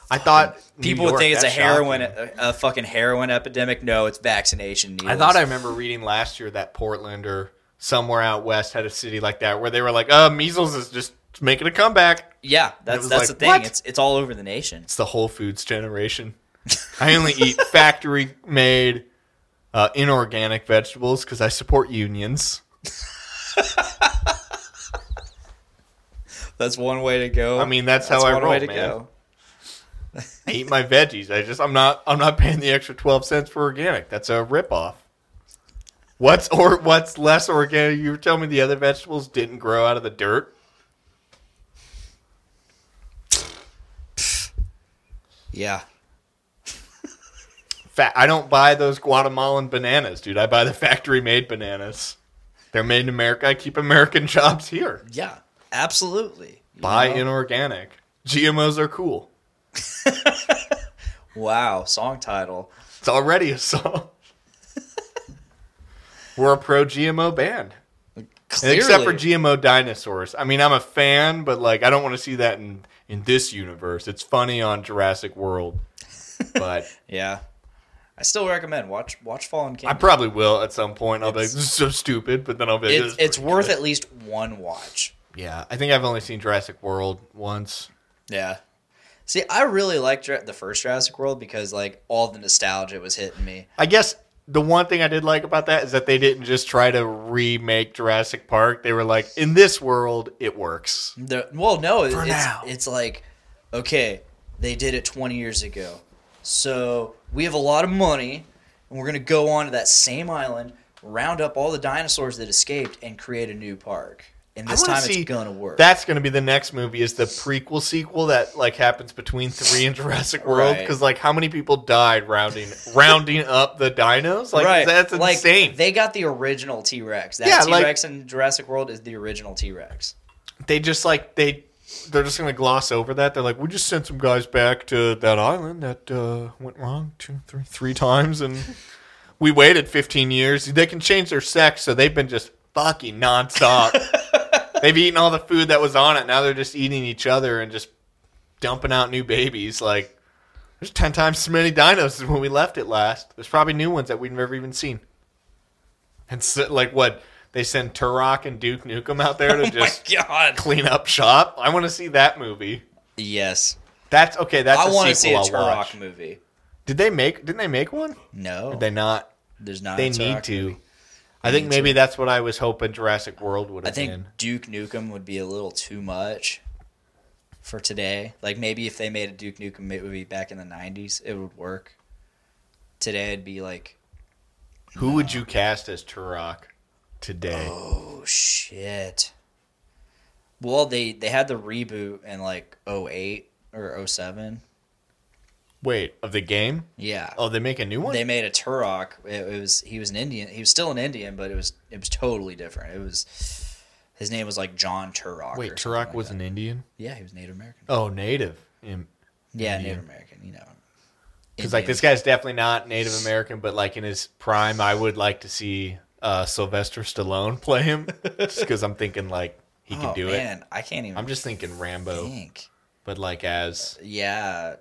B: I thought New
H: People would
B: York,
H: think it's a
B: that shocked
H: heroin,
B: me.
H: a, a fucking heroin epidemic. No, it's vaccination needles.
B: I thought I remember reading last year that Portland or somewhere out west had a city like that where they were like, "Uh, measles is just making a comeback."
H: Yeah, that's
B: was
H: that's
B: like,
H: the thing.
B: what?
H: It's it's all over the nation.
B: It's the Whole Foods generation. I only eat factory made uh, inorganic vegetables because I support unions.
H: That's one way to go.
B: I mean, that's, how I roll, man. I eat my veggies. I just I'm not I'm not paying the extra twelve cents for organic. That's a ripoff. What's or what's less organic? You were telling me the other vegetables didn't grow out of the dirt.
H: Yeah,
B: Fa I don't buy those Guatemalan bananas, dude. I buy the factory made bananas. They're made in America. I keep American *laughs* jobs here.
H: yeah, absolutely. You
B: Buy
H: know?
B: inorganic. GMOs are cool.
H: Wow, song title.
B: It's already a
H: *laughs*
B: song. We're a pro GMO band.
H: Clearly,
B: Except for GMO dinosaurs. I mean, I'm a fan, but like, I don't want to see that in in this universe. It's funny on Jurassic
H: *laughs*
B: World, but
H: yeah, I still recommend watch watch Fallen
B: I
H: Kingdom.
B: probably will at some point. I'll be like,
H: It's-
B: this is so stupid, but then I'll be like,
H: it's it's worth at least one watch.
B: it. Yeah, I think I've only seen Jurassic World once.
H: Yeah. See, I really liked Jura- the first Jurassic World because like all the nostalgia was hitting me.
B: I guess the one thing I did like about that is that they didn't just try to remake Jurassic Park. They were like, in this world, it works.
H: The, well, no, it- it's
B: now.
H: it's like okay, they did it 20 years ago. So, we have a lot of money and we're going to go on to that same island, round up all the dinosaurs that escaped and create a new park. And
B: I
H: this
B: wanna
H: time
B: see-
H: it's going to work.
B: That's going to be the next movie is the prequel sequel that like happens between three and Jurassic World
H: Right.
B: because like how many people died rounding rounding up the dinos like that's
H: Like,
B: insane.
H: they got the original T Rex. That
B: Yeah,
H: T
B: like-
H: Rex in Jurassic World is the original T Rex.
B: they just like they they're just going to gloss over that. They're like we just sent some guys back to that island that uh, went wrong two three three times and we waited fifteen years. They can change their sex, so they've been just fucking nonstop. They've eaten all the food that was on it. Now they're just eating each other and just dumping out new babies. Like, there's 10 times as many dinos as when we left it last. There's probably new ones that we've never even seen. And so, like, what? They send Turok and Duke Nukem out there to just
H: God.
B: clean up shop. I want to see that movie.
H: Yes.
B: That's okay. That's
H: I
B: a
H: want to
B: sequel
H: see a
B: I'll
H: Turok
B: watch.
H: movie.
B: Did they make? Didn't they make one?
H: No.
B: Did they not?
H: There's not.
B: They
H: a
B: need
H: Uh, Turok
B: to.
H: movie.
B: I think maybe that's what I was hoping Jurassic World would
H: I
B: have
H: think
B: been.
H: Duke Nukem would be a little too much for today. Like maybe if they made a Duke Nukem, it would be back in the '90s. It would work. Today it'd be like,
B: Who would you cast as Turok today?
H: *gasps* oh shit. Well, they they had the reboot in like 08 or 07.
B: Wait, of the game?
H: Yeah.
B: Oh, they make a new one?
H: They made a Turok. It, it was he was an Indian. He was still an Indian, but it was it was totally different. It was his name was like John Turok.
B: Wait,
H: or something
B: Turok
H: like
B: was
H: that.
B: an Indian?
H: yeah, he was Native American.
B: Oh, native. Because
H: Yeah,
B: Indian.
H: Native American, you know.
B: like this guy's definitely not Native American, but like in his prime, I would like to see uh, Sylvester Stallone *laughs* play him, just because I'm thinking like he can
H: oh,
B: do it.
H: man, I can't even
B: I'm just thinking Rambo,
H: think.
B: but like as
H: Yeah,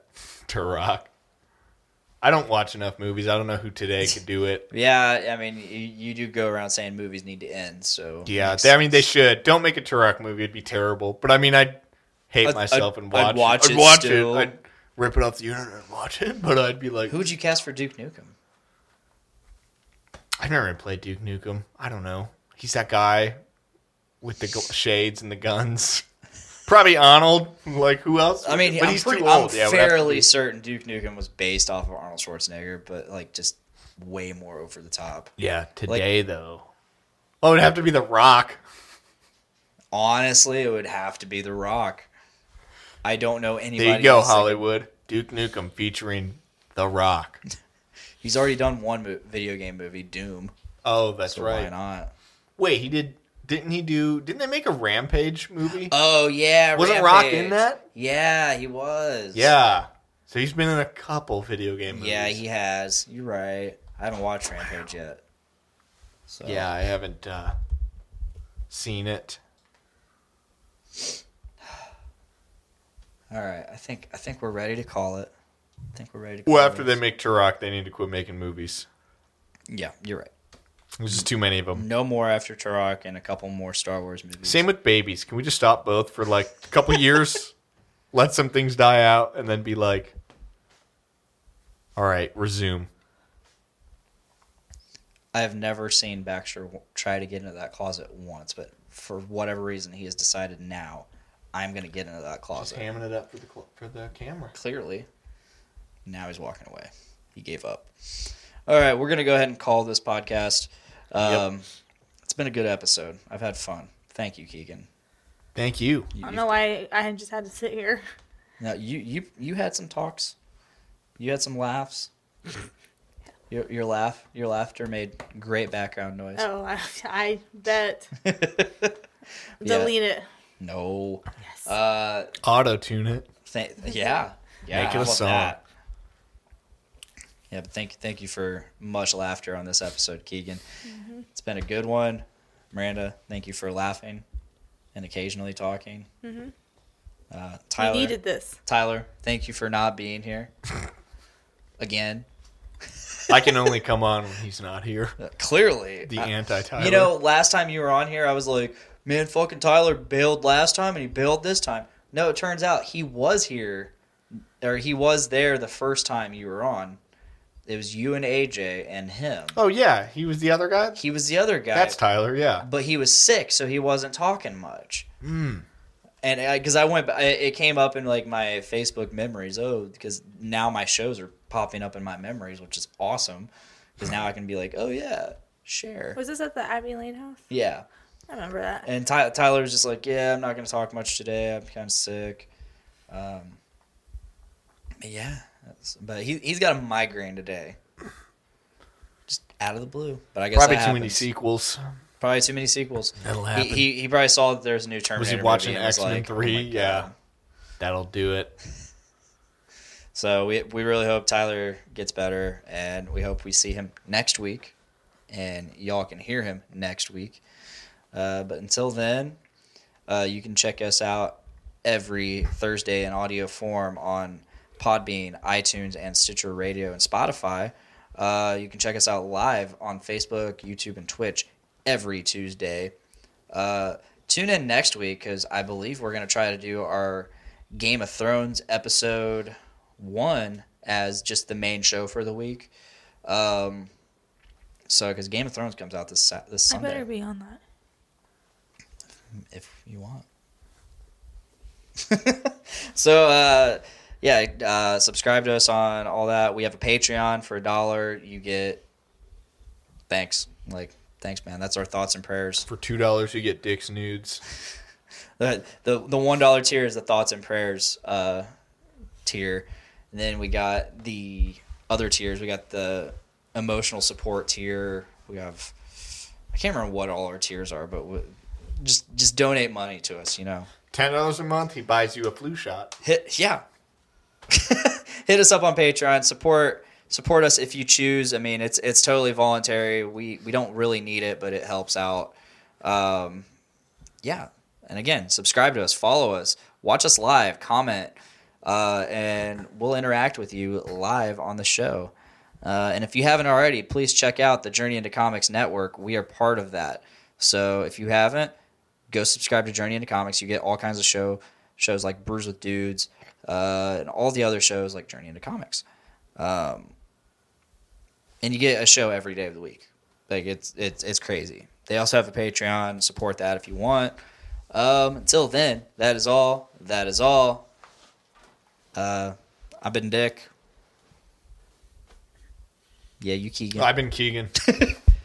B: Turok. I don't watch enough movies. I don't know who today could do
H: *laughs*
B: it.
H: yeah. I mean, you, you do go around saying movies need to end. So
B: Yeah,
H: Makes
B: they, I mean they
H: sense.
B: should. Don't make a Turok movie; it'd be terrible. But I mean, I'd hate
H: I'd-
B: myself and watch.
H: I'd watch
B: it.
H: it
B: I'd watch
H: still.
B: it. I'd rip it off the internet and watch it. *laughs* But I'd be like,
H: Who would you cast for Duke Nukem?
B: I've never even played Duke Nukem. I don't know. He's that guy with the gl- shades and the guns. *laughs* Probably Arnold. Like who else?
H: I mean,
B: but
H: I'm,
B: he's
H: pretty,
B: too old.
H: I'm
B: yeah, it would have to
H: fairly
B: be-
H: certain Duke Nukem was based off of Arnold Schwarzenegger, but like just way more over the top.
B: Yeah, today though. Oh, it'd have to be The Rock.
H: Honestly, it would have to be The Rock. I don't know anybody.
B: There you go,
H: else that-
B: Hollywood. Duke Nukem featuring The Rock.
H: *laughs* He's already done one mo- video game movie, Doom.
B: Oh, that's
H: So why
B: right.
H: not?
B: Wait, he did. Didn't he do? Didn't they make a Rampage movie?
H: Oh yeah,
B: Wasn't Rock in
H: Rampage.
B: that?
H: Yeah, he was.
B: yeah. So he's been in a couple video game movies.
H: yeah, he has. You're right. I haven't watched Rampage yet. So
B: Yeah, I haven't uh, seen it.
H: All right, I think I think we're ready to call it. I think we're ready to. Call
B: Well, after
H: it.
B: they make Turok, they need to quit making movies.
H: Yeah, you're right.
B: There's just too many of them.
H: No more after Turok and a couple more Star Wars movies.
B: Same with babies. Can we just stop both for like a couple
H: *laughs*
B: years, let some things die out, and then be like, all right, resume.
H: I have never seen Baxter w- try to get into that closet once, but for whatever reason, he has decided now I'm going to get into that closet.
B: hamming it up for the cl- for the camera.
H: Clearly, now he's walking away. He gave up. All right, we're going to go ahead and call this podcast. Um, It's been a good episode. I've had fun. Thank you, Keegan.
B: Thank you.
F: I don't know why I just had to sit here.
H: Now you you you had some talks, you had some laughs. Your, your laugh, your laughter made great background noise.
F: Oh, I, I bet.
H: *laughs* Yeah.
F: Delete it.
H: *laughs* No. Uh,
B: Auto tune it.
H: th- yeah. Yeah.
B: Make it
H: how
B: a
H: about
B: song.
H: that? Yeah, but thank thank you for much laughter on this episode, Keegan. It's been a good one, Miranda. Thank you for laughing and occasionally talking. Uh,
F: I
H: Tyler,
F: needed this.
H: Tyler, thank you for not being here *laughs* again.
B: I can only come on when he's not here.
H: Uh, clearly, *laughs*
B: The
H: I-
B: anti Tyler.
H: You know, last time you were on here, I was like, man, fucking Tyler bailed last time and he bailed this time. No, it turns out he was here, or he was there the first time you were on. It was you and AJ and him.
B: Oh yeah, he was the other guy.
H: He was the other guy.
B: That's Tyler. Yeah.
H: but he was sick, so he wasn't talking much.
B: Hmm.
H: And because I, went, I, it came up in like my Facebook memories. Oh, because now my shows are popping up in my memories, which is awesome. Because now I can be like, oh yeah, share.
F: Was this at the Abbey Lane house?
H: Yeah.
F: I remember that.
H: And Ty- Tyler was just like, "Yeah, I'm not gonna talk much today. I'm kind of sick." Um, but yeah, that's, but he he's got a migraine today, just out of the blue. But I guess
B: Probably too
H: that
B: many
H: happens.
B: sequels.
H: Probably too many sequels.
B: That'll
H: He, he he probably saw that there's a new Terminator.
B: watching
H: movie and was
B: X-Men
H: like, oh my
B: 3?
H: God.
B: Yeah. That'll do it.
H: So we we really hope Tyler gets better, and we hope we see him next week, and y'all can hear him next week. Uh, but until then, uh, you can check us out every Thursday in audio form on Podbean, iTunes, and Stitcher Radio and Spotify. Uh, you can check us out live on Facebook, YouTube, and Twitch every Tuesday. Uh, tune in next week because I believe we're going to try to do our Game of Thrones episode one as just the main show for the week. Um, so, because Game of Thrones comes out this Sa- this
F: I
H: Sunday,
F: better be on that.
H: if you want. *laughs* so, uh, yeah, uh, subscribe to us on all that. We have a Patreon for a dollar. You get thanks, like thanks, man. That's our thoughts and prayers.
B: For two dollars, you get Dick's nudes.
H: the the the one dollar tier is the thoughts and prayers uh tier, and then we got the other tiers. We got the emotional support tier. We have I can't remember what all our tiers are, but we, just just donate money to us, you know.
B: Ten dollars a month, he
H: *laughs*
B: buys you a flu shot.
H: hit yeah hit us up on patreon support support us if you choose. I mean, it's it's totally voluntary. We we don't really need it, but it helps out. Um, yeah, and again, subscribe to us, follow us, watch us live, comment, uh, and we'll interact with you live on the show. Uh, and if you haven't already, please check out the Journey into Comics Network. We are part of that. So if you haven't, go subscribe to Journey into Comics. You get all kinds of show shows like Brews with Dudes uh, and all the other shows like Journey into Comics. Um, and you get a show every day of the week. Like it's it's it's crazy. They also have a Patreon. Support that if you want. Um, until then, that is all. That is all. Uh, I've been Dick. Yeah, you Keegan.
B: I've been Keegan.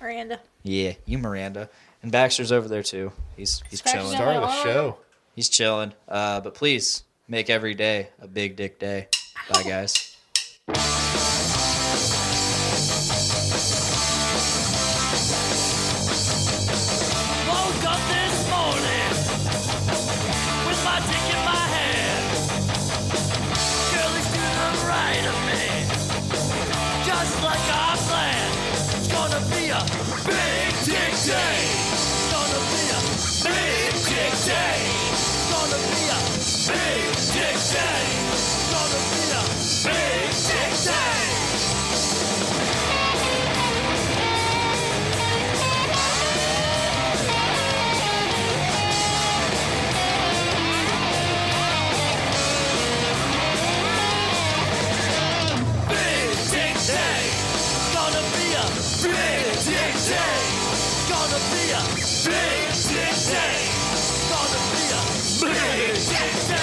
F: Miranda.
H: Yeah, you Miranda. And Baxter's over there too. He's he's
F: Baxter's
H: chilling.
F: over
B: Start of the show.
H: He's chilling. Uh, but please make every day a big dick day. Bye, guys.
D: Woke up this morning with my dick in my hand. Girl is to the right of me, just like I planned. It's gonna be a big dick day. It's gonna be a big dick day. It's gonna be a big dick day. It's gonna be a big dick day. Big Dick Day. It's gonna be a Big Dick Day. It's gonna be a Big Dick Day. It's gonna be a Big Dick Day.